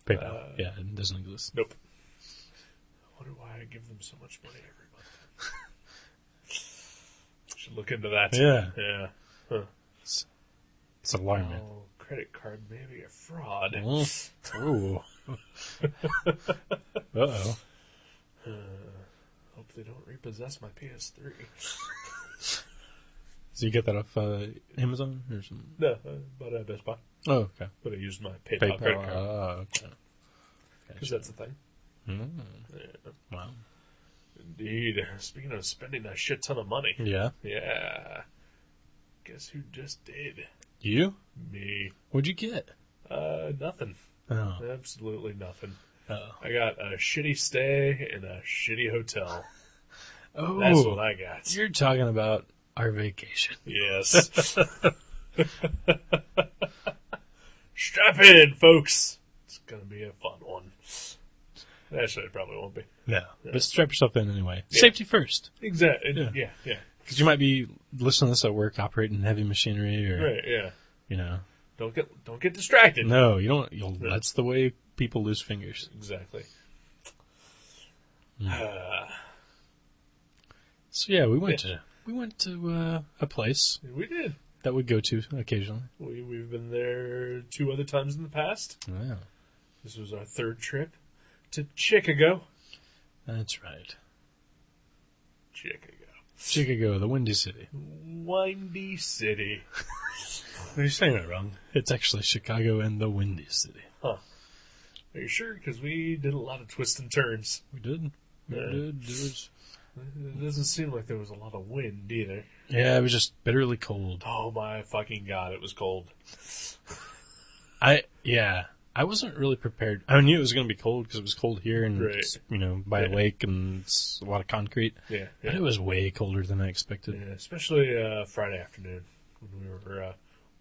[SPEAKER 4] PayPal. yeah, it doesn't exist.
[SPEAKER 3] Nope. I wonder why I give them so much money every month. Should look into that.
[SPEAKER 4] Yeah.
[SPEAKER 3] Yeah.
[SPEAKER 4] It's alarming.
[SPEAKER 3] Oh, credit card may be a fraud.
[SPEAKER 4] Mm. Ooh. uh oh.
[SPEAKER 3] Hope they don't repossess my PS3.
[SPEAKER 4] So you get that off uh, Amazon or something?
[SPEAKER 3] No, uh, but uh, Best Buy.
[SPEAKER 4] Oh, okay.
[SPEAKER 3] But I used my PayPal,
[SPEAKER 4] PayPal.
[SPEAKER 3] credit card
[SPEAKER 4] ah, okay.
[SPEAKER 3] because that's the thing.
[SPEAKER 4] Mm,
[SPEAKER 3] Yeah.
[SPEAKER 4] wow.
[SPEAKER 3] Indeed. Speaking of spending a shit ton of money,
[SPEAKER 4] Yeah.
[SPEAKER 3] yeah. Guess who just did?
[SPEAKER 4] You?
[SPEAKER 3] Me.
[SPEAKER 4] What'd you get?
[SPEAKER 3] Uh, nothing.
[SPEAKER 4] Oh.
[SPEAKER 3] Absolutely nothing.
[SPEAKER 4] Oh.
[SPEAKER 3] I got a shitty stay in a shitty hotel.
[SPEAKER 4] Oh.
[SPEAKER 3] That's what I got.
[SPEAKER 4] You're talking about our vacation.
[SPEAKER 3] Yes. Strap in, folks. It's gonna be a fun one. Actually, it probably won't be.
[SPEAKER 4] No. But strap yourself in anyway.
[SPEAKER 3] Yeah.
[SPEAKER 4] Safety first.
[SPEAKER 3] Exactly.
[SPEAKER 4] Yeah.
[SPEAKER 3] uh, Yeah. yeah,
[SPEAKER 4] Because you might be listening to this at work operating heavy machinery or,
[SPEAKER 3] Right. Yeah.
[SPEAKER 4] you know.
[SPEAKER 3] Don't get don't get distracted.
[SPEAKER 4] No, you don't. You'll, That's the way people lose fingers.
[SPEAKER 3] Exactly.
[SPEAKER 4] So yeah, we went
[SPEAKER 3] Yeah.
[SPEAKER 4] to we went to uh, a place
[SPEAKER 3] We did.
[SPEAKER 4] that we go to occasionally.
[SPEAKER 3] We we've been there two other times in the past.
[SPEAKER 4] Wow.
[SPEAKER 3] This was our third trip to Chicago.
[SPEAKER 4] That's right.
[SPEAKER 3] Chicago.
[SPEAKER 4] Chicago, the Windy City.
[SPEAKER 3] Windy city.
[SPEAKER 4] You're saying it wrong. It's actually Chicago and the Windy City.
[SPEAKER 3] Are you sure? Because we did a lot of twists and turns.
[SPEAKER 4] We did. We
[SPEAKER 3] Yeah.
[SPEAKER 4] did. There was
[SPEAKER 3] It doesn't seem like there was a lot of wind either.
[SPEAKER 4] Yeah, it was just bitterly cold.
[SPEAKER 3] Oh my fucking god, it was cold.
[SPEAKER 4] I yeah, I wasn't really prepared. I knew it was going to be cold because it was cold here and
[SPEAKER 3] Right.
[SPEAKER 4] it's, you know by a
[SPEAKER 3] Yeah.
[SPEAKER 4] lake and it's a lot of concrete.
[SPEAKER 3] Yeah,
[SPEAKER 4] But
[SPEAKER 3] yeah.
[SPEAKER 4] it was way colder than I expected.
[SPEAKER 3] Yeah, especially uh, Friday afternoon when we were uh,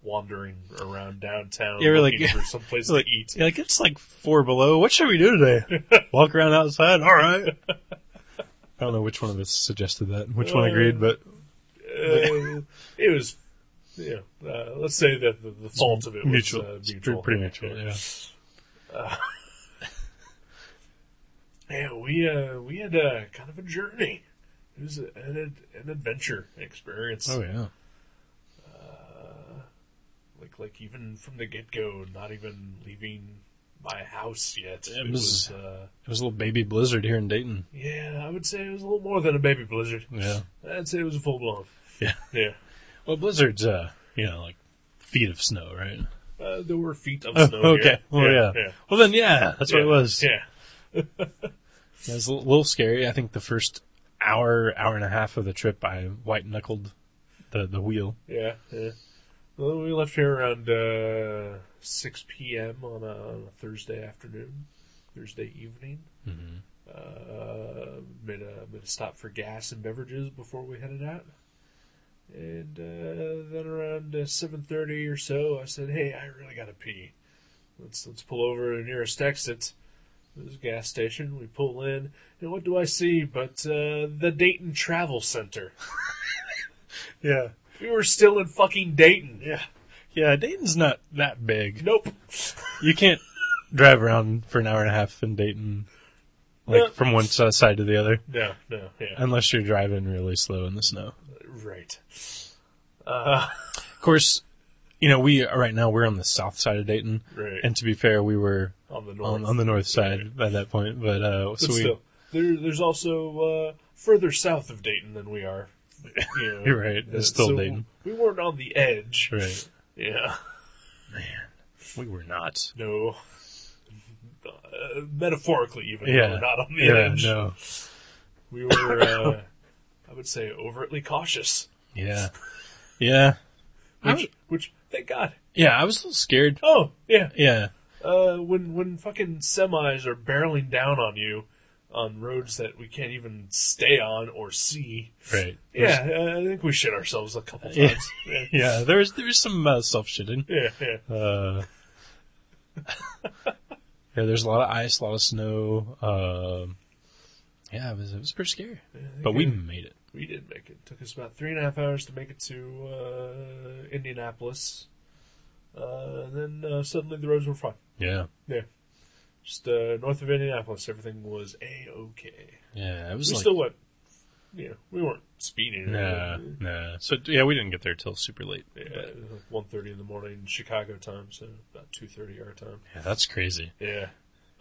[SPEAKER 3] wandering around downtown
[SPEAKER 4] Yeah, we're like-
[SPEAKER 3] looking for someplace
[SPEAKER 4] like,
[SPEAKER 3] to eat.
[SPEAKER 4] yeah, like it's like four below. What should we do today? Walk around outside. All right. I don't know which one of us suggested that, and which one agreed, but
[SPEAKER 3] Uh, it was, yeah. Uh, let's say that the, the fault of it was
[SPEAKER 4] mutual,
[SPEAKER 3] uh,
[SPEAKER 4] It's
[SPEAKER 3] mutual.
[SPEAKER 4] pretty mutual. Yeah.
[SPEAKER 3] Yeah, we uh, we had uh, kind of a journey. It was an ad- an adventure experience.
[SPEAKER 4] Oh yeah.
[SPEAKER 3] Like like even from the get go, not even leaving my house yet.
[SPEAKER 4] It was-
[SPEAKER 3] uh,
[SPEAKER 4] It was a little baby blizzard here in Dayton.
[SPEAKER 3] yeah, I would say it was a little more than a baby blizzard.
[SPEAKER 4] Yeah.
[SPEAKER 3] I'd say it was a full blown.
[SPEAKER 4] Yeah.
[SPEAKER 3] Yeah.
[SPEAKER 4] Well, blizzards, uh, you know, like feet of snow, right?
[SPEAKER 3] Uh, there were feet of
[SPEAKER 4] Oh,
[SPEAKER 3] snow.
[SPEAKER 4] okay.
[SPEAKER 3] Here.
[SPEAKER 4] Well, yeah. Well, then, yeah, that's what it
[SPEAKER 3] Yeah,
[SPEAKER 4] was.
[SPEAKER 3] Yeah.
[SPEAKER 4] It was a li- little scary. I think the first hour, hour and a half of the trip, I white knuckled the, the wheel.
[SPEAKER 3] Yeah. yeah. Well, we left here around uh, 6 p.m. On a, on a Thursday afternoon, Thursday evening. Uh, made a made a stop for gas and beverages before we headed out, and uh, then around uh, 7:30 or so, I said, "Hey, I really gotta pee. Let's let's pull over to the nearest exit." This is a gas station. We pull in, and what do I see but uh, the Dayton Travel Center?
[SPEAKER 4] Yeah.
[SPEAKER 3] We were still in fucking Dayton. Yeah.
[SPEAKER 4] Yeah, Dayton's not that big.
[SPEAKER 3] Nope.
[SPEAKER 4] You can't drive around for an hour and a half in Dayton, like
[SPEAKER 3] No.
[SPEAKER 4] from one si- side to the other,
[SPEAKER 3] No, no, yeah.
[SPEAKER 4] unless you're driving really slow in the snow.
[SPEAKER 3] right.
[SPEAKER 4] Of course, you know, we right now we're on the south side of Dayton.
[SPEAKER 3] Right.
[SPEAKER 4] And to be fair, we were
[SPEAKER 3] On the north.
[SPEAKER 4] on, on the north side at that point, but uh, so
[SPEAKER 3] But
[SPEAKER 4] we
[SPEAKER 3] still, there, there's also uh, further south of Dayton than we are. You know, Uh,
[SPEAKER 4] You're right, it's still
[SPEAKER 3] so
[SPEAKER 4] Dayton.
[SPEAKER 3] We weren't on the edge.
[SPEAKER 4] right.
[SPEAKER 3] Yeah.
[SPEAKER 4] We were not.
[SPEAKER 3] No. Uh, metaphorically, even. We
[SPEAKER 4] Yeah.
[SPEAKER 3] were not on the
[SPEAKER 4] yeah,
[SPEAKER 3] edge.
[SPEAKER 4] No.
[SPEAKER 3] We were, uh, I would say, overtly cautious.
[SPEAKER 4] Yeah. Yeah. I
[SPEAKER 3] Which,
[SPEAKER 4] was-
[SPEAKER 3] which, thank God.
[SPEAKER 4] yeah, I was a little scared.
[SPEAKER 3] Oh, yeah.
[SPEAKER 4] Yeah.
[SPEAKER 3] Uh, when when fucking semis are barreling down on you on roads that we can't even stay on or see.
[SPEAKER 4] Right.
[SPEAKER 3] Yeah, uh, I think we shit ourselves a couple
[SPEAKER 4] Yeah.
[SPEAKER 3] times. Yeah,
[SPEAKER 4] Yeah, there was there was some uh, self shitting.
[SPEAKER 3] yeah, yeah.
[SPEAKER 4] Uh, yeah, there's a lot of ice, a lot of snow. Um yeah, it was it was pretty scary, but we made it.
[SPEAKER 3] We did make it. Took us about three and a half hours to make it to uh, Indianapolis. Uh, and then uh, suddenly the roads were fine.
[SPEAKER 4] Yeah,
[SPEAKER 3] Yeah. Just uh, north of Indianapolis, everything was a okay.
[SPEAKER 4] yeah, it was
[SPEAKER 3] We
[SPEAKER 4] like
[SPEAKER 3] still went. Yeah, we weren't speeding. or
[SPEAKER 4] nah,
[SPEAKER 3] anything.
[SPEAKER 4] nah. So yeah, we didn't get there till super late.
[SPEAKER 3] Yeah,
[SPEAKER 4] but-
[SPEAKER 3] it was like one thirty in the morning Chicago time, so about two thirty our time.
[SPEAKER 4] yeah, that's crazy.
[SPEAKER 3] Yeah.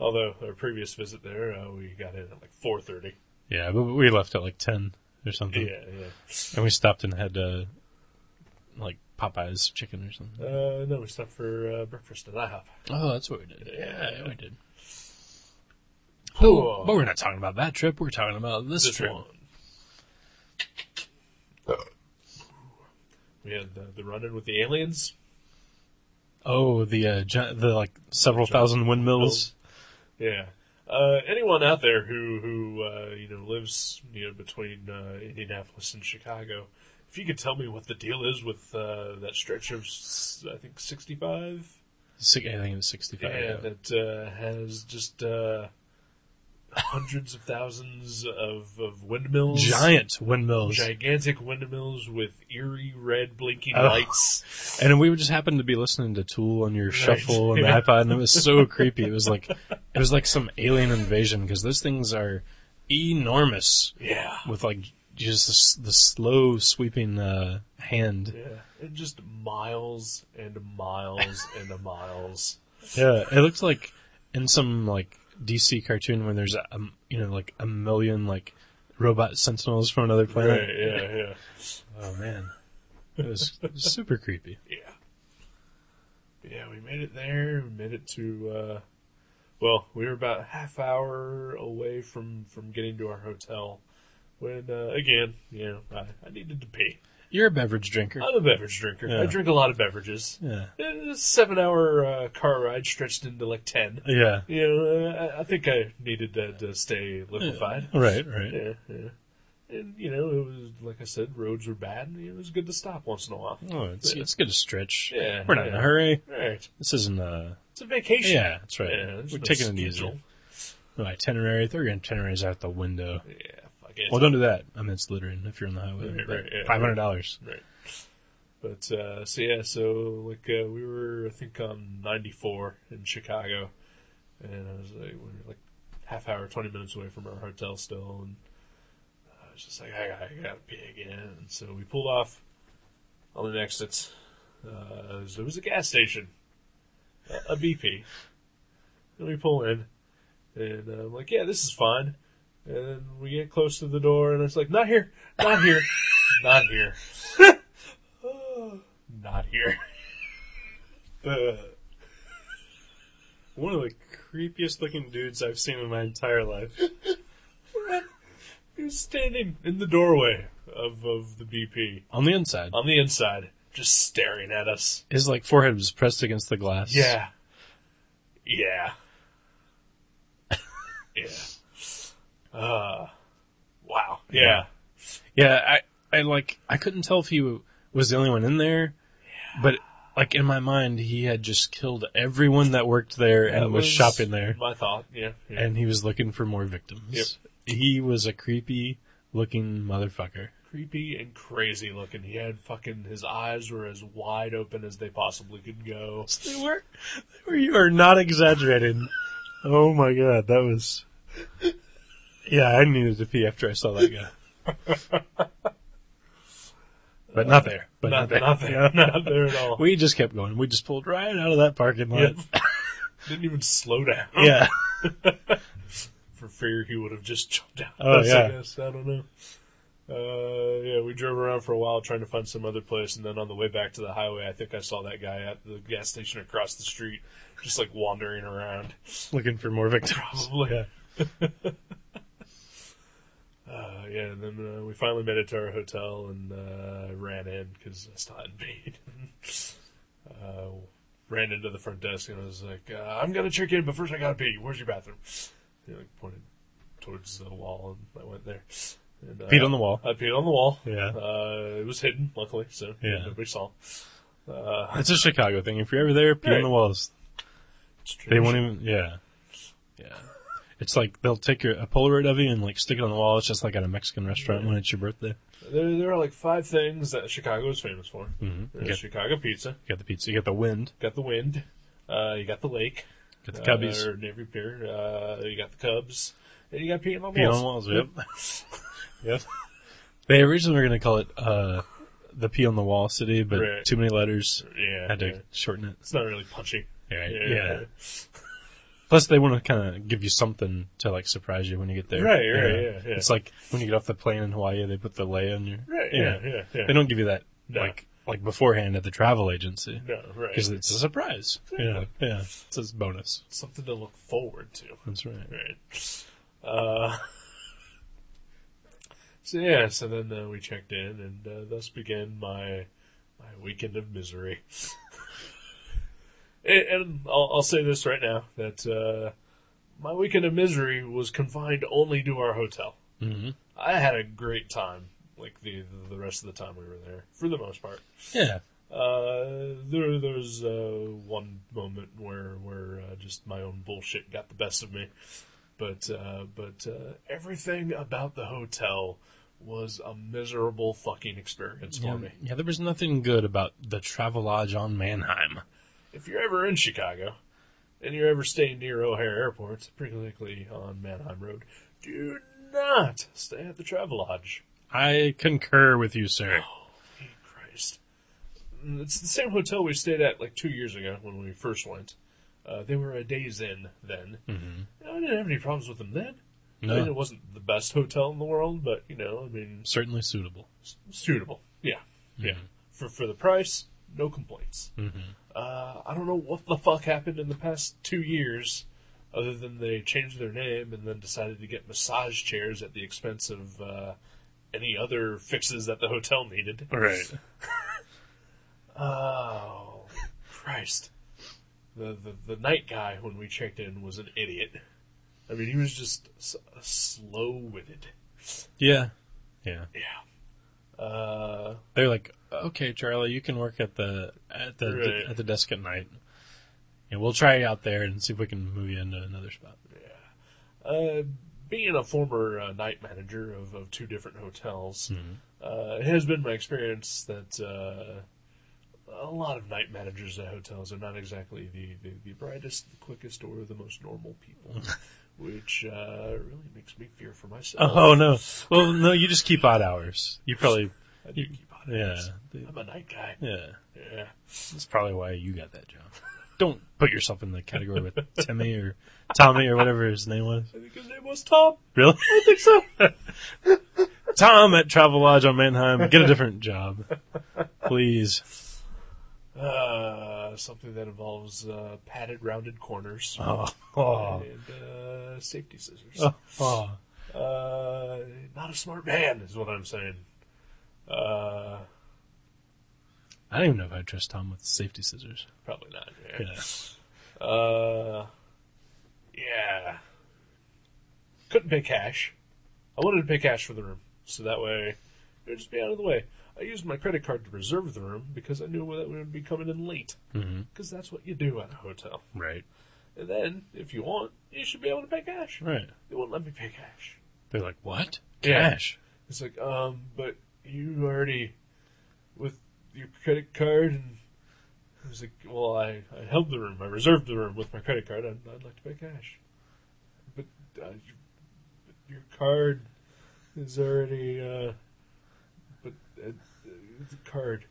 [SPEAKER 3] Although our previous visit there, uh, we got in at like four thirty.
[SPEAKER 4] Yeah, but we left at like ten or something,
[SPEAKER 3] Yeah, yeah.
[SPEAKER 4] and we stopped and had uh, like Popeyes chicken or something.
[SPEAKER 3] Uh, no, we stopped for uh, breakfast at IHOP.
[SPEAKER 4] Oh, that's what we did. Yeah,
[SPEAKER 3] Yeah.
[SPEAKER 4] we did.
[SPEAKER 3] Oh.
[SPEAKER 4] but we're not talking about that trip. We're talking about this,
[SPEAKER 3] This
[SPEAKER 4] trip.
[SPEAKER 3] one. We had the, the run in with the aliens.
[SPEAKER 4] Oh, the uh, gi- the like several thousand windmills.
[SPEAKER 3] Yeah. Uh, anyone out there who who uh, you know lives you know between uh, Indianapolis and Chicago, if you could tell me what the deal is with uh, that stretch of s- I think sixty five.
[SPEAKER 4] Si- I think it was sixty-five.
[SPEAKER 3] yeah,
[SPEAKER 4] Yeah,
[SPEAKER 3] that uh, has just uh, hundreds of thousands of, of windmills,
[SPEAKER 4] Giant windmills,
[SPEAKER 3] gigantic windmills with eerie red blinking
[SPEAKER 4] Oh.
[SPEAKER 3] lights.
[SPEAKER 4] and we would just happen to be listening to Tool on your shuffle and
[SPEAKER 3] Yeah.
[SPEAKER 4] iPod, and it was so creepy. It was like it was like some alien invasion because those things are enormous
[SPEAKER 3] Yeah,
[SPEAKER 4] with like just the, s- the slow sweeping uh, hand.
[SPEAKER 3] yeah, and just miles and miles and miles.
[SPEAKER 4] Yeah, it looked like in some like DC cartoon when there's a um, you know like a million like robot sentinels from another planet.
[SPEAKER 3] Right, yeah, yeah,
[SPEAKER 4] Oh man, it was super creepy.
[SPEAKER 3] yeah. But Yeah, we made it there. We made it to. Uh, well, we were about half hour away from from getting to our hotel When uh, again, you know, I, I needed to pee.
[SPEAKER 4] You're a beverage drinker.
[SPEAKER 3] I'm a beverage drinker.
[SPEAKER 4] Yeah.
[SPEAKER 3] I drink a lot of beverages.
[SPEAKER 4] Yeah.
[SPEAKER 3] Eh, this Seven-hour uh, car ride stretched into like ten.
[SPEAKER 4] Yeah.
[SPEAKER 3] You know, uh, I, I think I needed that to stay liquefied.
[SPEAKER 4] Right, right.
[SPEAKER 3] Yeah, yeah. And you know, it was like I said, roads were bad. And it was good to stop once in a while.
[SPEAKER 4] Oh, it's, it's good to stretch.
[SPEAKER 3] Yeah,
[SPEAKER 4] We're not in
[SPEAKER 3] yeah.
[SPEAKER 4] a hurry.
[SPEAKER 3] All right,
[SPEAKER 4] This isn't a.
[SPEAKER 3] it's a vacation.
[SPEAKER 4] Yeah, that's right.
[SPEAKER 3] Yeah, there's
[SPEAKER 4] We're
[SPEAKER 3] no
[SPEAKER 4] taking it
[SPEAKER 3] schedule.
[SPEAKER 4] easy. No itinerary. Throw your itineraries out the window.
[SPEAKER 3] Yeah, fuck it.
[SPEAKER 4] Well, don't do that. I mean, it's littering if you're on the highway.
[SPEAKER 3] Right, right, yeah.
[SPEAKER 4] $500.
[SPEAKER 3] Right. But uh, so yeah, so like uh, we were I think on ninety four in Chicago, and I was like we were like half hour twenty minutes away from our hotel still, and I was just like I gotta, I gotta pee again. And so we pulled off on the exit. Uh, there was a gas station, a, a BP, and we pull in, and uh, I'm like yeah this is fine. And then we get close to the door, and it's like not here, not here, not here not here. Uh,
[SPEAKER 4] The, one of the creepiest looking dudes I've seen in my entire life.
[SPEAKER 3] He was standing in the doorway of, of the BP
[SPEAKER 4] On the inside.
[SPEAKER 3] on the inside, just staring at us.
[SPEAKER 4] His like forehead was pressed against the glass.
[SPEAKER 3] Yeah. Yeah. yeah. Uh, wow. Yeah.
[SPEAKER 4] Yeah, I, I like I couldn't tell if he w- was the only one in there, but like in my mind, he had just killed everyone that worked there and
[SPEAKER 3] That
[SPEAKER 4] was, shopping there,
[SPEAKER 3] My thought. Yeah. yeah.
[SPEAKER 4] and he was looking for more victims. He was a creepy looking motherfucker.
[SPEAKER 3] creepy and crazy looking. He had fucking his eyes were as wide open as they possibly could go.
[SPEAKER 4] They were, they were- you are not exaggerating. oh my god, that was. Yeah, I needed to pee after I saw that guy. But not there. But
[SPEAKER 3] Not,
[SPEAKER 4] not,
[SPEAKER 3] not
[SPEAKER 4] there.
[SPEAKER 3] there.
[SPEAKER 4] Yeah.
[SPEAKER 3] Not there at all.
[SPEAKER 4] We just kept going. We just pulled right out of that parking lot.
[SPEAKER 3] Yeah. Didn't even slow down.
[SPEAKER 4] Yeah.
[SPEAKER 3] for fear he would have just jumped out.
[SPEAKER 4] Oh,
[SPEAKER 3] us, I
[SPEAKER 4] yeah.
[SPEAKER 3] guess. I don't know. Uh, yeah, we drove around for a while trying to find some other place, and then on the way back to the highway, I think I saw that guy at the gas station across the street, just like wandering around.
[SPEAKER 4] Looking for more victims.
[SPEAKER 3] Probably.
[SPEAKER 4] Yeah.
[SPEAKER 3] Uh, yeah, and then uh, we finally made it to our hotel, and uh, I ran in because I still hadn't paid. uh, ran into the front desk, and I was like, uh, "I'm gonna check in, but first I gotta pee. Where's your bathroom?" He like pointed towards the wall, and I went there. And, uh,
[SPEAKER 4] Peed on the wall.
[SPEAKER 3] I peed on the wall.
[SPEAKER 4] Yeah.
[SPEAKER 3] Uh, it was hidden, luckily, so
[SPEAKER 4] Yeah.
[SPEAKER 3] nobody saw. Uh,
[SPEAKER 4] It's a Chicago thing. If you're ever there, pee
[SPEAKER 3] Right.
[SPEAKER 4] on the walls.
[SPEAKER 3] it's true.
[SPEAKER 4] They won't even. Yeah. Yeah. It's like they'll take your, a Polaroid of you and like stick it on the wall. It's just like at a Mexican restaurant when it's your birthday.
[SPEAKER 3] There, there are like five things that Chicago is famous for.
[SPEAKER 4] Mhm.
[SPEAKER 3] There's
[SPEAKER 4] Okay.
[SPEAKER 3] Chicago pizza.
[SPEAKER 4] You got the pizza. You got the wind.
[SPEAKER 3] Got the wind. Uh, you got the lake.
[SPEAKER 4] You got the
[SPEAKER 3] Uh,
[SPEAKER 4] Cubbies.
[SPEAKER 3] or Navy Pier. Uh, you got the Cubs. And you got Pete on the
[SPEAKER 4] pee on
[SPEAKER 3] Walls.
[SPEAKER 4] the walls. Yep. yep. They originally were going to call it uh, the pee on the wall city, but
[SPEAKER 3] Right.
[SPEAKER 4] too many letters.
[SPEAKER 3] Yeah.
[SPEAKER 4] Had to
[SPEAKER 3] yeah.
[SPEAKER 4] shorten it.
[SPEAKER 3] It's not really punchy.
[SPEAKER 4] Right.
[SPEAKER 3] Yeah.
[SPEAKER 4] yeah. Plus, they want to kind of give you something to like surprise you when you get there.
[SPEAKER 3] Right, right, yeah, yeah.
[SPEAKER 4] It's like when you get off the plane in Hawaii, they put the lei on you.
[SPEAKER 3] Right, yeah, yeah, yeah.
[SPEAKER 4] They don't give you that
[SPEAKER 3] No.
[SPEAKER 4] like like beforehand at the travel agency
[SPEAKER 3] No, right.
[SPEAKER 4] because it's a surprise. Yeah, yeah. It's a bonus.
[SPEAKER 3] Something to look forward to.
[SPEAKER 4] That's right.
[SPEAKER 3] Right. Uh, so yeah, so then uh, we checked in, and uh, thus began my my weekend of misery. and and I'll, I'll say this right now that uh, my weekend of misery was confined only to our hotel.
[SPEAKER 4] Mhm.
[SPEAKER 3] I had a great time, like the the rest of the time we were there, for the most part.
[SPEAKER 4] Yeah.
[SPEAKER 3] Uh, there, there was uh, one moment where where uh, just my own bullshit got the best of me, but uh, but uh, everything about the hotel was a miserable fucking experience for
[SPEAKER 4] Yeah,
[SPEAKER 3] me.
[SPEAKER 4] Um, yeah, there was nothing good about the Travelodge on Manheim.
[SPEAKER 3] If you're ever in Chicago, and you're ever staying near O'Hare Airport, particularly on Manheim Road, do not stay at the Travelodge.
[SPEAKER 4] I concur with you, sir.
[SPEAKER 3] Oh. Christ. Mm, It's the same hotel we stayed at like two years ago when we first went. Uh, they were a days in then. Mm-hmm. I didn't have any problems with them then. I mean, it
[SPEAKER 4] No,
[SPEAKER 3] wasn't the best hotel in the world, but you know, I mean, s-
[SPEAKER 4] certainly suitable.
[SPEAKER 3] suitable. Yeah,
[SPEAKER 4] Mm-hmm.
[SPEAKER 3] yeah. For for the price, no complaints. Uh, I don't know what the fuck happened in the past two years other than they changed their name and then decided to get massage chairs at the expense of uh, any other fixes that the hotel needed.
[SPEAKER 4] Right.
[SPEAKER 3] Oh, Christ. The, the, the night guy, when we checked in, was an idiot. I mean, he was just s- slow witted.
[SPEAKER 4] Yeah. Yeah.
[SPEAKER 3] Yeah. Uh,
[SPEAKER 4] They're like, okay, Charlie, you can work at the at the
[SPEAKER 3] Right.
[SPEAKER 4] at the desk at night, and we'll try you out there and see if we can move you into another spot.
[SPEAKER 3] uh, being a former uh, night manager of, of two different hotels,
[SPEAKER 4] Hmm.
[SPEAKER 3] uh, it has been my experience that uh, a lot of night managers at hotels are not exactly the, the, the brightest, the quickest, or the most normal people, which uh, really makes me fear for myself.
[SPEAKER 4] Oh no! Well, no, you just keep odd hours. You probably,
[SPEAKER 3] I do keep on it.
[SPEAKER 4] yeah,
[SPEAKER 3] I'm a night guy.
[SPEAKER 4] yeah.
[SPEAKER 3] Yeah.
[SPEAKER 4] That's probably why you got that job. Don't put yourself in the category with Timmy or Tommy or whatever his name was.
[SPEAKER 3] I think his name was Tom.
[SPEAKER 4] Really? I think so. Tom at Travel Lodge on Mannheim, get a different job, please.
[SPEAKER 3] Uh, something that involves uh, padded, rounded corners
[SPEAKER 4] Oh, oh,
[SPEAKER 3] and uh, safety scissors.
[SPEAKER 4] oh, oh.
[SPEAKER 3] Uh, not a smart man is what I'm saying. Uh,
[SPEAKER 4] I don't even know if I trust Tom with safety scissors.
[SPEAKER 3] probably not. Yeah.
[SPEAKER 4] Yeah.
[SPEAKER 3] Uh, yeah. Couldn't pay cash. I wanted to pay cash for the room, so that way it would just be out of the way. I used my credit card to reserve the room because I knew that we would be coming in late. Because that's what you do at a hotel.
[SPEAKER 4] Right.
[SPEAKER 3] And then, if you want, you should be able to pay cash.
[SPEAKER 4] Right.
[SPEAKER 3] They won't let me pay cash.
[SPEAKER 4] They're like, what?
[SPEAKER 3] Yeah.
[SPEAKER 4] Cash.
[SPEAKER 3] It's like, um, but you already with your credit card and I was like, well, I, I held the room, I reserved the room with my credit card. I'd, I'd like to pay cash, but uh, you, but your card is already, uh, but uh, the card.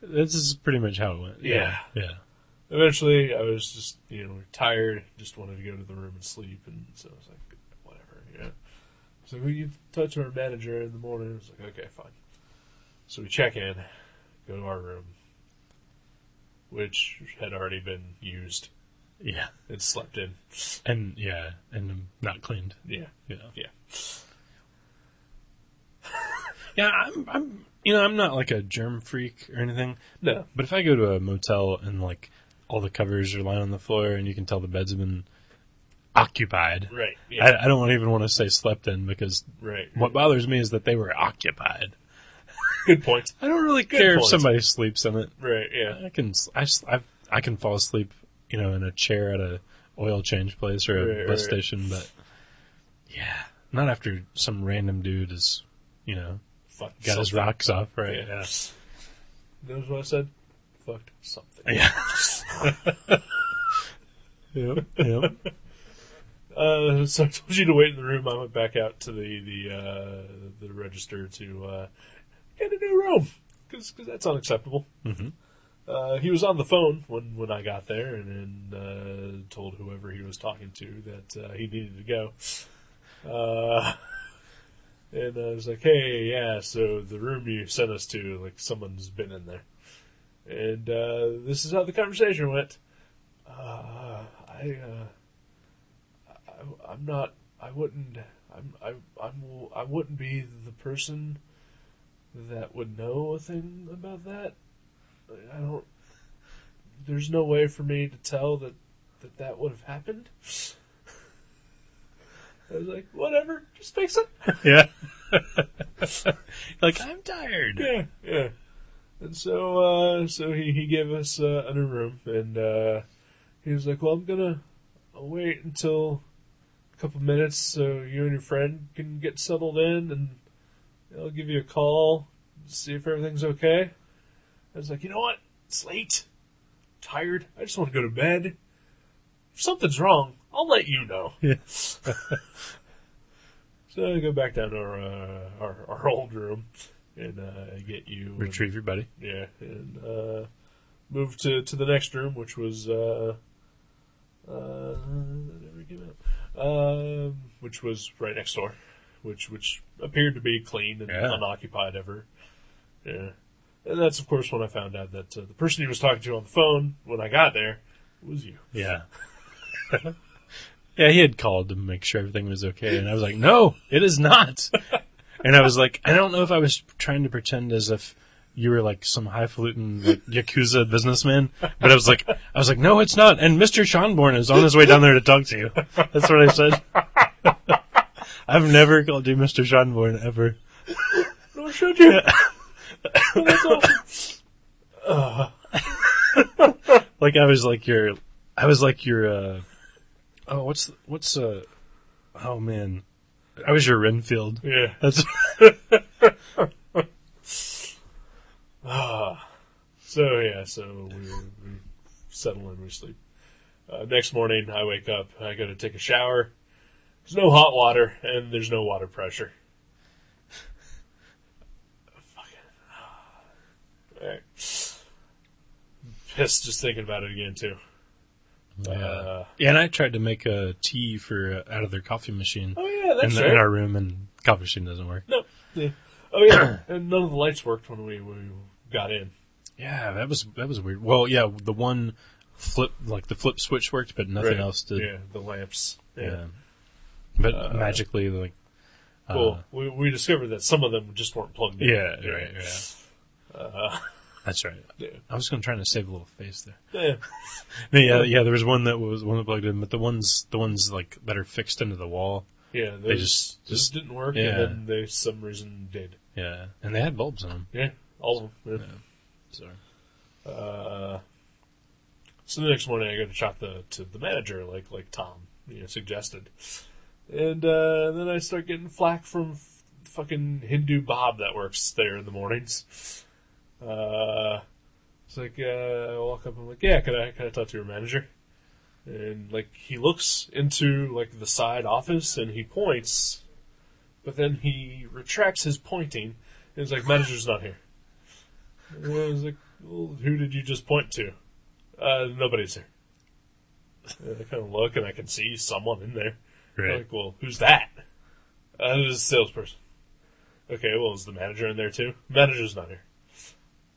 [SPEAKER 4] This is pretty much how it went.
[SPEAKER 3] Yeah.
[SPEAKER 4] Yeah.
[SPEAKER 3] Eventually, I was just you know tired, just wanted to go to the room and sleep, and so I was like, whatever, yeah. So we you touch our manager in the morning. I was like, okay, fine. So we check in, go to our room, which had already been used
[SPEAKER 4] Yeah.
[SPEAKER 3] and slept in.
[SPEAKER 4] And yeah, and um, not cleaned.
[SPEAKER 3] Yeah,
[SPEAKER 4] Yeah.
[SPEAKER 3] yeah.
[SPEAKER 4] Yeah. I'm, I'm, you know, I'm not like a germ freak or anything,
[SPEAKER 3] No,
[SPEAKER 4] but if I go to a motel and like all the covers are lying on the floor and you can tell the beds have been occupied,
[SPEAKER 3] right, yeah,
[SPEAKER 4] I, I don't even want to say slept in because
[SPEAKER 3] right.
[SPEAKER 4] what bothers me is that they were occupied.
[SPEAKER 3] Good point.
[SPEAKER 4] I don't really care if
[SPEAKER 3] point.
[SPEAKER 4] somebody sleeps in it.
[SPEAKER 3] Right, yeah,
[SPEAKER 4] I can s- I, s- I've- I can fall asleep, you know, in a chair at a oil change place or a
[SPEAKER 3] Right,
[SPEAKER 4] bus
[SPEAKER 3] right.
[SPEAKER 4] station, but yeah, not after some random dude is, you know,
[SPEAKER 3] fuck.
[SPEAKER 4] got his rocks off, right?
[SPEAKER 3] Yeah. Knows what I said? Fucked something.
[SPEAKER 4] Yeah. yeah. yeah.
[SPEAKER 3] Uh, so I told you to wait in the room. I went back out to the the uh, the register to uh, get a new room because that's unacceptable.
[SPEAKER 4] Mhm.
[SPEAKER 3] Uh, he was on the phone when, when I got there and, and uh, told whoever he was talking to that uh, he needed to go. Uh, and I was like, "Hey, yeah, so the room you sent us to, like someone's been in there." And uh, this is how the conversation went. Uh, I. Uh, I- I'm not. I wouldn't. I'm. I. I'm. I wouldn't be the person that would know a thing about that. I don't. There's no way for me to tell that that that would have happened. I was like, whatever, just fix it.
[SPEAKER 4] Yeah. like I'm tired.
[SPEAKER 3] Yeah, yeah. And so, uh, so he, he gave us uh, a new room, and uh, he was like, "Well, I'm gonna wait until a couple minutes so you and your friend can get settled in, and I'll give you a call to see if everything's okay." I was like, "You know what? It's late. tired. I just want to go to bed. If something's wrong, I'll let you know."
[SPEAKER 4] Yeah.
[SPEAKER 3] So I go back down to our uh, our, our old room and uh, get you and-
[SPEAKER 4] Retrieve your buddy.
[SPEAKER 3] yeah, and uh, moved to, to the next room, which was uh, uh, that never came out, um, which was right next door, which which appeared to be clean and
[SPEAKER 4] Yeah.
[SPEAKER 3] unoccupied ever. Yeah, and that's of course when I found out that uh, the person he was talking to on the phone when I got there was you.
[SPEAKER 4] Yeah. Yeah, he had called to make sure everything was okay, and I was like, "No, it is not." and I was like, "I don't know if I was trying to pretend as if you were like some highfalutin like, yakuza businessman, but I was like, I was like, no, it's not." And Mister Schonborn is on his way down there to talk to you. That's what I said. I've never called you Mister Schonborn ever.
[SPEAKER 3] Nor should you. That's awesome.
[SPEAKER 4] Like I was like your, I was like your, uh, oh, what's what's uh, oh man, I was your Renfield.
[SPEAKER 3] Yeah.
[SPEAKER 4] That's
[SPEAKER 3] So yeah, so we, we settle and we sleep. Uh, next morning, I wake up. I go to take a shower. There's no hot water, and there's no water pressure. Fucking. Alright. Pissed just thinking about it again too. Uh,
[SPEAKER 4] Yeah, and I tried to make a tea for uh, out of their coffee machine
[SPEAKER 3] oh yeah,
[SPEAKER 4] in,
[SPEAKER 3] that's
[SPEAKER 4] the-
[SPEAKER 3] right.
[SPEAKER 4] in our room, and coffee machine doesn't work.
[SPEAKER 3] No. Yeah. Oh yeah, and none of the lights worked when we, we got in.
[SPEAKER 4] Yeah, that was that was weird. Well, yeah, the one flip like the flip switch worked, but nothing
[SPEAKER 3] Right.
[SPEAKER 4] else did.
[SPEAKER 3] Yeah, the lamps.
[SPEAKER 4] Yeah.
[SPEAKER 3] Yeah.
[SPEAKER 4] But magically, like uh,
[SPEAKER 3] Well, we, we discovered that some of them just weren't plugged in.
[SPEAKER 4] yeah, right, yeah. That's right.
[SPEAKER 3] Yeah.
[SPEAKER 4] I was going to try to save a little face there.
[SPEAKER 3] Yeah.
[SPEAKER 4] No, Yeah, yeah. There was one that was one that plugged in, but the ones the ones like that are fixed into the wall.
[SPEAKER 3] Yeah, those,
[SPEAKER 4] just-
[SPEAKER 3] those
[SPEAKER 4] just-
[SPEAKER 3] didn't work,
[SPEAKER 4] yeah.
[SPEAKER 3] and then they some reason did.
[SPEAKER 4] Yeah, and they had bulbs on them.
[SPEAKER 3] Yeah, all of them. yeah.
[SPEAKER 4] So
[SPEAKER 3] uh, So the next morning, I go to talk the, to the manager, like like Tom you know, suggested, and uh, then I start getting flack from f- fucking Hindu Bob that works there in the mornings. Uh, it's like uh, I walk up, I'm like, yeah, can I can I talk to your manager? And like he looks into like the side office and he points, but then he retracts his pointing and he's like, manager's not here. And I was like, well, who did you just point to? Uh, nobody's there. And I kind of look and I can see someone in there. I'm
[SPEAKER 4] right.
[SPEAKER 3] like, well, who's that? Uh, this is a salesperson. Okay, well, is the manager in there too? Manager's not here.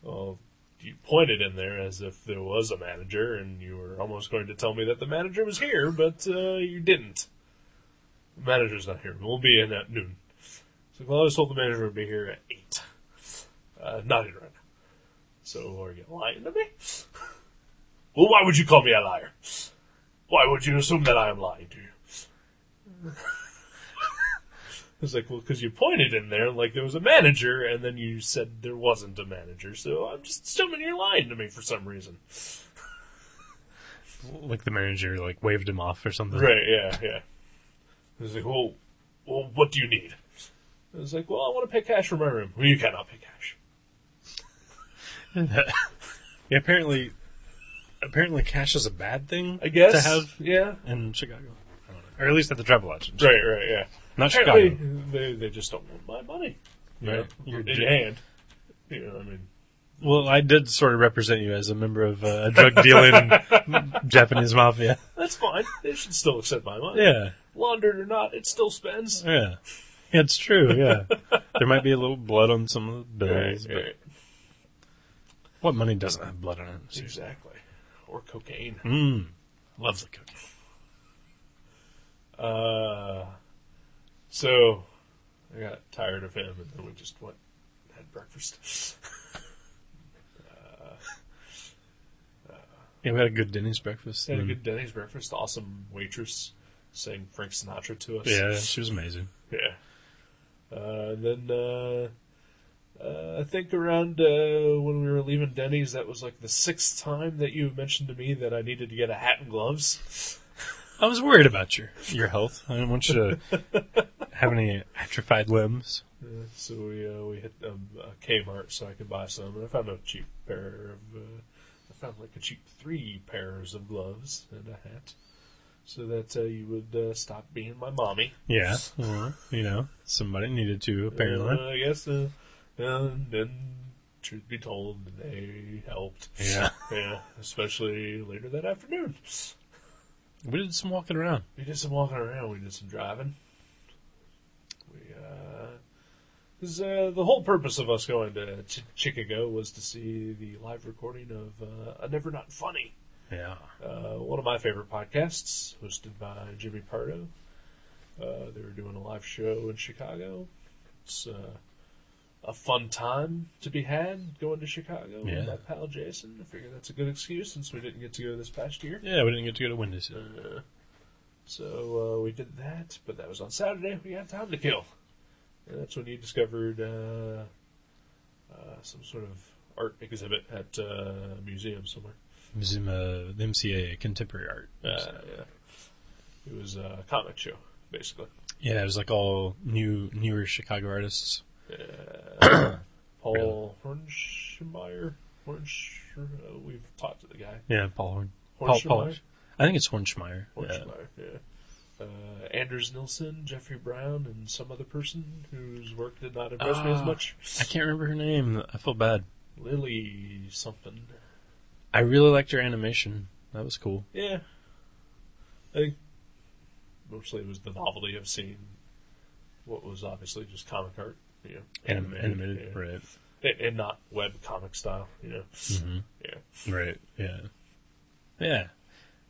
[SPEAKER 3] Well, you pointed in there as if there was a manager, and you were almost going to tell me that the manager was here, but uh, you didn't. The manager's not here. We'll be in at noon. So, well, I was told the manager would be here at 8. Uh, not in right now. So, are you lying to me? well, why would you call me a liar? Why would you assume that I am lying to you? I was like, well, because you pointed in there like there was a manager, and then you said there wasn't a manager, so I'm just assuming you're lying to me for some reason.
[SPEAKER 4] like the manager like waved him off or something.
[SPEAKER 3] Right, yeah, yeah. I was like, well, well, what do you need? I was like, well, I want to pay cash for my room. Well, you cannot pay cash.
[SPEAKER 4] Yeah, apparently, apparently, cash is a bad thing.
[SPEAKER 3] I guess.
[SPEAKER 4] to have
[SPEAKER 3] Yeah.
[SPEAKER 4] in Chicago, I don't know. or at least at the travel lodge.
[SPEAKER 3] Right, right, yeah.
[SPEAKER 4] Not
[SPEAKER 3] Apparently,
[SPEAKER 4] Chicago.
[SPEAKER 3] they, they just don't want my money. You
[SPEAKER 4] Right.
[SPEAKER 3] know,
[SPEAKER 4] You're
[SPEAKER 3] in
[SPEAKER 4] dead.
[SPEAKER 3] hand. You know, I mean,
[SPEAKER 4] Well, I did sort of represent you as a member of uh, a drug dealing Japanese mafia.
[SPEAKER 3] that's fine. They should still accept my money.
[SPEAKER 4] Yeah,
[SPEAKER 3] Laundered or not, it still spends.
[SPEAKER 4] yeah, yeah it's true. Yeah, there might be a little blood on some of the bills, but what money doesn't have blood on it? Seriously.
[SPEAKER 3] Exactly. Or cocaine.
[SPEAKER 4] Mm, love the cookie.
[SPEAKER 3] Uh, so I got tired of him, and then we just went and had breakfast.
[SPEAKER 4] Yeah, we had a good Denny's breakfast.
[SPEAKER 3] had a
[SPEAKER 4] and-
[SPEAKER 3] good Denny's breakfast. Awesome waitress sang Frank Sinatra to us.
[SPEAKER 4] yeah, she was amazing.
[SPEAKER 3] yeah. Uh, and then uh, uh, I think around uh, when we were leaving Denny's, that was like the sixth time that you mentioned to me that I needed to get a hat and gloves.
[SPEAKER 4] I was worried about your your health. I didn't want you to have any atrophied limbs.
[SPEAKER 3] Uh, so we uh, we hit um, uh, Kmart so I could buy some, and I found a cheap pair of. Uh, I found like a cheap three pairs of gloves and a hat, so that uh, you would uh, stop being my mommy.
[SPEAKER 4] Yeah, Uh-huh. well, Uh-huh. you know, somebody needed to apparently.
[SPEAKER 3] Uh, I guess. Uh, and then, truth be told, they helped.
[SPEAKER 4] Yeah,
[SPEAKER 3] Yeah, especially later that afternoon.
[SPEAKER 4] we did some walking around.
[SPEAKER 3] We did some walking around. We did some driving. We uh, 'cause, uh, the whole purpose of us going to Ch- Chicago was to see the live recording of uh, "A Never Not Funny,"
[SPEAKER 4] Yeah.
[SPEAKER 3] uh, one of my favorite podcasts, hosted by Jimmy Pardo. Uh, they were doing a live show in Chicago. It's uh, a fun time to be had going to Chicago
[SPEAKER 4] Yeah.
[SPEAKER 3] with my pal Jason. I figure that's a good excuse since we didn't get to go this past year.
[SPEAKER 4] Yeah, we didn't get to go to Wendy's. Yet.
[SPEAKER 3] Uh, so uh, we did that, but that was on Saturday. We had time to kill. And that's when you discovered uh, uh, some sort of art exhibit at uh, a museum somewhere.
[SPEAKER 4] Zoom, uh, the MCA Contemporary Art.
[SPEAKER 3] Uh, yeah. It was a comic show, basically.
[SPEAKER 4] yeah, it was like all new, newer Chicago artists.
[SPEAKER 3] Uh, Paul Hornschmeyer. Hornsch. Uh, we've talked to the guy.
[SPEAKER 4] Yeah, Paul Horn. Paul,
[SPEAKER 3] Hornschmeyer.
[SPEAKER 4] Paul, I think it's Hornschmeyer. Yeah.
[SPEAKER 3] Hornschmeyer. Yeah. Uh, Anders Nilsson, Jeffrey Brown, and some other person whose work did not impress me as
[SPEAKER 4] Ah,
[SPEAKER 3] much.
[SPEAKER 4] I can't remember her name. I feel bad.
[SPEAKER 3] Lily something.
[SPEAKER 4] I really liked her animation. That was cool.
[SPEAKER 3] Yeah. I think mostly it was the novelty of seeing what was obviously just comic art, you know.
[SPEAKER 4] Anim- animated,
[SPEAKER 3] yeah.
[SPEAKER 4] right?
[SPEAKER 3] and, and not web comic style, you know. Yeah.
[SPEAKER 4] Right. Mm-hmm. Yeah. Yeah.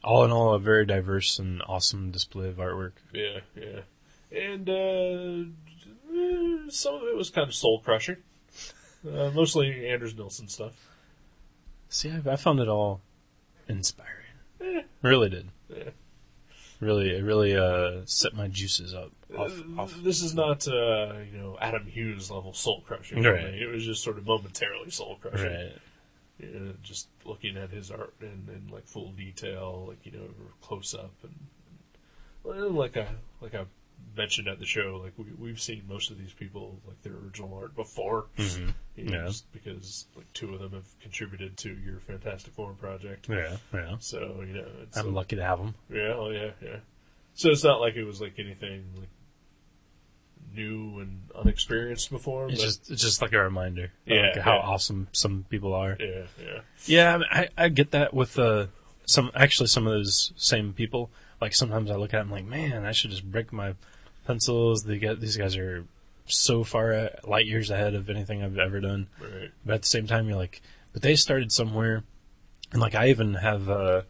[SPEAKER 4] All in all, a very diverse and awesome display of artwork.
[SPEAKER 3] Yeah, yeah. And uh, eh, some of it was kind of soul crushing. Uh, mostly Anders Nilsson stuff.
[SPEAKER 4] See, I, I found it all inspiring. Really did.
[SPEAKER 3] Eh. Yeah.
[SPEAKER 4] Really, it really uh, set my juices up. Off,
[SPEAKER 3] Uh,
[SPEAKER 4] off.
[SPEAKER 3] This is not, uh, you know, Adam Hughes level soul crushing.
[SPEAKER 4] Right.
[SPEAKER 3] It was just sort of momentarily soul crushing.
[SPEAKER 4] Right.
[SPEAKER 3] Yeah, uh, just looking at his art in, in like full detail, like you know, close up, and, well, like I like I mentioned at the show, like we we've seen most of these people like their original art before, you know,
[SPEAKER 4] Mm-hmm. Yeah.
[SPEAKER 3] just because like two of them have contributed to your Fantastic Form project.
[SPEAKER 4] Yeah. Yeah.
[SPEAKER 3] So you know, it's
[SPEAKER 4] I'm
[SPEAKER 3] uh,
[SPEAKER 4] lucky to have them.
[SPEAKER 3] yeah, oh, yeah, yeah. So it's not like it was like anything like new and unexperienced before.
[SPEAKER 4] It's
[SPEAKER 3] but,
[SPEAKER 4] just, it's just like a reminder.
[SPEAKER 3] Yeah,
[SPEAKER 4] Like how
[SPEAKER 3] yeah.
[SPEAKER 4] awesome some people are.
[SPEAKER 3] yeah, yeah,
[SPEAKER 4] Yeah, I, mean, I, I get that with uh, some actually some of those same people. Like sometimes I look at them like, man, I should just break my pencils. They get these guys are so far uh, light years ahead of anything I've ever done.
[SPEAKER 3] right,
[SPEAKER 4] But at the same time, you're like, but they started somewhere, and like I even have uh,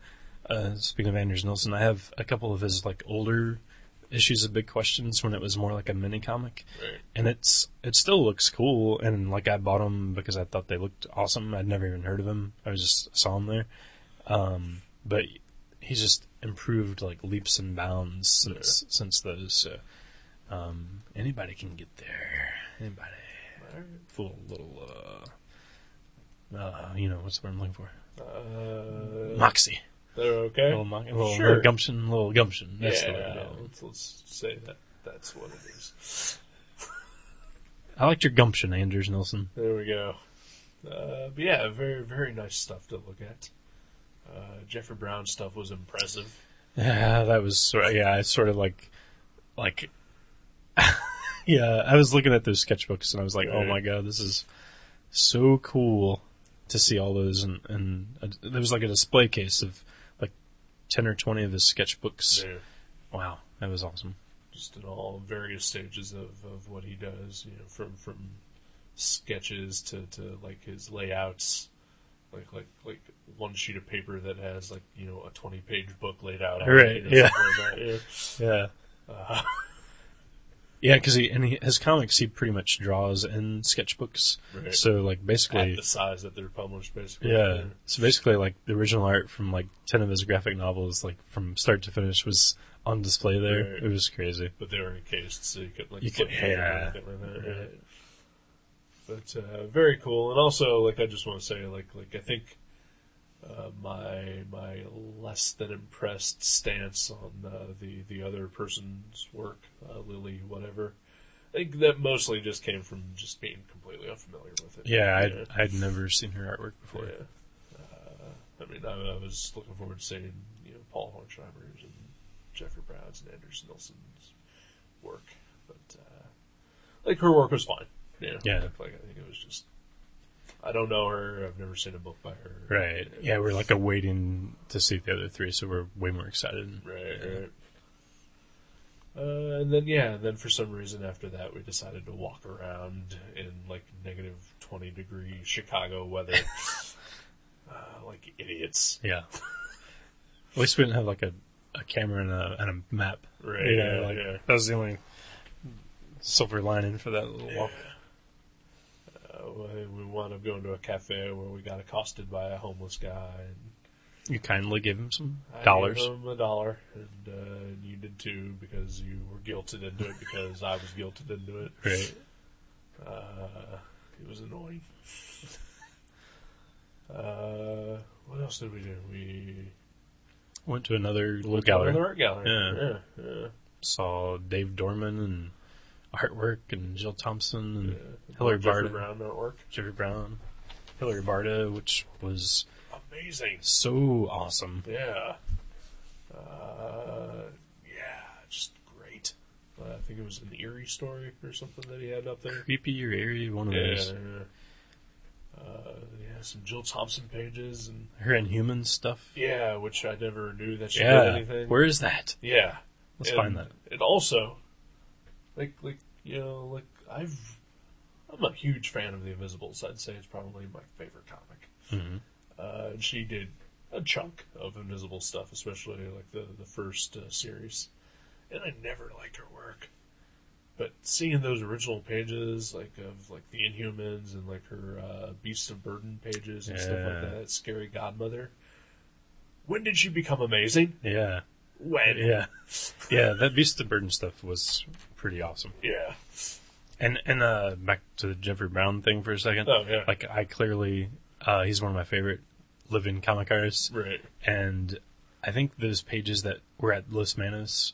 [SPEAKER 4] uh, speaking of Anders Nilsson, I have a couple of his like older issues of big questions when it was more like a mini comic
[SPEAKER 3] right.
[SPEAKER 4] and it's it still looks cool. And like I bought them because I thought they looked awesome. I'd never even heard of him. I was just saw him there, um, but he's just improved like leaps and bounds since since those. So, um, anybody can get there. Anybody. Full little, uh, uh, you know, what's the word I'm looking for?
[SPEAKER 3] Uh,
[SPEAKER 4] Moxie.
[SPEAKER 3] they're okay.
[SPEAKER 4] Little, mo- little,
[SPEAKER 3] Sure.
[SPEAKER 4] little gumption. Little gumption. That's
[SPEAKER 3] yeah,
[SPEAKER 4] the word. yeah.
[SPEAKER 3] let's, let's say that that's what it is.
[SPEAKER 4] I liked your gumption, Anders Nilsson.
[SPEAKER 3] There we go. Uh, but yeah, very very nice stuff to look at. Uh, Jeffrey Brown stuff was impressive.
[SPEAKER 4] Yeah, that was sort yeah, I sort of like, like, yeah, I was looking at those sketchbooks and I was like, oh my god, this is so cool to see all those. And, and uh, there was like a display case of like 10 or 20 of his sketchbooks.
[SPEAKER 3] They're
[SPEAKER 4] Wow, that was awesome.
[SPEAKER 3] just in all various stages of, of what he does, you know, from from sketches to, to like his layouts, like like like one sheet of paper that has like you know a twenty page book laid out. on it,
[SPEAKER 4] Right,
[SPEAKER 3] you know,
[SPEAKER 4] yeah.
[SPEAKER 3] something like that, yeah.
[SPEAKER 4] Yeah. Uh-huh. Yeah, because he, in he, his comics, he pretty much draws in sketchbooks.
[SPEAKER 3] Right.
[SPEAKER 4] So, like, basically.
[SPEAKER 3] At the size that they're published, basically.
[SPEAKER 4] Yeah. So basically, like the original art from like ten of his graphic novels, like from start to finish, was on display there.
[SPEAKER 3] Right.
[SPEAKER 4] It was crazy.
[SPEAKER 3] but they were encased, so you could like
[SPEAKER 4] You could-
[SPEAKER 3] flip through them
[SPEAKER 4] yeah.
[SPEAKER 3] and get rid of it,
[SPEAKER 4] Right.
[SPEAKER 3] yeah. But uh, very cool, and also like I just want to say like like I think uh, my my less than impressed stance on uh, the the other person's work, uh, Lily whatever. I think that mostly just came from just being completely unfamiliar with it.
[SPEAKER 4] Yeah, I'd,
[SPEAKER 3] yeah.
[SPEAKER 4] I'd never seen her artwork before.
[SPEAKER 3] Yeah. Uh, I mean, I, I was looking forward to seeing you know Paul Hornschreiber's and Jeffrey Brown's and Anders Nilsson's work, but uh, like her work was fine. You know?
[SPEAKER 4] Yeah.
[SPEAKER 3] Like, like, I think it was just I don't know her. I've never seen a book by her.
[SPEAKER 4] Right. Yeah, we're like awaiting to see the other three, so we're way more excited.
[SPEAKER 3] Right. Right. Uh, and then yeah, and then for some reason after that we decided to walk around in like negative twenty degree Chicago weather, uh, like idiots.
[SPEAKER 4] Yeah. At least we didn't have like a, a camera and a, and a map.
[SPEAKER 3] Right,
[SPEAKER 4] You know,
[SPEAKER 3] yeah,
[SPEAKER 4] like,
[SPEAKER 3] yeah.
[SPEAKER 4] That was the only silver lining for that little walk.
[SPEAKER 3] Uh, we- we wound up going to a cafe where we got accosted by a homeless guy. And
[SPEAKER 4] You kindly gave him some
[SPEAKER 3] I
[SPEAKER 4] dollars.
[SPEAKER 3] gave him a dollar, and uh, you did too because you were guilted into it because I was guilted into it.
[SPEAKER 4] Right.
[SPEAKER 3] Uh, it was annoying. uh, what else did we do? We
[SPEAKER 4] Went to another little gallery.
[SPEAKER 3] Another art gallery.
[SPEAKER 4] Yeah.
[SPEAKER 3] yeah, yeah.
[SPEAKER 4] Saw Dave Dorman and artwork and Jill Thompson and
[SPEAKER 3] yeah.
[SPEAKER 4] Hillary
[SPEAKER 3] Jeffrey
[SPEAKER 4] Barda.
[SPEAKER 3] Brown artwork.
[SPEAKER 4] Jeffrey Brown. Hillary Barda, which was
[SPEAKER 3] Amazing.
[SPEAKER 4] so awesome.
[SPEAKER 3] Yeah. Uh, yeah, just great. Uh, I think it was an eerie story or something that he had up there.
[SPEAKER 4] Creepy or eerie, one of
[SPEAKER 3] Yeah.
[SPEAKER 4] those.
[SPEAKER 3] yeah. Uh, yeah, some Jill Thompson pages and
[SPEAKER 4] Her and human stuff.
[SPEAKER 3] yeah, which I never knew that she did
[SPEAKER 4] Yeah.
[SPEAKER 3] anything.
[SPEAKER 4] Where is that?
[SPEAKER 3] yeah,
[SPEAKER 4] Let's
[SPEAKER 3] And-
[SPEAKER 4] find that.
[SPEAKER 3] And also, like, like you know, like I've, I'm a huge fan of the Invisibles. I'd say it's probably my favorite comic.
[SPEAKER 4] Mhm.
[SPEAKER 3] Uh, and she did a chunk of Invisible stuff, especially like the the first uh, series. And I never liked her work, but seeing those original pages, like of like the Inhumans and like her uh, Beast of Burden pages and stuff
[SPEAKER 4] Yeah.
[SPEAKER 3] like that, Scary Godmother. When did she become amazing?
[SPEAKER 4] Yeah.
[SPEAKER 3] When?
[SPEAKER 4] Yeah. Yeah, that Beast of Burden stuff was pretty awesome.
[SPEAKER 3] Yeah.
[SPEAKER 4] And and uh back to the Jeffrey Brown thing for a second.
[SPEAKER 3] Oh, yeah.
[SPEAKER 4] Like I clearly uh he's one of my favorite living comic artists.
[SPEAKER 3] Right.
[SPEAKER 4] And I think those pages that were at Los Manos,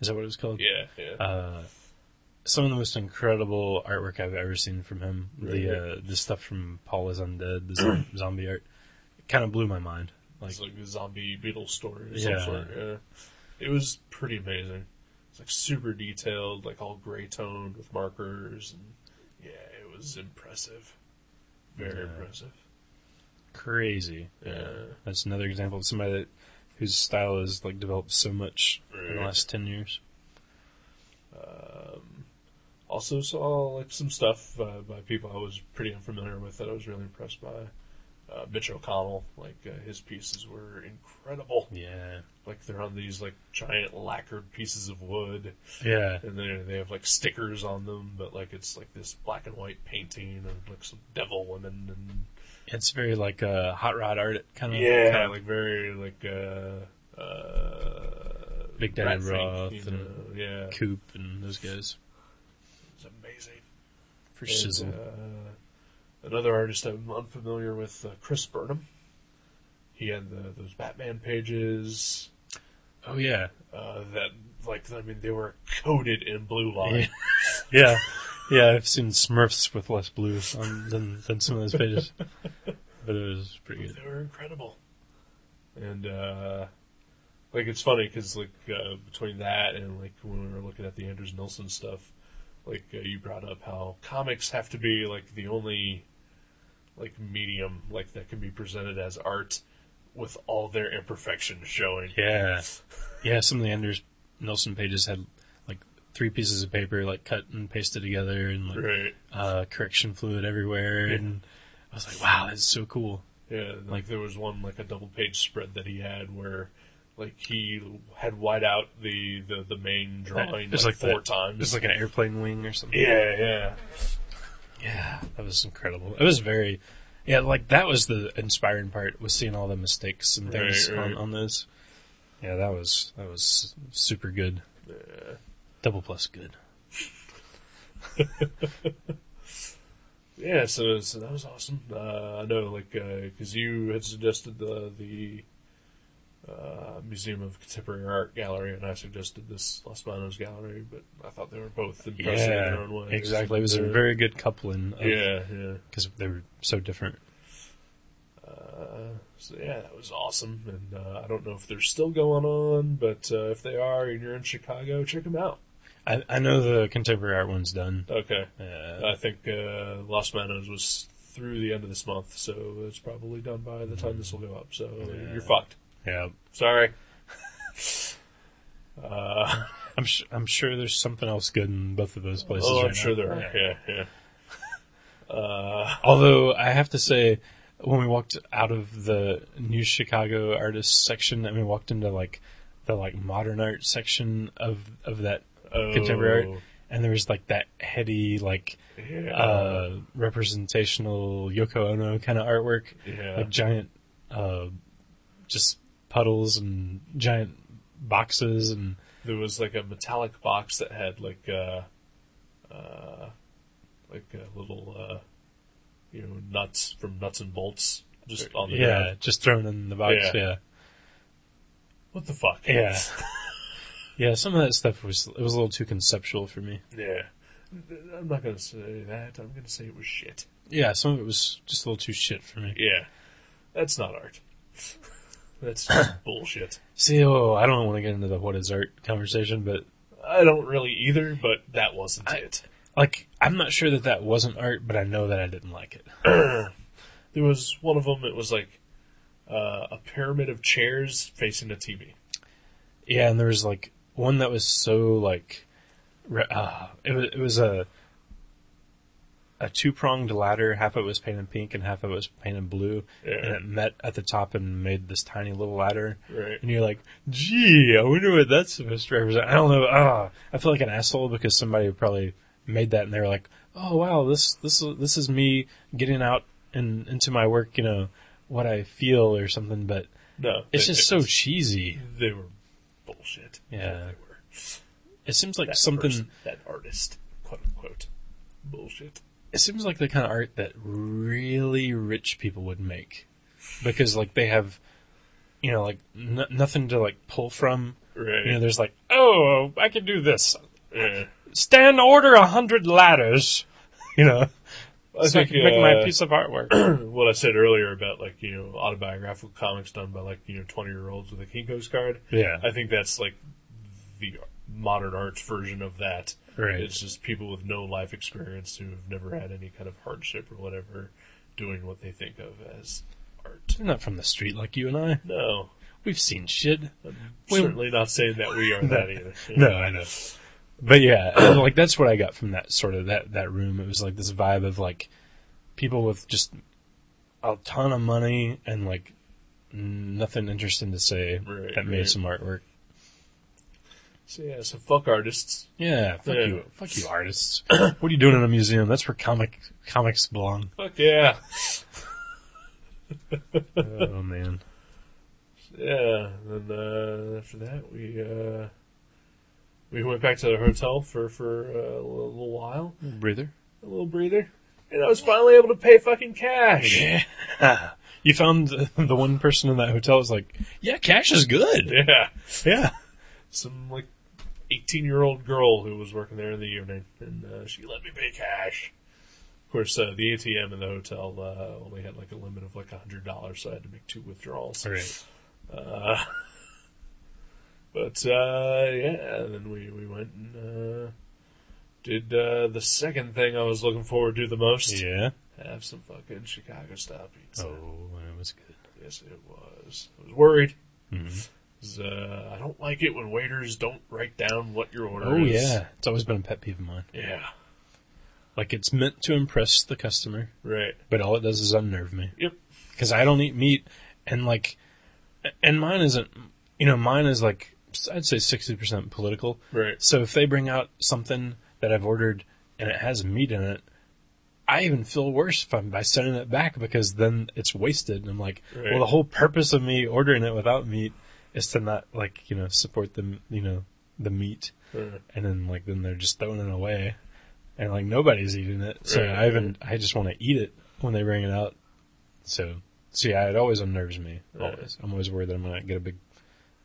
[SPEAKER 4] is that what it was called?
[SPEAKER 3] Yeah. Yeah.
[SPEAKER 4] Uh some of the most incredible artwork I've ever seen from him.
[SPEAKER 3] Right.
[SPEAKER 4] The uh the stuff from Paul is Undead, the zom- zombie art. It kinda blew my mind. Like
[SPEAKER 3] it's like the zombie beetle story of some
[SPEAKER 4] Yeah.
[SPEAKER 3] sort. Yeah. It was pretty amazing. It's like super detailed, like all gray toned with markers and yeah, it was impressive. Very
[SPEAKER 4] Yeah.
[SPEAKER 3] impressive.
[SPEAKER 4] crazy.
[SPEAKER 3] Yeah.
[SPEAKER 4] That's another example of somebody that whose style has like developed so much in the
[SPEAKER 3] Right.
[SPEAKER 4] last ten years.
[SPEAKER 3] Also saw like some stuff uh, by people I was pretty unfamiliar with that I was really impressed by. Uh, Mitch O'Connell, like uh, his pieces were incredible.
[SPEAKER 4] Yeah.
[SPEAKER 3] Like they're on these like giant lacquered pieces of wood,
[SPEAKER 4] Yeah.
[SPEAKER 3] and they they have like stickers on them, but like it's like this black and white painting of like some devil women and
[SPEAKER 4] It's very like uh, hot rod art kind of
[SPEAKER 3] yeah, like very like uh uh
[SPEAKER 4] Big Daddy
[SPEAKER 3] Ratfink,
[SPEAKER 4] Roth
[SPEAKER 3] you
[SPEAKER 4] and
[SPEAKER 3] know, yeah,
[SPEAKER 4] Coop and those guys
[SPEAKER 3] it's amazing.
[SPEAKER 4] for
[SPEAKER 3] And,
[SPEAKER 4] Shizzle.
[SPEAKER 3] uh, another artist I'm unfamiliar with, uh, Chris Burnham. He had the, those Batman pages
[SPEAKER 4] oh yeah.
[SPEAKER 3] uh, that like I mean they were coated in blue line.
[SPEAKER 4] Yeah. Yeah. Yeah, I've seen Smurfs with less blue on, than than some of those pages, but it was pretty good.
[SPEAKER 3] They were incredible. And, uh, like, it's funny because, like, uh, between that and, like, when we were looking at the Anders Nilsson stuff, like, uh, you brought up how comics have to be, like, the only, like, medium, like, that can be presented as art with all their imperfections showing.
[SPEAKER 4] Yeah, yeah. Some of the Anders Nelson pages had like three pieces of paper like cut and pasted together, and like
[SPEAKER 3] Right.
[SPEAKER 4] uh, correction fluid everywhere, and I was like, "Wow, that's so cool."
[SPEAKER 3] Yeah, like there was one like a double page spread that he had where like he had white out the the, the main drawing
[SPEAKER 4] It's
[SPEAKER 3] like,
[SPEAKER 4] like
[SPEAKER 3] four
[SPEAKER 4] that-
[SPEAKER 3] times.
[SPEAKER 4] It was like an airplane wing or something.
[SPEAKER 3] yeah, yeah.
[SPEAKER 4] yeah, that was incredible. It was very, yeah, like that was the inspiring part was seeing all the mistakes and things
[SPEAKER 3] Right, right.
[SPEAKER 4] on on this. Yeah, that was that was super good. Double plus good.
[SPEAKER 3] Yeah, so, so that was awesome. Uh, I know, like, because you had suggested the the uh, Museum of Contemporary Art gallery, and I suggested this Las Manos gallery, but I thought they were both impressive in their own ways.
[SPEAKER 4] exactly. It was a
[SPEAKER 3] Uh,
[SPEAKER 4] very good coupling. Of,
[SPEAKER 3] yeah, yeah.
[SPEAKER 4] because they were so different.
[SPEAKER 3] Uh, so yeah, that was awesome, and uh, I don't know if they're still going on, but uh, if they are, and you're in Chicago, check them out.
[SPEAKER 4] I, I know the contemporary art one's done.
[SPEAKER 3] Okay,
[SPEAKER 4] Uh,
[SPEAKER 3] I think uh, Las Manos was through the end of this month, so it's probably done by the time this will go up. So
[SPEAKER 4] Yeah.
[SPEAKER 3] you're fucked.
[SPEAKER 4] yeah,
[SPEAKER 3] Sorry. uh,
[SPEAKER 4] I'm sh- I'm sure there's something else good in both of those places.
[SPEAKER 3] oh,
[SPEAKER 4] right
[SPEAKER 3] I'm sure
[SPEAKER 4] now.
[SPEAKER 3] there are. Yeah, yeah. Uh,
[SPEAKER 4] Although I have to say, when we walked out of the New Chicago Artists section and we walked into like the like modern art section of of that contemporary art,
[SPEAKER 3] Oh.
[SPEAKER 4] and there was like that heady like
[SPEAKER 3] Yeah.
[SPEAKER 4] uh, representational Yoko Ono kind of artwork,
[SPEAKER 3] Yeah.
[SPEAKER 4] like giant, uh, just puddles and giant boxes and
[SPEAKER 3] there was like a metallic box that had like uh, uh, like a little uh, you know nuts from nuts and bolts just on the
[SPEAKER 4] yeah,
[SPEAKER 3] ground.
[SPEAKER 4] just thrown in the box.
[SPEAKER 3] Yeah.
[SPEAKER 4] Yeah,
[SPEAKER 3] What the fuck?
[SPEAKER 4] yeah, yeah. Some of that stuff was it was a little too conceptual for me.
[SPEAKER 3] yeah. I'm not gonna say that. I'm gonna say it was shit.
[SPEAKER 4] Yeah, some of it was just a little too shit for me.
[SPEAKER 3] Yeah, that's not art. That's just bullshit.
[SPEAKER 4] See, oh, I don't want to get into the what is art conversation, but
[SPEAKER 3] I don't really either, but that wasn't it.
[SPEAKER 4] like I'm not sure that that wasn't art, but I know that I didn't like it.
[SPEAKER 3] There was one of them. It was like uh, a pyramid of chairs facing a TV.
[SPEAKER 4] Yeah, and there was like one that was so like, re- uh, it was it was a a two pronged ladder. Half of it was painted pink, and half of it was painted blue.
[SPEAKER 3] Yeah.
[SPEAKER 4] And it met at the top and made this tiny little ladder.
[SPEAKER 3] Right.
[SPEAKER 4] And you're like, gee, I wonder what that's supposed to represent. I don't know. Ah, I feel like an asshole because somebody probably made that, and they were like, oh wow, this this this is me getting out and into my work, you know, what I feel or something. But
[SPEAKER 3] No,
[SPEAKER 4] it's
[SPEAKER 3] it-
[SPEAKER 4] just
[SPEAKER 3] it
[SPEAKER 4] so
[SPEAKER 3] was-
[SPEAKER 4] cheesy.
[SPEAKER 3] They were bullshit.
[SPEAKER 4] Yeah.
[SPEAKER 3] they were.
[SPEAKER 4] It seems like
[SPEAKER 3] That
[SPEAKER 4] something.
[SPEAKER 3] person- that artist, quote unquote, bullshit.
[SPEAKER 4] it seems like the kind of art that really rich people would make because like they have you know like n- nothing to like pull from
[SPEAKER 3] Right.
[SPEAKER 4] you know there's like oh i can do this
[SPEAKER 3] yeah.
[SPEAKER 4] stand order a hundred ladders you know
[SPEAKER 3] I
[SPEAKER 4] so i
[SPEAKER 3] think
[SPEAKER 4] can make my
[SPEAKER 3] uh,
[SPEAKER 4] piece of artwork
[SPEAKER 3] what I said earlier about like you know autobiographical comics done by like you know twenty year olds with a Kinko's card.
[SPEAKER 4] Yeah.
[SPEAKER 3] I think that's like the modern arts version of that.
[SPEAKER 4] Right.
[SPEAKER 3] It's just people with no life experience who have never had any kind of hardship or whatever doing what they think of as art.
[SPEAKER 4] They're not from the street like you and i
[SPEAKER 3] No,
[SPEAKER 4] we've seen shit We-
[SPEAKER 3] certainly not saying that we are that either.
[SPEAKER 4] No, I know. But yeah, like that's what I got from that sort of that that room. It was like this vibe of like people with just a ton of money and like nothing interesting to say
[SPEAKER 3] Right,
[SPEAKER 4] that made
[SPEAKER 3] right.
[SPEAKER 4] some artwork.
[SPEAKER 3] So yeah, so fuck artists.
[SPEAKER 4] Yeah, fuck
[SPEAKER 3] Yeah.
[SPEAKER 4] you, fuck you, artists. what are you doing in a museum? That's where comic comics belong.
[SPEAKER 3] Fuck yeah.
[SPEAKER 4] oh man,
[SPEAKER 3] Yeah, and then uh, after that we uh, we went back to the hotel for for uh, a little while,
[SPEAKER 4] breather.
[SPEAKER 3] a little breather, and I was finally able to pay fucking cash.
[SPEAKER 4] Yeah, you found the, the one person in that hotel was like, yeah, cash is good.
[SPEAKER 3] Yeah,
[SPEAKER 4] Yeah,
[SPEAKER 3] some like eighteen year old girl who was working there in the evening, and uh, she let me pay cash. Of course, uh, the ATM in the hotel uh, only had like a limit of like hundred dollars, so I had to make two withdrawals. Uh,
[SPEAKER 4] right.
[SPEAKER 3] But uh, yeah, then we we went and uh, did uh, the second thing I was looking forward to the most.
[SPEAKER 4] Yeah.
[SPEAKER 3] Have some fucking Chicago style pizza.
[SPEAKER 4] Oh, that was good.
[SPEAKER 3] Yes, it was. I was worried.
[SPEAKER 4] Mm-hmm.
[SPEAKER 3] 'Cause, Uh, I don't like it when waiters don't write down what your order
[SPEAKER 4] Oh
[SPEAKER 3] is.
[SPEAKER 4] yeah, it's always been a pet peeve of mine.
[SPEAKER 3] yeah,
[SPEAKER 4] Like it's meant to impress the customer,
[SPEAKER 3] right.
[SPEAKER 4] but all it does is unnerve me
[SPEAKER 3] Yep.
[SPEAKER 4] because I don't eat meat, and like, and mine isn't. You know, mine is like I'd say sixty percent political.
[SPEAKER 3] Right.
[SPEAKER 4] So if they bring out something that I've ordered and it has meat in it, I even feel worse if I'm by sending it back because then it's wasted. And I'm like,
[SPEAKER 3] Right.
[SPEAKER 4] well, the whole purpose of me ordering it without meat is to not like you know support the you know the meat
[SPEAKER 3] Uh,
[SPEAKER 4] and then like then they're just throwing it away, and like nobody's eating it. So
[SPEAKER 3] Right.
[SPEAKER 4] I even I just want to eat it when they bring it out. So so yeah, it always unnerves me.
[SPEAKER 3] Right.
[SPEAKER 4] Always, I'm always worried that I'm gonna get a big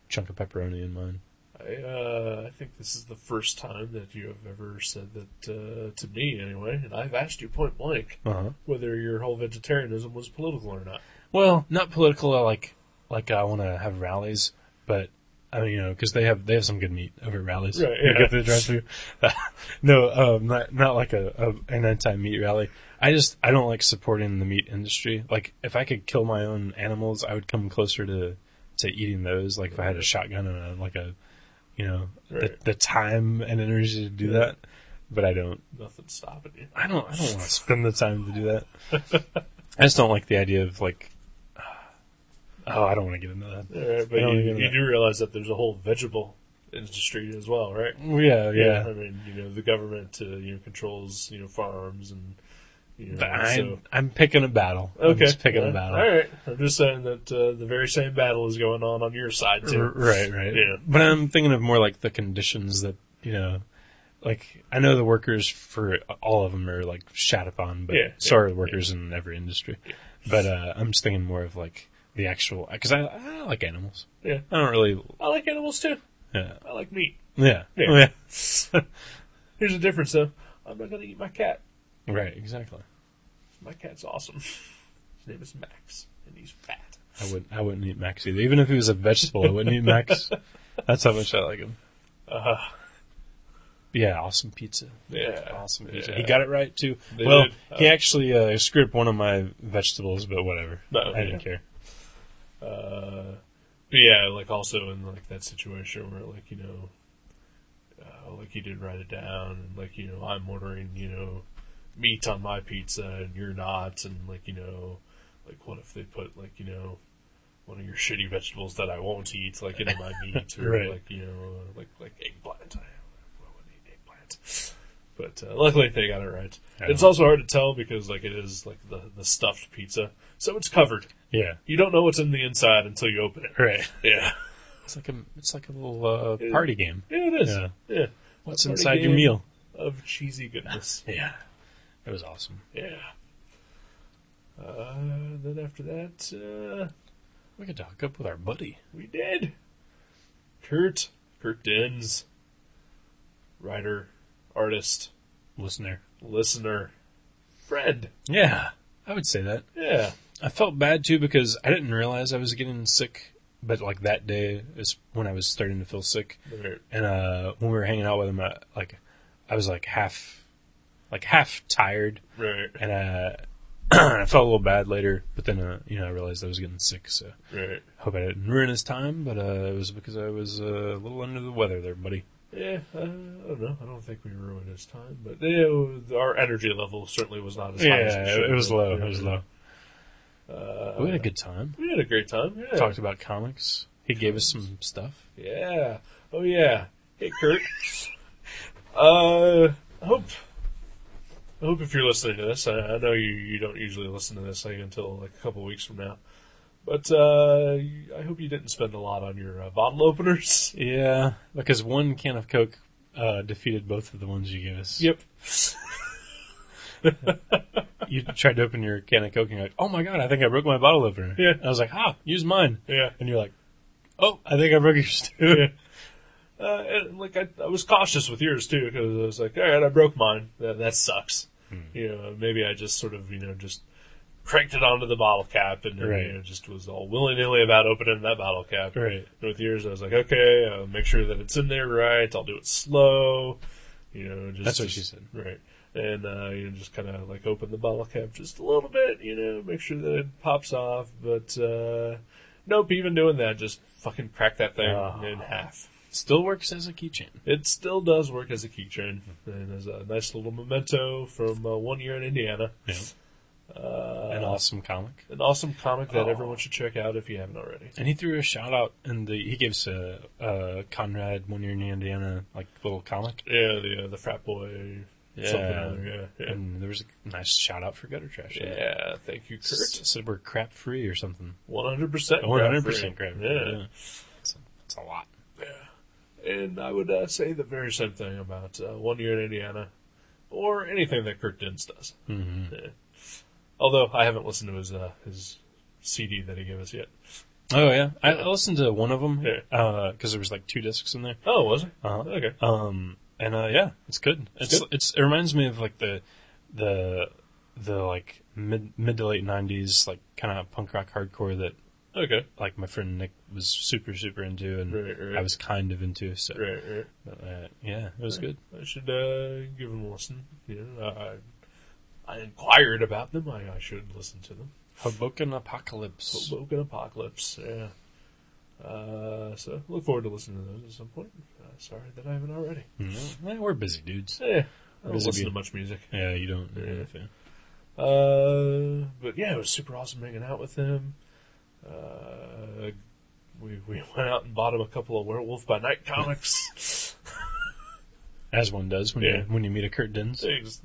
[SPEAKER 4] chunk of pepperoni in mine.
[SPEAKER 3] I uh, I think this is the first time that you have ever said that uh, to me, anyway. And I've asked you point blank
[SPEAKER 4] Uh huh.
[SPEAKER 3] whether your whole vegetarianism was political or not.
[SPEAKER 4] Well, not political. I like like I want to have rallies, but I mean you know because they have they have some good meat over at rallies.
[SPEAKER 3] Right,
[SPEAKER 4] You
[SPEAKER 3] yeah.
[SPEAKER 4] get the drive through. no, um, not not like a, a an anti meat rally. I just I don't like supporting the meat industry. Like if I could kill my own animals, I would come closer to to eating those. Like if I had a shotgun and a, like a you know
[SPEAKER 3] Right.
[SPEAKER 4] the, the time and energy to do that. But I don't.
[SPEAKER 3] Nothing's stopping you.
[SPEAKER 4] I don't. I don't want to spend the time to do that. I just don't like the idea of like. Oh, I don't want to get into that.
[SPEAKER 3] All right, but
[SPEAKER 4] I don't
[SPEAKER 3] you,
[SPEAKER 4] even know
[SPEAKER 3] you
[SPEAKER 4] that.
[SPEAKER 3] do realize that there's a whole vegetable industry as well, right?
[SPEAKER 4] Yeah, yeah.
[SPEAKER 3] I mean, you know, the government uh, you know controls you know farms and you know.
[SPEAKER 4] But I'm,
[SPEAKER 3] so-
[SPEAKER 4] I'm picking a battle. I'm
[SPEAKER 3] okay,
[SPEAKER 4] just picking
[SPEAKER 3] all
[SPEAKER 4] a
[SPEAKER 3] right,
[SPEAKER 4] battle.
[SPEAKER 3] All right, I'm just saying that uh, the very same battle is going on on your side too.
[SPEAKER 4] R- right, right.
[SPEAKER 3] Yeah.
[SPEAKER 4] But I'm thinking of more like the conditions that you know, like I know the workers for all of them are like shat upon, but
[SPEAKER 3] Yeah,
[SPEAKER 4] so
[SPEAKER 3] yeah,
[SPEAKER 4] are workers in every industry. But uh, I'm just thinking more of like the actual because I, I like animals.
[SPEAKER 3] Yeah,
[SPEAKER 4] I don't really.
[SPEAKER 3] I like animals too.
[SPEAKER 4] Yeah,
[SPEAKER 3] I like meat.
[SPEAKER 4] yeah,
[SPEAKER 3] Yeah.
[SPEAKER 4] yeah.
[SPEAKER 3] Here's the difference though. I'm not gonna eat my cat.
[SPEAKER 4] right, exactly.
[SPEAKER 3] My cat's awesome. His name is Max, and he's fat.
[SPEAKER 4] I wouldn't. I wouldn't eat Max either. Even if he was a vegetable, I wouldn't eat Max. That's how much I like him. Uh-huh.
[SPEAKER 3] Uh,
[SPEAKER 4] Yeah, awesome pizza.
[SPEAKER 3] Yeah.
[SPEAKER 4] awesome
[SPEAKER 3] Yeah.
[SPEAKER 4] pizza. He got it right too.
[SPEAKER 3] They
[SPEAKER 4] well,
[SPEAKER 3] did.
[SPEAKER 4] he actually uh, screwed up one of my vegetables, but whatever.
[SPEAKER 3] No,
[SPEAKER 4] I didn't
[SPEAKER 3] yeah.
[SPEAKER 4] care.
[SPEAKER 3] Uh, but yeah, like also in like that situation where like you know, uh, like you didn't write it down, and like you know I'm ordering you know meat on my pizza and you're not, and like you know, like what if they put like you know one of your shitty vegetables that I won't eat like into my meat or
[SPEAKER 4] Right.
[SPEAKER 3] like you know uh, like like eggplant. I I wouldn't eat eggplant. But uh, luckily they got it right.
[SPEAKER 4] Yeah.
[SPEAKER 3] It's also hard to tell because like it is like the the stuffed pizza, so it's covered.
[SPEAKER 4] Yeah,
[SPEAKER 3] You don't know what's in the inside until you open it.
[SPEAKER 4] right.
[SPEAKER 3] Yeah.
[SPEAKER 4] It's like a it's like a little uh, party game.
[SPEAKER 3] Yeah, it is.
[SPEAKER 4] Yeah.
[SPEAKER 3] Yeah.
[SPEAKER 4] What's
[SPEAKER 3] Party
[SPEAKER 4] inside your
[SPEAKER 3] game
[SPEAKER 4] meal?
[SPEAKER 3] Of cheesy goodness.
[SPEAKER 4] Yeah, it was awesome.
[SPEAKER 3] yeah. Uh, then after that, uh,
[SPEAKER 4] We could talk up with our buddy.
[SPEAKER 3] we did. Kurt. Kurt Dins. Writer, artist,
[SPEAKER 4] Listener.
[SPEAKER 3] listener, friend.
[SPEAKER 4] Yeah, I would say that.
[SPEAKER 3] Yeah.
[SPEAKER 4] I felt bad too because I didn't realize I was getting sick, but like that day is when I was starting to feel sick.
[SPEAKER 3] Right.
[SPEAKER 4] and uh when we were hanging out with him uh, like i was like half like half tired
[SPEAKER 3] Right.
[SPEAKER 4] and uh i felt a little bad later but then uh, you know i realized i was getting sick so
[SPEAKER 3] Right.
[SPEAKER 4] hope i didn't ruin his time but uh it was because i was uh, a little under the weather there buddy
[SPEAKER 3] Yeah, uh, I don't know. I don't think we ruined his time, but yeah, our energy level certainly was not as high as
[SPEAKER 4] it,
[SPEAKER 3] should
[SPEAKER 4] it was
[SPEAKER 3] have
[SPEAKER 4] low
[SPEAKER 3] been.
[SPEAKER 4] it was low
[SPEAKER 3] Uh,
[SPEAKER 4] we had a good time
[SPEAKER 3] We had a great time. Yeah.
[SPEAKER 4] talked about comics he gave us some stuff
[SPEAKER 3] Yeah. Oh yeah. Hey Kurt. uh, I hope. I hope if you're listening to this, I, I know you, you don't usually listen to this like, until like a couple weeks from now, but uh, I hope you didn't spend a lot on your uh, bottle openers.
[SPEAKER 4] yeah because one can of coke uh, defeated both of the ones you gave us.
[SPEAKER 3] Yep.
[SPEAKER 4] You tried to open your can of Coke and you're like, oh my god, I think I broke my bottle opener.
[SPEAKER 3] Yeah.
[SPEAKER 4] I was like, ah, use mine.
[SPEAKER 3] Yeah.
[SPEAKER 4] and you're like, "Oh, I think I broke yours too."
[SPEAKER 3] Yeah. Uh, and, like I, I was cautious with yours too because I was like, all right, I broke mine. That, that sucks.
[SPEAKER 4] Hmm.
[SPEAKER 3] You know, maybe I just sort of you know just cranked it onto the bottle cap and then,
[SPEAKER 4] Right.
[SPEAKER 3] you know, just was all willy nilly about opening that bottle cap.
[SPEAKER 4] Right.
[SPEAKER 3] And with yours, I was like, okay, I'll make sure that it's in there right. I'll do it slow. You know, just
[SPEAKER 4] That's what
[SPEAKER 3] just-
[SPEAKER 4] she said.
[SPEAKER 3] Right. And uh, you know, just kind of like open the bottle cap just a little bit. You know, make sure that it pops off. But uh, nope, even doing that, just fucking crack that thing
[SPEAKER 4] Ah.
[SPEAKER 3] in half.
[SPEAKER 4] Still works as a keychain.
[SPEAKER 3] It still does work as a keychain, and as a nice little memento from uh, one year in Indiana. Uh,
[SPEAKER 4] Yeah. An
[SPEAKER 3] Uh-huh.
[SPEAKER 4] awesome comic.
[SPEAKER 3] An awesome comic that
[SPEAKER 4] Oh.
[SPEAKER 3] everyone should check out if you haven't already.
[SPEAKER 4] And he threw a shout out, and the, he gives a, a Conrad one year in Indiana like little comic,
[SPEAKER 3] Yeah, the uh, the frat boy. Something
[SPEAKER 4] Yeah.
[SPEAKER 3] or other, yeah, yeah.
[SPEAKER 4] and there was a nice shout out for gutter trash. in it.
[SPEAKER 3] Yeah, thank you,
[SPEAKER 4] S-
[SPEAKER 3] Kurt.
[SPEAKER 4] said we're crap free or something.
[SPEAKER 3] One hundred percent.
[SPEAKER 4] Oh, One hundred percent crap free.
[SPEAKER 3] Yeah.
[SPEAKER 4] It's, a, it's a lot.
[SPEAKER 3] and I would uh, say the very same thing about uh, One Year in Indiana, or anything that Kirk Dins does.
[SPEAKER 4] Mhm.
[SPEAKER 3] Yeah. Although I haven't listened to his uh, his CD that he gave us yet.
[SPEAKER 4] Oh yeah, I, I listened to one of them
[SPEAKER 3] Yeah.
[SPEAKER 4] because there was like two discs in there.
[SPEAKER 3] Oh, was it?
[SPEAKER 4] Uh-huh.
[SPEAKER 3] Okay.
[SPEAKER 4] Um, and uh, yeah, it's good. It's it's,
[SPEAKER 3] good.
[SPEAKER 4] it reminds me of like the the the like mid mid to late nineties like kind of punk rock hardcore that
[SPEAKER 3] Okay.
[SPEAKER 4] like my friend Nick was super super into and
[SPEAKER 3] Right, right.
[SPEAKER 4] Mm-hmm. I was kind of into. So
[SPEAKER 3] Right, right.
[SPEAKER 4] uh, yeah, it was good.
[SPEAKER 3] I should uh, give them a listen. You know, I, I inquired about them. I, I should listen to them.
[SPEAKER 4] Hoboken Apocalypse.
[SPEAKER 3] Hoboken Apocalypse. Yeah. Uh, so look forward to listening to those at some point. Uh, sorry that I haven't already.
[SPEAKER 4] Mm, Yeah, we're busy dudes.
[SPEAKER 3] Yeah. I don't
[SPEAKER 4] Eh, Busy
[SPEAKER 3] listen to
[SPEAKER 4] bee.
[SPEAKER 3] much music.
[SPEAKER 4] Yeah, you don't.
[SPEAKER 3] Yeah.
[SPEAKER 4] Yeah.
[SPEAKER 3] Uh, but yeah, it was super awesome hanging out with him. Uh, we we went out and bought him a couple of Werewolf by Night comics.
[SPEAKER 4] As one does when
[SPEAKER 3] Yeah.
[SPEAKER 4] you when you meet a Kurt Dins.
[SPEAKER 3] Things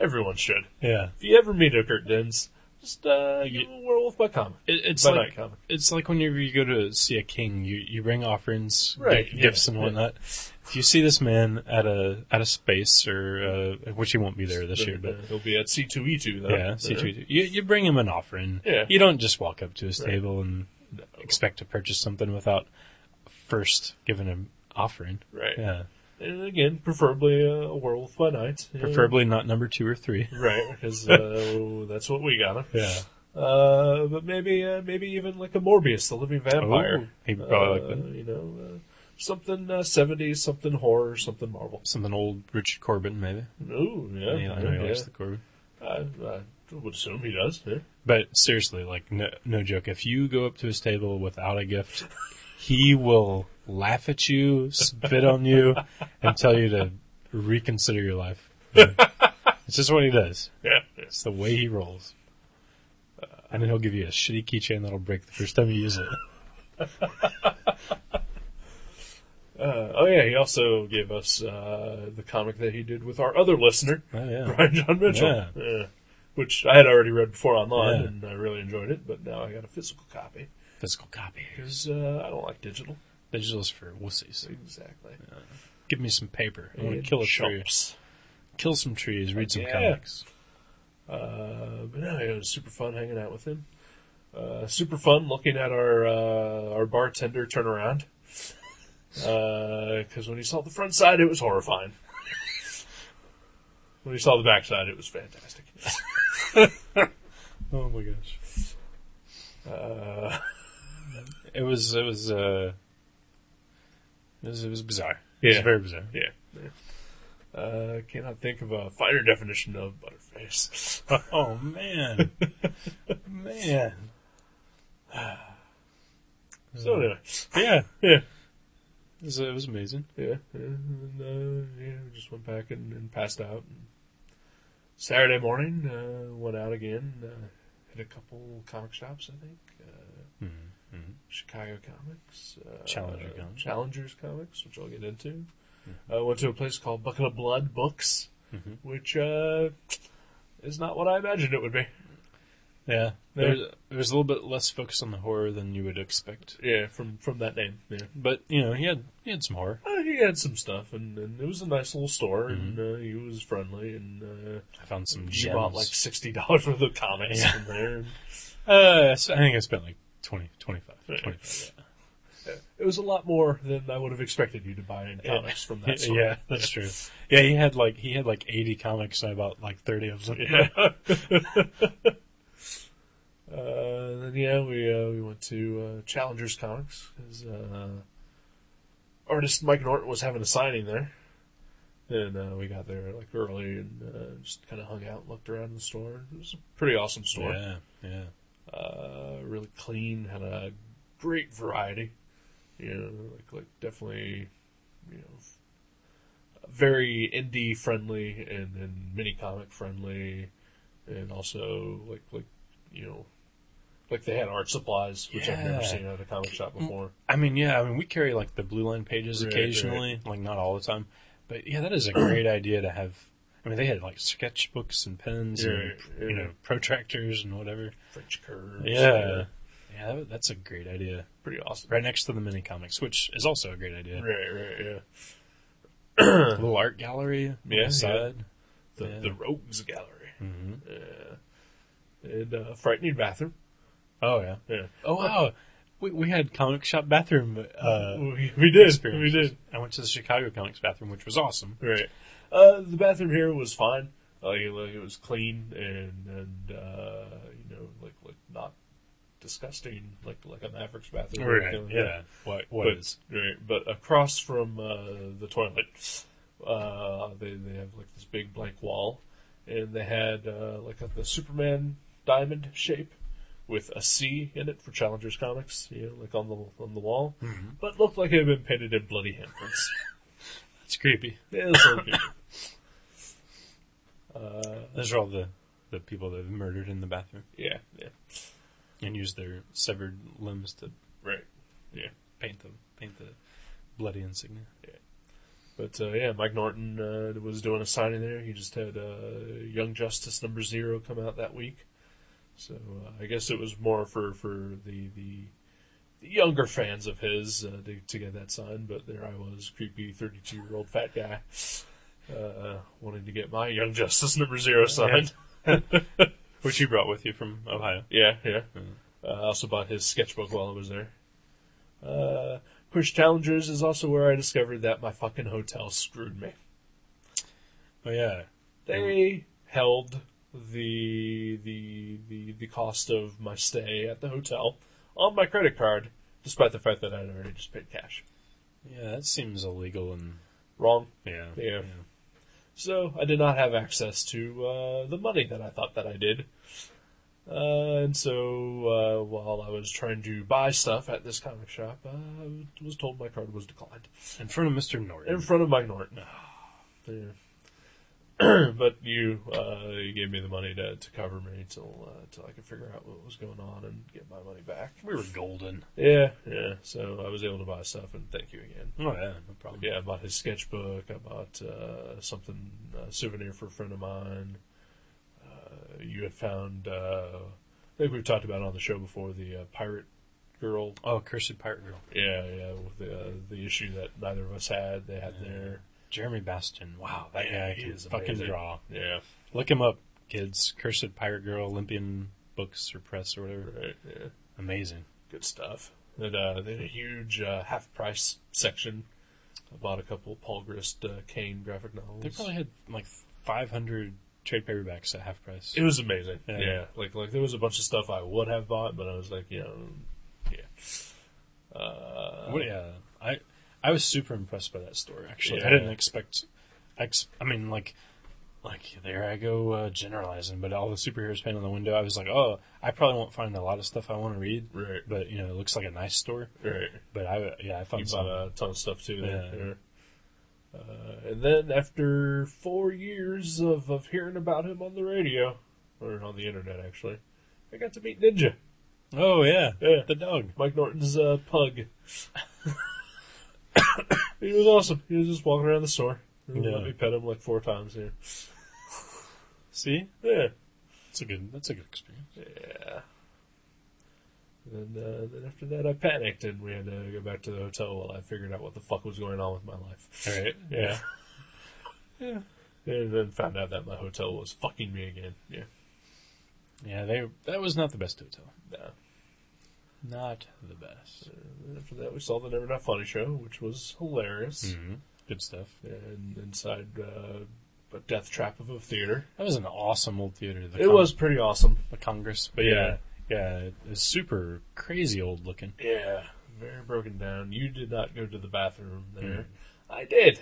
[SPEAKER 3] everyone should.
[SPEAKER 4] Yeah.
[SPEAKER 3] If you ever meet a Kurt Dins, just uh, give him a Werewolf by comic.
[SPEAKER 4] It, it's
[SPEAKER 3] By
[SPEAKER 4] like
[SPEAKER 3] night comic.
[SPEAKER 4] it's like whenever you go to see a king, you, you bring offerings,
[SPEAKER 3] Right,
[SPEAKER 4] gi-
[SPEAKER 3] yeah,
[SPEAKER 4] gifts, and
[SPEAKER 3] yeah.
[SPEAKER 4] whatnot. If you see this man at a at a space or uh, which he won't be there this year, but
[SPEAKER 3] he'll be at C two E two though.
[SPEAKER 4] yeah, see to it. you you bring him an offering.
[SPEAKER 3] Yeah.
[SPEAKER 4] you don't just walk up to his
[SPEAKER 3] Right.
[SPEAKER 4] table and expect to purchase something without first giving him offering.
[SPEAKER 3] Right.
[SPEAKER 4] Yeah,
[SPEAKER 3] And again, preferably uh, a Werewolf by Night. you know.
[SPEAKER 4] preferably not number two or three.
[SPEAKER 3] Right, because uh, that's what we got him.
[SPEAKER 4] Yeah,
[SPEAKER 3] Uh, but maybe uh, maybe even like a Morbius, the Living Vampire.
[SPEAKER 4] Ooh, he'd Oh, probably
[SPEAKER 3] Uh,
[SPEAKER 4] like that.
[SPEAKER 3] You know, uh, something uh, 70s, something horror, something Marvel.
[SPEAKER 4] Something old Richard Corbin maybe.
[SPEAKER 3] Ooh, yeah.
[SPEAKER 4] Yeah, I know he likes the Corbin.
[SPEAKER 3] I, I would assume he does. Yeah.
[SPEAKER 4] But seriously, like no, no joke. If you go up to his table without a gift, he will laugh at you, spit on you, and tell you to reconsider your life. it's just what he does.
[SPEAKER 3] Yeah, yeah.
[SPEAKER 4] It's the way he rolls. And then he'll give you a shitty keychain that'll break the first time you use it.
[SPEAKER 3] Uh, oh, yeah, he also gave us uh, the comic that he did with our other listener,
[SPEAKER 4] Oh yeah.
[SPEAKER 3] Brian John Mitchell. Yeah. Which I had already read before online,
[SPEAKER 4] Yeah.
[SPEAKER 3] and I really enjoyed it, but now I got a physical copy.
[SPEAKER 4] Physical copy.
[SPEAKER 3] Because uh, I don't like digital.
[SPEAKER 4] Digital's for wussies.
[SPEAKER 3] Exactly.
[SPEAKER 4] Give me some paper. I want to
[SPEAKER 3] And
[SPEAKER 4] kill a tree.
[SPEAKER 3] chumps.
[SPEAKER 4] Kill some trees. Read some
[SPEAKER 3] Yeah.
[SPEAKER 4] comics.
[SPEAKER 3] Uh, but no, it was super fun hanging out with him. Uh, super fun looking at our uh, our bartender turn around. Because when he saw the front side, it was horrifying. when he saw the back side, it was fantastic.
[SPEAKER 4] Oh my gosh.
[SPEAKER 3] Uh,
[SPEAKER 4] It was. It was. Uh, it was. It was bizarre. It
[SPEAKER 3] Yeah.
[SPEAKER 4] was very bizarre.
[SPEAKER 3] yeah. Uh, cannot think of a finer definition of butterface.
[SPEAKER 4] Oh man, man.
[SPEAKER 3] so
[SPEAKER 4] Mm.
[SPEAKER 3] anyway,
[SPEAKER 4] Yeah,
[SPEAKER 3] yeah.
[SPEAKER 4] it was, it was amazing.
[SPEAKER 3] Yeah, yeah, and uh, yeah, we just went back and, and passed out. Saturday morning, uh, went out again, uh, hit a couple comic shops, I think. Uh,
[SPEAKER 4] Hmm.
[SPEAKER 3] Chicago Comics, uh,
[SPEAKER 4] Challenger Comics. Mm-hmm.
[SPEAKER 3] Challengers Comics, which I'll get into. Uh, went to a place called Bucket of Blood Books, which uh, is not what I imagined it would be.
[SPEAKER 4] Yeah,
[SPEAKER 3] Yeah.
[SPEAKER 4] there was, there was a little bit less focus on the horror than you would expect,
[SPEAKER 3] Yeah, from from that name. Yeah.
[SPEAKER 4] but you know he had he had some horror.
[SPEAKER 3] Uh, he had some stuff, and, and it was a nice little store,
[SPEAKER 4] Mm-hmm.
[SPEAKER 3] and uh, he was friendly, and uh,
[SPEAKER 4] I found some
[SPEAKER 3] You
[SPEAKER 4] gems.
[SPEAKER 3] bought like sixty dollars worth of comics
[SPEAKER 4] Yeah.
[SPEAKER 3] from there.
[SPEAKER 4] uh, I s- I think I spent like 20, 25,
[SPEAKER 3] Yeah.
[SPEAKER 4] 25
[SPEAKER 3] It was a lot more than I would have expected you to buy in
[SPEAKER 4] Yeah.
[SPEAKER 3] comics from
[SPEAKER 4] yeah.
[SPEAKER 3] that. Store.
[SPEAKER 4] yeah, that's true. Yeah, he had like he had like eighty comics, and I bought like thirty of them.
[SPEAKER 3] Yeah. uh, then yeah, we uh, we went to uh, Challengers Comics 'cause, uh, artist Mike Norton was having a signing there, and uh, we got there like early and uh, just kind of hung out, looked around the store. It was a pretty awesome store.
[SPEAKER 4] yeah, yeah.
[SPEAKER 3] uh, really clean, had a great variety. You know, like like definitely, you know, very indie friendly and and mini comic friendly, and also like like you know, like they had art supplies, which I've never
[SPEAKER 4] Yeah. Mm.
[SPEAKER 3] seen at a comic shop before.
[SPEAKER 4] I mean, yeah, I mean, we carry like the blue line pages
[SPEAKER 3] Right,
[SPEAKER 4] occasionally, like not all the time, but yeah, that is a great idea to have. I mean, they had like sketchbooks and pens and
[SPEAKER 3] Yeah,
[SPEAKER 4] you
[SPEAKER 3] yeah.
[SPEAKER 4] know protractors and whatever.
[SPEAKER 3] French curves,
[SPEAKER 4] Yeah, yeah, that, that's a great idea.
[SPEAKER 3] pretty awesome.
[SPEAKER 4] Right next to the mini comics, which is also a great idea.
[SPEAKER 3] right, right, yeah.
[SPEAKER 4] A little art gallery on
[SPEAKER 3] Yeah,
[SPEAKER 4] the side.
[SPEAKER 3] the,
[SPEAKER 4] Yeah. Mm-hmm.
[SPEAKER 3] the Rogues Gallery, yeah. and uh, frightening bathroom.
[SPEAKER 4] Oh yeah.
[SPEAKER 3] Yeah,
[SPEAKER 4] Oh wow. We, we had comic shop bathroom uh,
[SPEAKER 3] we, we did, we
[SPEAKER 4] experience.
[SPEAKER 3] did.
[SPEAKER 4] I went to the Chicago Comics bathroom, which was awesome.
[SPEAKER 3] Right. Uh, the bathroom here was fine. Like, it- like, it was clean and and uh, you know like like not disgusting like like a Mavericks bathroom. or anything like that.
[SPEAKER 4] What
[SPEAKER 3] But,
[SPEAKER 4] what is?
[SPEAKER 3] right, but across from uh, the toilet, uh, they they have like this big blank wall, and they had uh, like a, the Superman diamond shape. With a C in it for Challengers Comics, you know, like on the on the wall, but looked like it had been painted in bloody handprints.
[SPEAKER 4] It's creepy.
[SPEAKER 3] yeah, that's okay.
[SPEAKER 4] Those are all the the people that have murdered in the bathroom
[SPEAKER 3] Yeah, yeah,
[SPEAKER 4] and used their severed limbs to
[SPEAKER 3] right.
[SPEAKER 4] paint them, paint the bloody insignia.
[SPEAKER 3] But uh, yeah, Mike Norton uh, was doing a signing there. He just had uh, Young Justice number zero come out that week, so uh, I guess it was more for for the the, the younger fans of his uh, to, to get that sign. But there I was, creepy thirty two year old fat guy, uh, wanting to get my Young Justice number zero signed.
[SPEAKER 4] Which you brought with you from Ohio.
[SPEAKER 3] Yeah, yeah. Uh, I also bought his sketchbook while I was there. Uh, Push Challengers is also where I discovered that my fucking hotel screwed me.
[SPEAKER 4] Oh yeah.
[SPEAKER 3] They held the the the the cost of my stay at the hotel on my credit card, despite the fact that I'd already just paid cash.
[SPEAKER 4] Yeah, that seems illegal and
[SPEAKER 3] Wrong.
[SPEAKER 4] yeah.
[SPEAKER 3] Yeah. So I did not have access to uh, the money that I thought that I did. Uh, and so uh, while I was trying to buy stuff at this comic shop, uh, I was told my card was declined
[SPEAKER 4] In front of Mr. Norton.
[SPEAKER 3] in front of Mike Norton. Yeah. but you, uh, you gave me the money to, to cover me till uh, till I could figure out what was going on and get my money back.
[SPEAKER 4] we were golden.
[SPEAKER 3] Yeah, yeah. So I was able to buy stuff, and thank you again.
[SPEAKER 4] Oh yeah, no problem.
[SPEAKER 3] Yeah, I bought his sketchbook. I bought uh, something uh, souvenir for a friend of mine. Uh, you had found. Uh, I think we've talked about it on the show before the uh, pirate girl.
[SPEAKER 4] Oh, cursed pirate girl.
[SPEAKER 3] Yeah, yeah. with The uh, the issue that neither of us had, they had there.
[SPEAKER 4] Jeremy Bastion. Wow, that
[SPEAKER 3] Yeah,
[SPEAKER 4] guy
[SPEAKER 3] he
[SPEAKER 4] can
[SPEAKER 3] is
[SPEAKER 4] fucking
[SPEAKER 3] amazing.
[SPEAKER 4] draw.
[SPEAKER 3] Yeah,
[SPEAKER 4] Look him up, kids. Cursed pirate girl, Olympian books or press or whatever.
[SPEAKER 3] right. Yeah,
[SPEAKER 4] Amazing.
[SPEAKER 3] good stuff. And uh, they had a huge uh, half price section. I bought a couple Paul Grist uh, Kane graphic novels.
[SPEAKER 4] They probably had like 500 trade paperbacks at half price.
[SPEAKER 3] It was amazing.
[SPEAKER 4] Yeah.
[SPEAKER 3] Yeah. Like like there was a bunch of stuff I would have bought, but I was like, you know, yeah. Uh,
[SPEAKER 4] What- yeah, I I was super impressed by that store. Actually, I
[SPEAKER 3] Yeah.
[SPEAKER 4] didn't expect. I, ex- I mean, like, like there I go uh, generalizing, but all the superheroes painted on the window, I was like, oh, I probably won't find a lot of stuff I want to read,
[SPEAKER 3] Right.
[SPEAKER 4] but you know, it looks like a nice store.
[SPEAKER 3] Right.
[SPEAKER 4] But I yeah, I
[SPEAKER 3] You
[SPEAKER 4] found some.
[SPEAKER 3] bought a ton of stuff too.
[SPEAKER 4] Yeah.
[SPEAKER 3] there. Uh, and then after four years of, of hearing about him on the radio, or on the internet actually, I got to meet Ninja,
[SPEAKER 4] oh yeah,
[SPEAKER 3] Yeah.
[SPEAKER 4] the dog.
[SPEAKER 3] Mike Norton's uh, pug. he was awesome. He was just walking around the store. He
[SPEAKER 4] Yeah.
[SPEAKER 3] Let me pet him like four times here.
[SPEAKER 4] See,
[SPEAKER 3] Yeah.
[SPEAKER 4] that's a good that's a good experience.
[SPEAKER 3] Yeah. And uh, then after that, I panicked and we had to go back to the hotel while I figured out what the fuck was going on with my life.
[SPEAKER 4] All right,
[SPEAKER 3] Yeah. yeah. And then found out that my hotel was fucking me again. Yeah.
[SPEAKER 4] yeah, they that was not the best hotel.
[SPEAKER 3] No.
[SPEAKER 4] Not the best.
[SPEAKER 3] And after that, we saw the Never Not Funny show, which was hilarious.
[SPEAKER 4] hmm Good stuff.
[SPEAKER 3] And inside uh, a death trap of a theater.
[SPEAKER 4] That was an awesome old theater. The
[SPEAKER 3] It
[SPEAKER 4] Con-
[SPEAKER 3] was pretty awesome.
[SPEAKER 4] the Congress, but yeah,
[SPEAKER 3] Yeah.
[SPEAKER 4] yeah, it's super crazy old looking.
[SPEAKER 3] Yeah, very broken down. You did not go to the bathroom there. I did.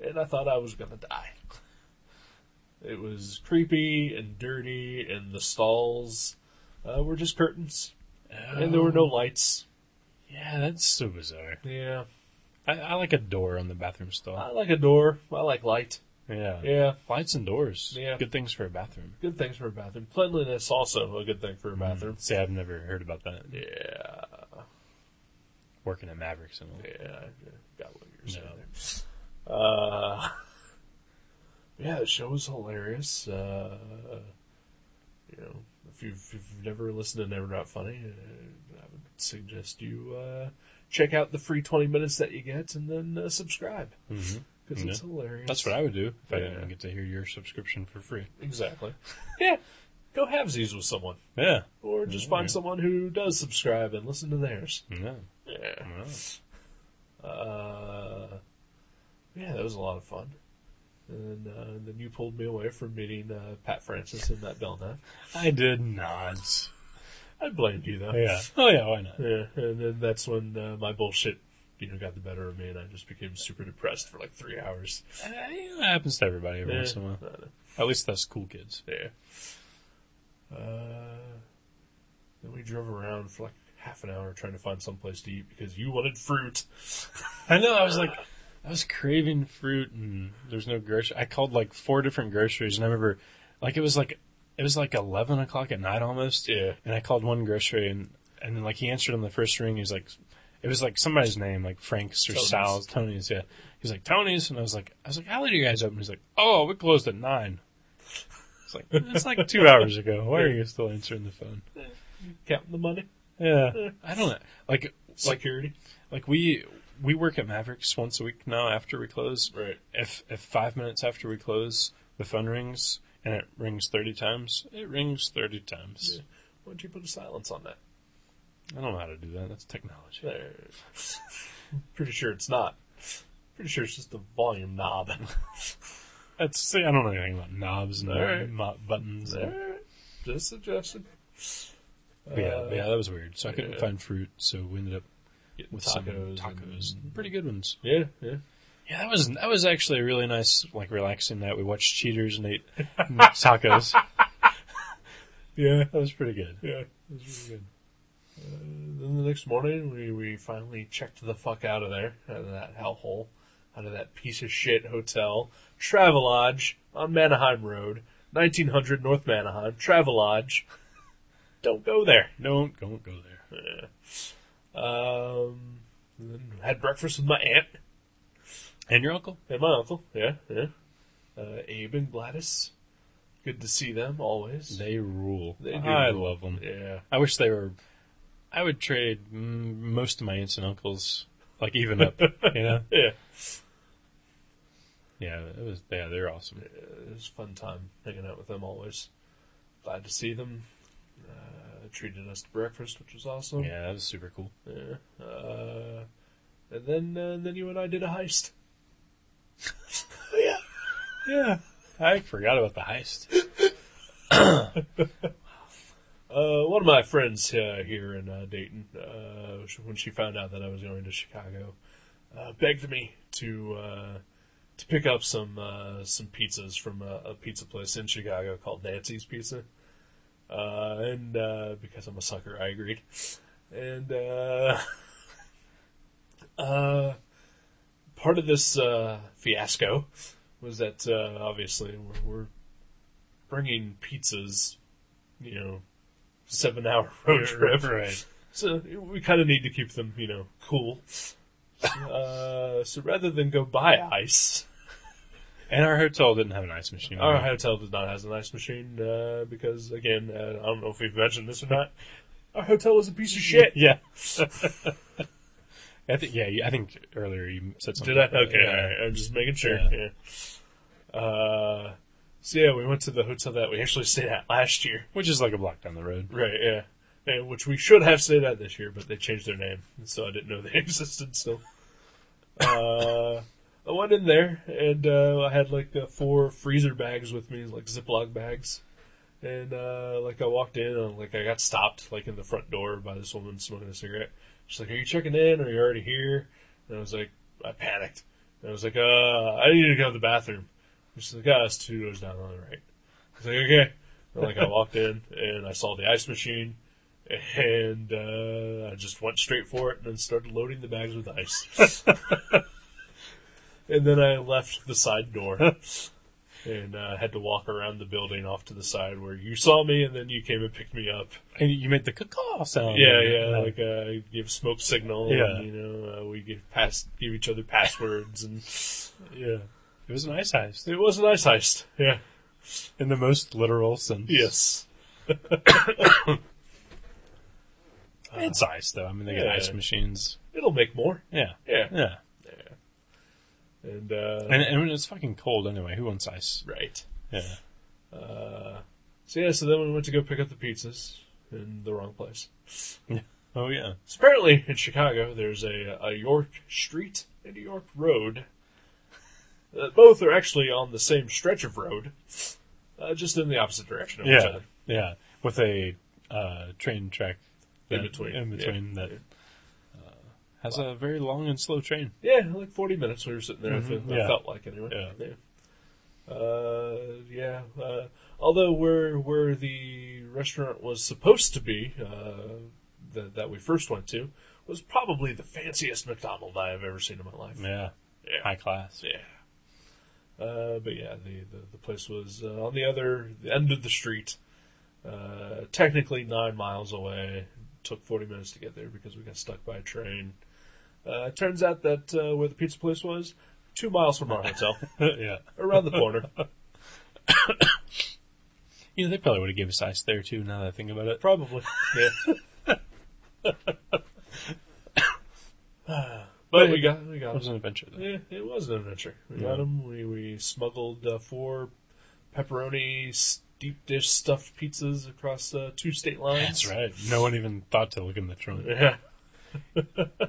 [SPEAKER 3] And I thought I was going to die. It was creepy and dirty, and the stalls uh, were just curtains, and there were no lights.
[SPEAKER 4] Yeah, that's so bizarre.
[SPEAKER 3] Yeah.
[SPEAKER 4] I, I like a door on the bathroom stall.
[SPEAKER 3] I like a door. I like light.
[SPEAKER 4] yeah.
[SPEAKER 3] Uh, Yeah.
[SPEAKER 4] lights and doors.
[SPEAKER 3] Yeah.
[SPEAKER 4] good things for a bathroom.
[SPEAKER 3] Good things for a bathroom. Cleanliness also a good thing for a bathroom.
[SPEAKER 4] Mm. See, I've never heard about that.
[SPEAKER 3] Yeah.
[SPEAKER 4] Working at Mavericks and all.
[SPEAKER 3] Yeah, I got what you're saying
[SPEAKER 4] No.
[SPEAKER 3] there. Uh, yeah, the show was hilarious. Uh, you know, if you've, if you've never listened to Never Not Funny, uh, I would suggest you uh, check out the free 20 minutes that you get and then uh, subscribe
[SPEAKER 4] Mhm.
[SPEAKER 3] because it's
[SPEAKER 4] Yeah.
[SPEAKER 3] hilarious.
[SPEAKER 4] That's what I would do if I
[SPEAKER 3] Yeah.
[SPEAKER 4] didn't get to hear your subscription for free.
[SPEAKER 3] exactly. yeah, go have these with someone,
[SPEAKER 4] Yeah,
[SPEAKER 3] or just
[SPEAKER 4] Mm-hmm. Yeah.
[SPEAKER 3] find someone who does subscribe and listen to theirs.
[SPEAKER 4] yeah,
[SPEAKER 3] Yeah.
[SPEAKER 4] Wow.
[SPEAKER 3] Uh, yeah, that was a lot of fun. And uh, then you pulled me away from meeting uh, Pat Francis and Matt Belknap.
[SPEAKER 4] I did not.
[SPEAKER 3] I blamed you though.
[SPEAKER 4] Yeah. Oh yeah, why not?
[SPEAKER 3] Yeah, and then that's when uh, my bullshit, you know, got the better of me, and I just became super depressed for like three hours.
[SPEAKER 4] Uh, you know, it happens to everybody every
[SPEAKER 3] Yeah.
[SPEAKER 4] once in a while.
[SPEAKER 3] I know.
[SPEAKER 4] At least that's cool kids.
[SPEAKER 3] Yeah. Uh, then we drove around for like half an hour trying to find someplace to eat because you wanted fruit.
[SPEAKER 4] I know. I was like, I was craving fruit, and there's no grocery. I called like four different groceries, and I remember, like, it was like it was like eleven o'clock at night almost.
[SPEAKER 3] Yeah.
[SPEAKER 4] And I called one grocery and and then like he answered on the first ring. He's like, it was like somebody's name, like Frank's or
[SPEAKER 3] Tony's.
[SPEAKER 4] Sal's, Tony's. Yeah. He's like Tony's, and I was like, I was like, how late are you guys open? He's like, oh, we closed at nine. It's like it's like two hours ago. Why are you still answering the phone?
[SPEAKER 3] Counting the money.
[SPEAKER 4] Yeah. I don't know. Like like
[SPEAKER 3] Security.
[SPEAKER 4] like we we work at Mavericks once a week now after we close.
[SPEAKER 3] Right.
[SPEAKER 4] If if five minutes after we close, the phone rings and it rings thirty times. It rings thirty times.
[SPEAKER 3] Why don't you put a silence on that?
[SPEAKER 4] I don't know how to do that. That's technology.
[SPEAKER 3] There. Pretty sure it's not. Pretty sure it's just the volume knob.
[SPEAKER 4] That's see, I don't know anything about knobs and
[SPEAKER 3] All right.
[SPEAKER 4] mo- buttons. And,
[SPEAKER 3] Alright, just suggested.
[SPEAKER 4] but yeah, but yeah, that was weird. So I couldn't
[SPEAKER 3] yeah.
[SPEAKER 4] find fruit, so we ended up
[SPEAKER 3] Getting
[SPEAKER 4] with
[SPEAKER 3] tacos.
[SPEAKER 4] some tacos, pretty good ones.
[SPEAKER 3] Yeah, yeah.
[SPEAKER 4] Yeah, that was that was actually a really nice, like relaxing night. We watched Cheaters and ate tacos. yeah, that was pretty good.
[SPEAKER 3] Yeah, this was really good. Uh, then the next morning, we, we finally checked the fuck out of there, out of that hellhole, out of that piece of shit hotel, Travelodge on Manaheim Road, 1900 North Manaheim, Travelodge. Don't go there.
[SPEAKER 4] Don't don't go there.
[SPEAKER 3] Um, and then had breakfast with my aunt
[SPEAKER 4] And your uncle?
[SPEAKER 3] and my uncle. Yeah, yeah. Uh, Abe and Gladys. Good to see them always.
[SPEAKER 4] They rule.
[SPEAKER 3] They do
[SPEAKER 4] I
[SPEAKER 3] rule.
[SPEAKER 4] love them.
[SPEAKER 3] yeah.
[SPEAKER 4] I wish they were. I would trade mm, most of my aunts and uncles, like even up. you know?
[SPEAKER 3] Yeah.
[SPEAKER 4] Yeah, it was. Yeah, they're awesome.
[SPEAKER 3] it was a fun time hanging out with them always. Glad to see them. Uh, treated us to breakfast, which was awesome.
[SPEAKER 4] Yeah, that was super cool.
[SPEAKER 3] Yeah. Uh, and then uh, then you and I did a heist. yeah.
[SPEAKER 4] Yeah, I forgot about the heist.
[SPEAKER 3] Uh, one of my friends uh, here in uh, Dayton, uh, sh- when she found out that I was going to Chicago, uh, begged me to uh, to pick up some uh, some pizzas from a, a pizza place in Chicago called Nancy's Pizza. Uh, and uh, because I'm a sucker, I agreed. And uh, uh, part of this uh, fiasco was that uh, obviously we're, we're bringing pizzas, you know, seven hour road trip.
[SPEAKER 4] Right.
[SPEAKER 3] So we kind of need to keep them, you know, cool. uh, so rather than go buy ice,
[SPEAKER 4] And our hotel didn't have an ice machine.
[SPEAKER 3] our hotel does not have an ice machine uh, because, again, uh, I don't know if we've mentioned this or not. Our hotel was a piece of shit.
[SPEAKER 4] Yeah. I think. Yeah, you- I think earlier you said something.
[SPEAKER 3] Did I?
[SPEAKER 4] about that.
[SPEAKER 3] Okay,
[SPEAKER 4] Yeah.
[SPEAKER 3] all right. I'm just making sure.
[SPEAKER 4] Yeah.
[SPEAKER 3] Yeah. Uh, so yeah, we went to the hotel that we actually stayed at last year.
[SPEAKER 4] Which is like a block down the road.
[SPEAKER 3] Right, yeah. And which we should have stayed at this year, but they changed their name, and so I didn't know they existed still. uh, I went in there, and uh, I had like uh, four freezer bags with me, like Ziploc bags. And uh, like I walked in, and like I got stopped like in the front door by this woman smoking a cigarette. She's like, "Are you checking in? Are you already here?" And I was like, I panicked. And I was like, "Uh, I need to go to the bathroom." And she's like, "Ah, it's two doors down on the right." I was like, "Okay." And, like I walked in and I saw the ice machine, and uh, I just went straight for it and then started loading the bags with ice. and then I left the side door and uh, had to walk around the building off to the side where you saw me, and then you came and picked me up.
[SPEAKER 4] And you made the caw sound.
[SPEAKER 3] Oh, Yeah, yeah, like uh, give smoke signal.
[SPEAKER 4] Yeah.
[SPEAKER 3] and, you know, uh, we give pass, give each other passwords, and
[SPEAKER 4] yeah. It was an ice heist.
[SPEAKER 3] it was an ice heist. Yeah.
[SPEAKER 4] In the most literal sense.
[SPEAKER 3] Yes.
[SPEAKER 4] Uh, It's ice, though. I mean, they
[SPEAKER 3] Yeah.
[SPEAKER 4] got ice machines.
[SPEAKER 3] It'll make more.
[SPEAKER 4] Yeah.
[SPEAKER 3] Yeah.
[SPEAKER 4] Yeah.
[SPEAKER 3] And, uh,
[SPEAKER 4] And, and when it's fucking cold anyway, who wants ice?
[SPEAKER 3] right.
[SPEAKER 4] Yeah.
[SPEAKER 3] So yeah, so then we went to go pick up the pizzas in the wrong place.
[SPEAKER 4] Oh, yeah.
[SPEAKER 3] So apparently in Chicago, there's a, a York Street and a York Road. Uh, both are actually on the same stretch of road, uh, just in the opposite direction of each
[SPEAKER 4] Yeah.
[SPEAKER 3] other.
[SPEAKER 4] Yeah. With a uh, train track
[SPEAKER 3] In
[SPEAKER 4] that-
[SPEAKER 3] between.
[SPEAKER 4] In between
[SPEAKER 3] Yeah.
[SPEAKER 4] that uh, has a very long and slow train.
[SPEAKER 3] Yeah, like 40 minutes we were sitting there, I feel- I
[SPEAKER 4] Mm-hmm. yeah.
[SPEAKER 3] felt like anyway.
[SPEAKER 4] Yeah.
[SPEAKER 3] Yeah. Uh, yeah. Uh, although where where the restaurant was supposed to be, uh, that that we first went to, was probably the fanciest McDonald's I have ever seen in my life.
[SPEAKER 4] Yeah.
[SPEAKER 3] Yeah.
[SPEAKER 4] High class.
[SPEAKER 3] Yeah. Uh, but yeah, the, the, the place was uh, on the other the end of the street, uh, technically nine miles away. Took 40 minutes to get there because we got stuck by a train. Uh, it turns out that uh, where the pizza place was, two miles from our hotel,
[SPEAKER 4] yeah.
[SPEAKER 3] around the corner.
[SPEAKER 4] You know, they probably would have given us ice there too, now that I think about it.
[SPEAKER 3] Probably. Yeah.
[SPEAKER 4] But
[SPEAKER 3] but we got we got
[SPEAKER 4] It was an adventure, though.
[SPEAKER 3] Yeah, Eh, it was an adventure. We
[SPEAKER 4] Yeah.
[SPEAKER 3] got 'em. got them. We, we smuggled uh, four pepperoni s- deep dish stuffed pizzas across uh, two state lines.
[SPEAKER 4] That's right. No one even thought to look in the trunk.
[SPEAKER 3] Yeah.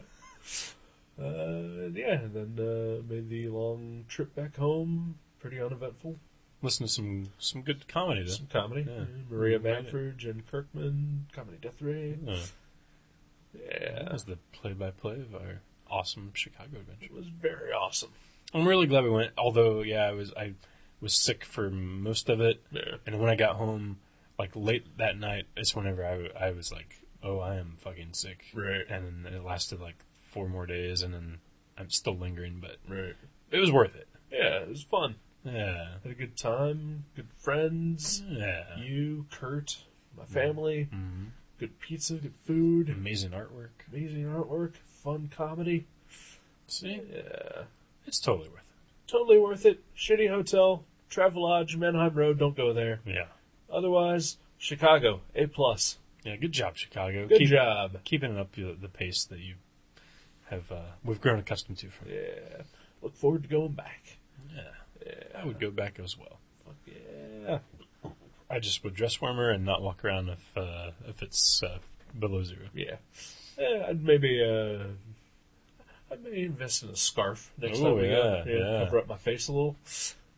[SPEAKER 3] uh, yeah, and then uh, made the long trip back home pretty uneventful.
[SPEAKER 4] Listen to some some good comedy,
[SPEAKER 3] Some comedy. Uh,
[SPEAKER 4] Yeah.
[SPEAKER 3] Maria
[SPEAKER 4] Made it.
[SPEAKER 3] Manford, and Kirkman, comedy death ray.
[SPEAKER 4] though. Yeah.
[SPEAKER 3] Yeah,
[SPEAKER 4] Uh, That was the play-by-play of our awesome Chicago adventure.
[SPEAKER 3] it was very awesome.
[SPEAKER 4] I'm really glad we went. Although, yeah, I was I was sick for most of it,
[SPEAKER 3] Yeah.
[SPEAKER 4] and when I got home, like late that night, is whenever I I was like, oh, I am fucking sick.
[SPEAKER 3] Right.
[SPEAKER 4] And then it lasted like four more days, and then I'm still lingering, but
[SPEAKER 3] Right.
[SPEAKER 4] it was worth it.
[SPEAKER 3] Yeah, it was fun.
[SPEAKER 4] Yeah.
[SPEAKER 3] Had a good time, good friends.
[SPEAKER 4] Yeah.
[SPEAKER 3] you, Kurt, my family,
[SPEAKER 4] Mm-hmm.
[SPEAKER 3] good pizza, good food,
[SPEAKER 4] Amazing artwork.
[SPEAKER 3] amazing artwork, fun comedy.
[SPEAKER 4] See,
[SPEAKER 3] Yeah,
[SPEAKER 4] it's totally worth
[SPEAKER 3] totally worth it. Shitty hotel, Travelodge, Mannheim Road. Don't go there.
[SPEAKER 4] it. Yeah.
[SPEAKER 3] Otherwise, Chicago, A plus.
[SPEAKER 4] Yeah. Good job, Chicago.
[SPEAKER 3] Good
[SPEAKER 4] Keep-
[SPEAKER 3] job.
[SPEAKER 4] Keeping up the, the pace that you have, uh, we've grown accustomed to from.
[SPEAKER 3] Yeah, look forward to going back.
[SPEAKER 4] I would go back as well.
[SPEAKER 3] Fuck yeah.
[SPEAKER 4] I just would dress warmer and not walk around if uh, if it's uh, below zero.
[SPEAKER 3] Yeah, Eh, I'd maybe uh, I may invest in a scarf next
[SPEAKER 4] Oh,
[SPEAKER 3] time we go.
[SPEAKER 4] yeah, yeah.
[SPEAKER 3] cover up my face a little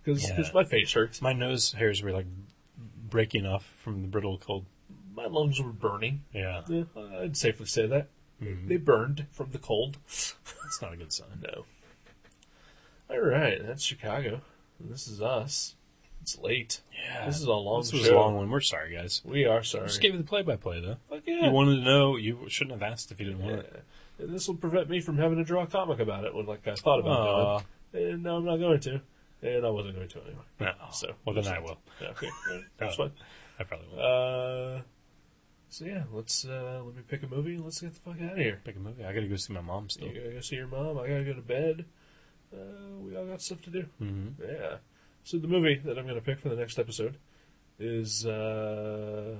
[SPEAKER 3] because
[SPEAKER 4] Yeah.
[SPEAKER 3] my face hurts.
[SPEAKER 4] My nose hairs were like breaking off from the brittle cold.
[SPEAKER 3] My lungs were burning.
[SPEAKER 4] Yeah,
[SPEAKER 3] Yeah, I'd safely say that.
[SPEAKER 4] Mm-hmm.
[SPEAKER 3] They burned from the cold.
[SPEAKER 4] that's not a good sign.
[SPEAKER 3] No. All right, that's Chicago. This is us. It's late.
[SPEAKER 4] Yeah,
[SPEAKER 3] This is a long
[SPEAKER 4] This was
[SPEAKER 3] show.
[SPEAKER 4] a long one. We're sorry, guys.
[SPEAKER 3] We are sorry.
[SPEAKER 4] Just gave you the play-by-play though.
[SPEAKER 3] Fuck yeah.
[SPEAKER 4] You wanted to know. You shouldn't have asked if you didn't want it.
[SPEAKER 3] Yeah. And this will prevent me from having to draw a comic about it when like I thought about doing. And no, I'm not going to. And I wasn't going to anyway.
[SPEAKER 4] No.
[SPEAKER 3] So-
[SPEAKER 4] well, then I will.
[SPEAKER 3] Yeah, okay, all right, that's
[SPEAKER 4] Oh.
[SPEAKER 3] fine.
[SPEAKER 4] I probably will.
[SPEAKER 3] Uh, so yeah, let's uh, let me pick a movie. and Let's get the fuck out of here.
[SPEAKER 4] Pick a movie. I gotta go see my mom still.
[SPEAKER 3] You gotta go see your mom. I gotta go to bed. Uh, we all got stuff to do.
[SPEAKER 4] hmm
[SPEAKER 3] Yeah. So the movie that I'm going to pick for the next episode is uh,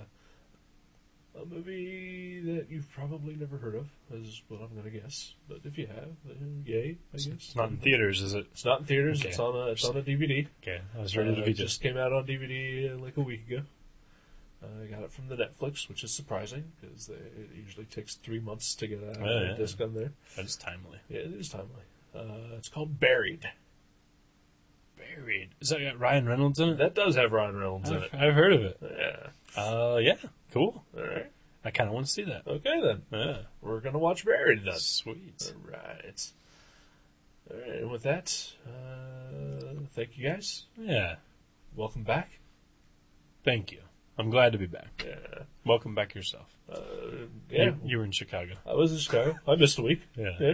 [SPEAKER 3] a movie that you've probably never heard of, is what I'm going to guess. But if you have, then yay, I guess.
[SPEAKER 4] It's not in theaters, is it?
[SPEAKER 3] It's not in theaters.
[SPEAKER 4] Okay.
[SPEAKER 3] It's on a it's on a DVD.
[SPEAKER 4] Okay, I was ready
[SPEAKER 3] Uh,
[SPEAKER 4] to
[SPEAKER 3] it
[SPEAKER 4] be
[SPEAKER 3] just
[SPEAKER 4] just.
[SPEAKER 3] came out on DVD uh, like a week ago. Uh, I got it from the Netflix, which is surprising because it usually takes three months to get a
[SPEAKER 4] Oh, Yeah, yeah.
[SPEAKER 3] disc on there.
[SPEAKER 4] That is timely.
[SPEAKER 3] Yeah, it is timely. Uh, it's called Buried.
[SPEAKER 4] Buried. Is that got Ryan Reynolds in it?
[SPEAKER 3] That does have Ryan Reynolds in
[SPEAKER 4] I've,
[SPEAKER 3] it.
[SPEAKER 4] I've heard of it.
[SPEAKER 3] Yeah.
[SPEAKER 4] Uh, yeah, cool.
[SPEAKER 3] All right.
[SPEAKER 4] I kind of want to see that.
[SPEAKER 3] Okay then.
[SPEAKER 4] Yeah,
[SPEAKER 3] We're gonna watch Buried then.
[SPEAKER 4] sweet.
[SPEAKER 3] All right. All right. And with that, uh, thank you guys.
[SPEAKER 4] Yeah,
[SPEAKER 3] Welcome back.
[SPEAKER 4] thank you. I'm glad to be back.
[SPEAKER 3] Yeah.
[SPEAKER 4] Welcome back yourself.
[SPEAKER 3] Uh,
[SPEAKER 4] You-
[SPEAKER 3] yeah.
[SPEAKER 4] you, were in Chicago.
[SPEAKER 3] I was in Chicago. I missed a week.
[SPEAKER 4] Yeah.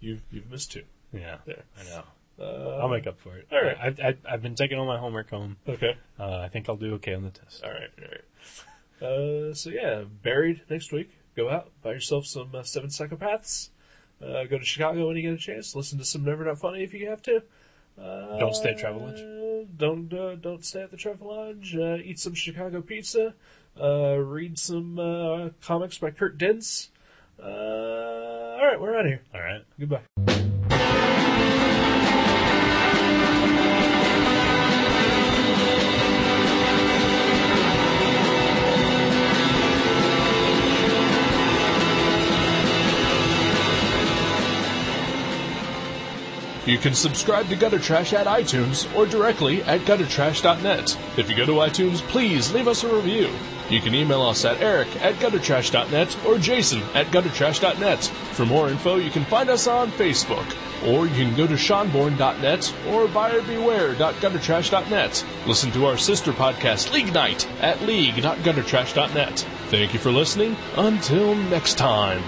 [SPEAKER 3] You've you've missed two.
[SPEAKER 4] Yeah,
[SPEAKER 3] Yeah.
[SPEAKER 4] I know.
[SPEAKER 3] Uh,
[SPEAKER 4] I'll make up for it.
[SPEAKER 3] all right.
[SPEAKER 4] I, I, I've been taking all my homework home.
[SPEAKER 3] Okay.
[SPEAKER 4] Uh, I think I'll do okay on the test.
[SPEAKER 3] All right. All right. Uh, so yeah, Buried next week. Go out, buy yourself some uh, Seven Psychopaths. Uh, go to Chicago when you get a chance. Listen to some Never Not Funny if you have to. Uh,
[SPEAKER 4] Don't stay at Travelodge.
[SPEAKER 3] Uh, Don't uh, don't stay at the Travelodge. Uh, eat some Chicago pizza. Uh, read some uh, comics by Kurt Dentz. Uh, all right, we're out of here.
[SPEAKER 4] All right.
[SPEAKER 3] Goodbye. You can subscribe to Gutter Trash at iTunes or directly at guttertrash.net. If you go to iTunes, please leave us a review. You can email us at eric at guttertrash.net or jason at guttertrash.net. For more info, you can find us on Facebook, or you can go to seanborn.net or buyerbeware.guttertrash.net. Listen to our sister podcast, League Night, at league.guttertrash.net. Thank you for listening. Until next time.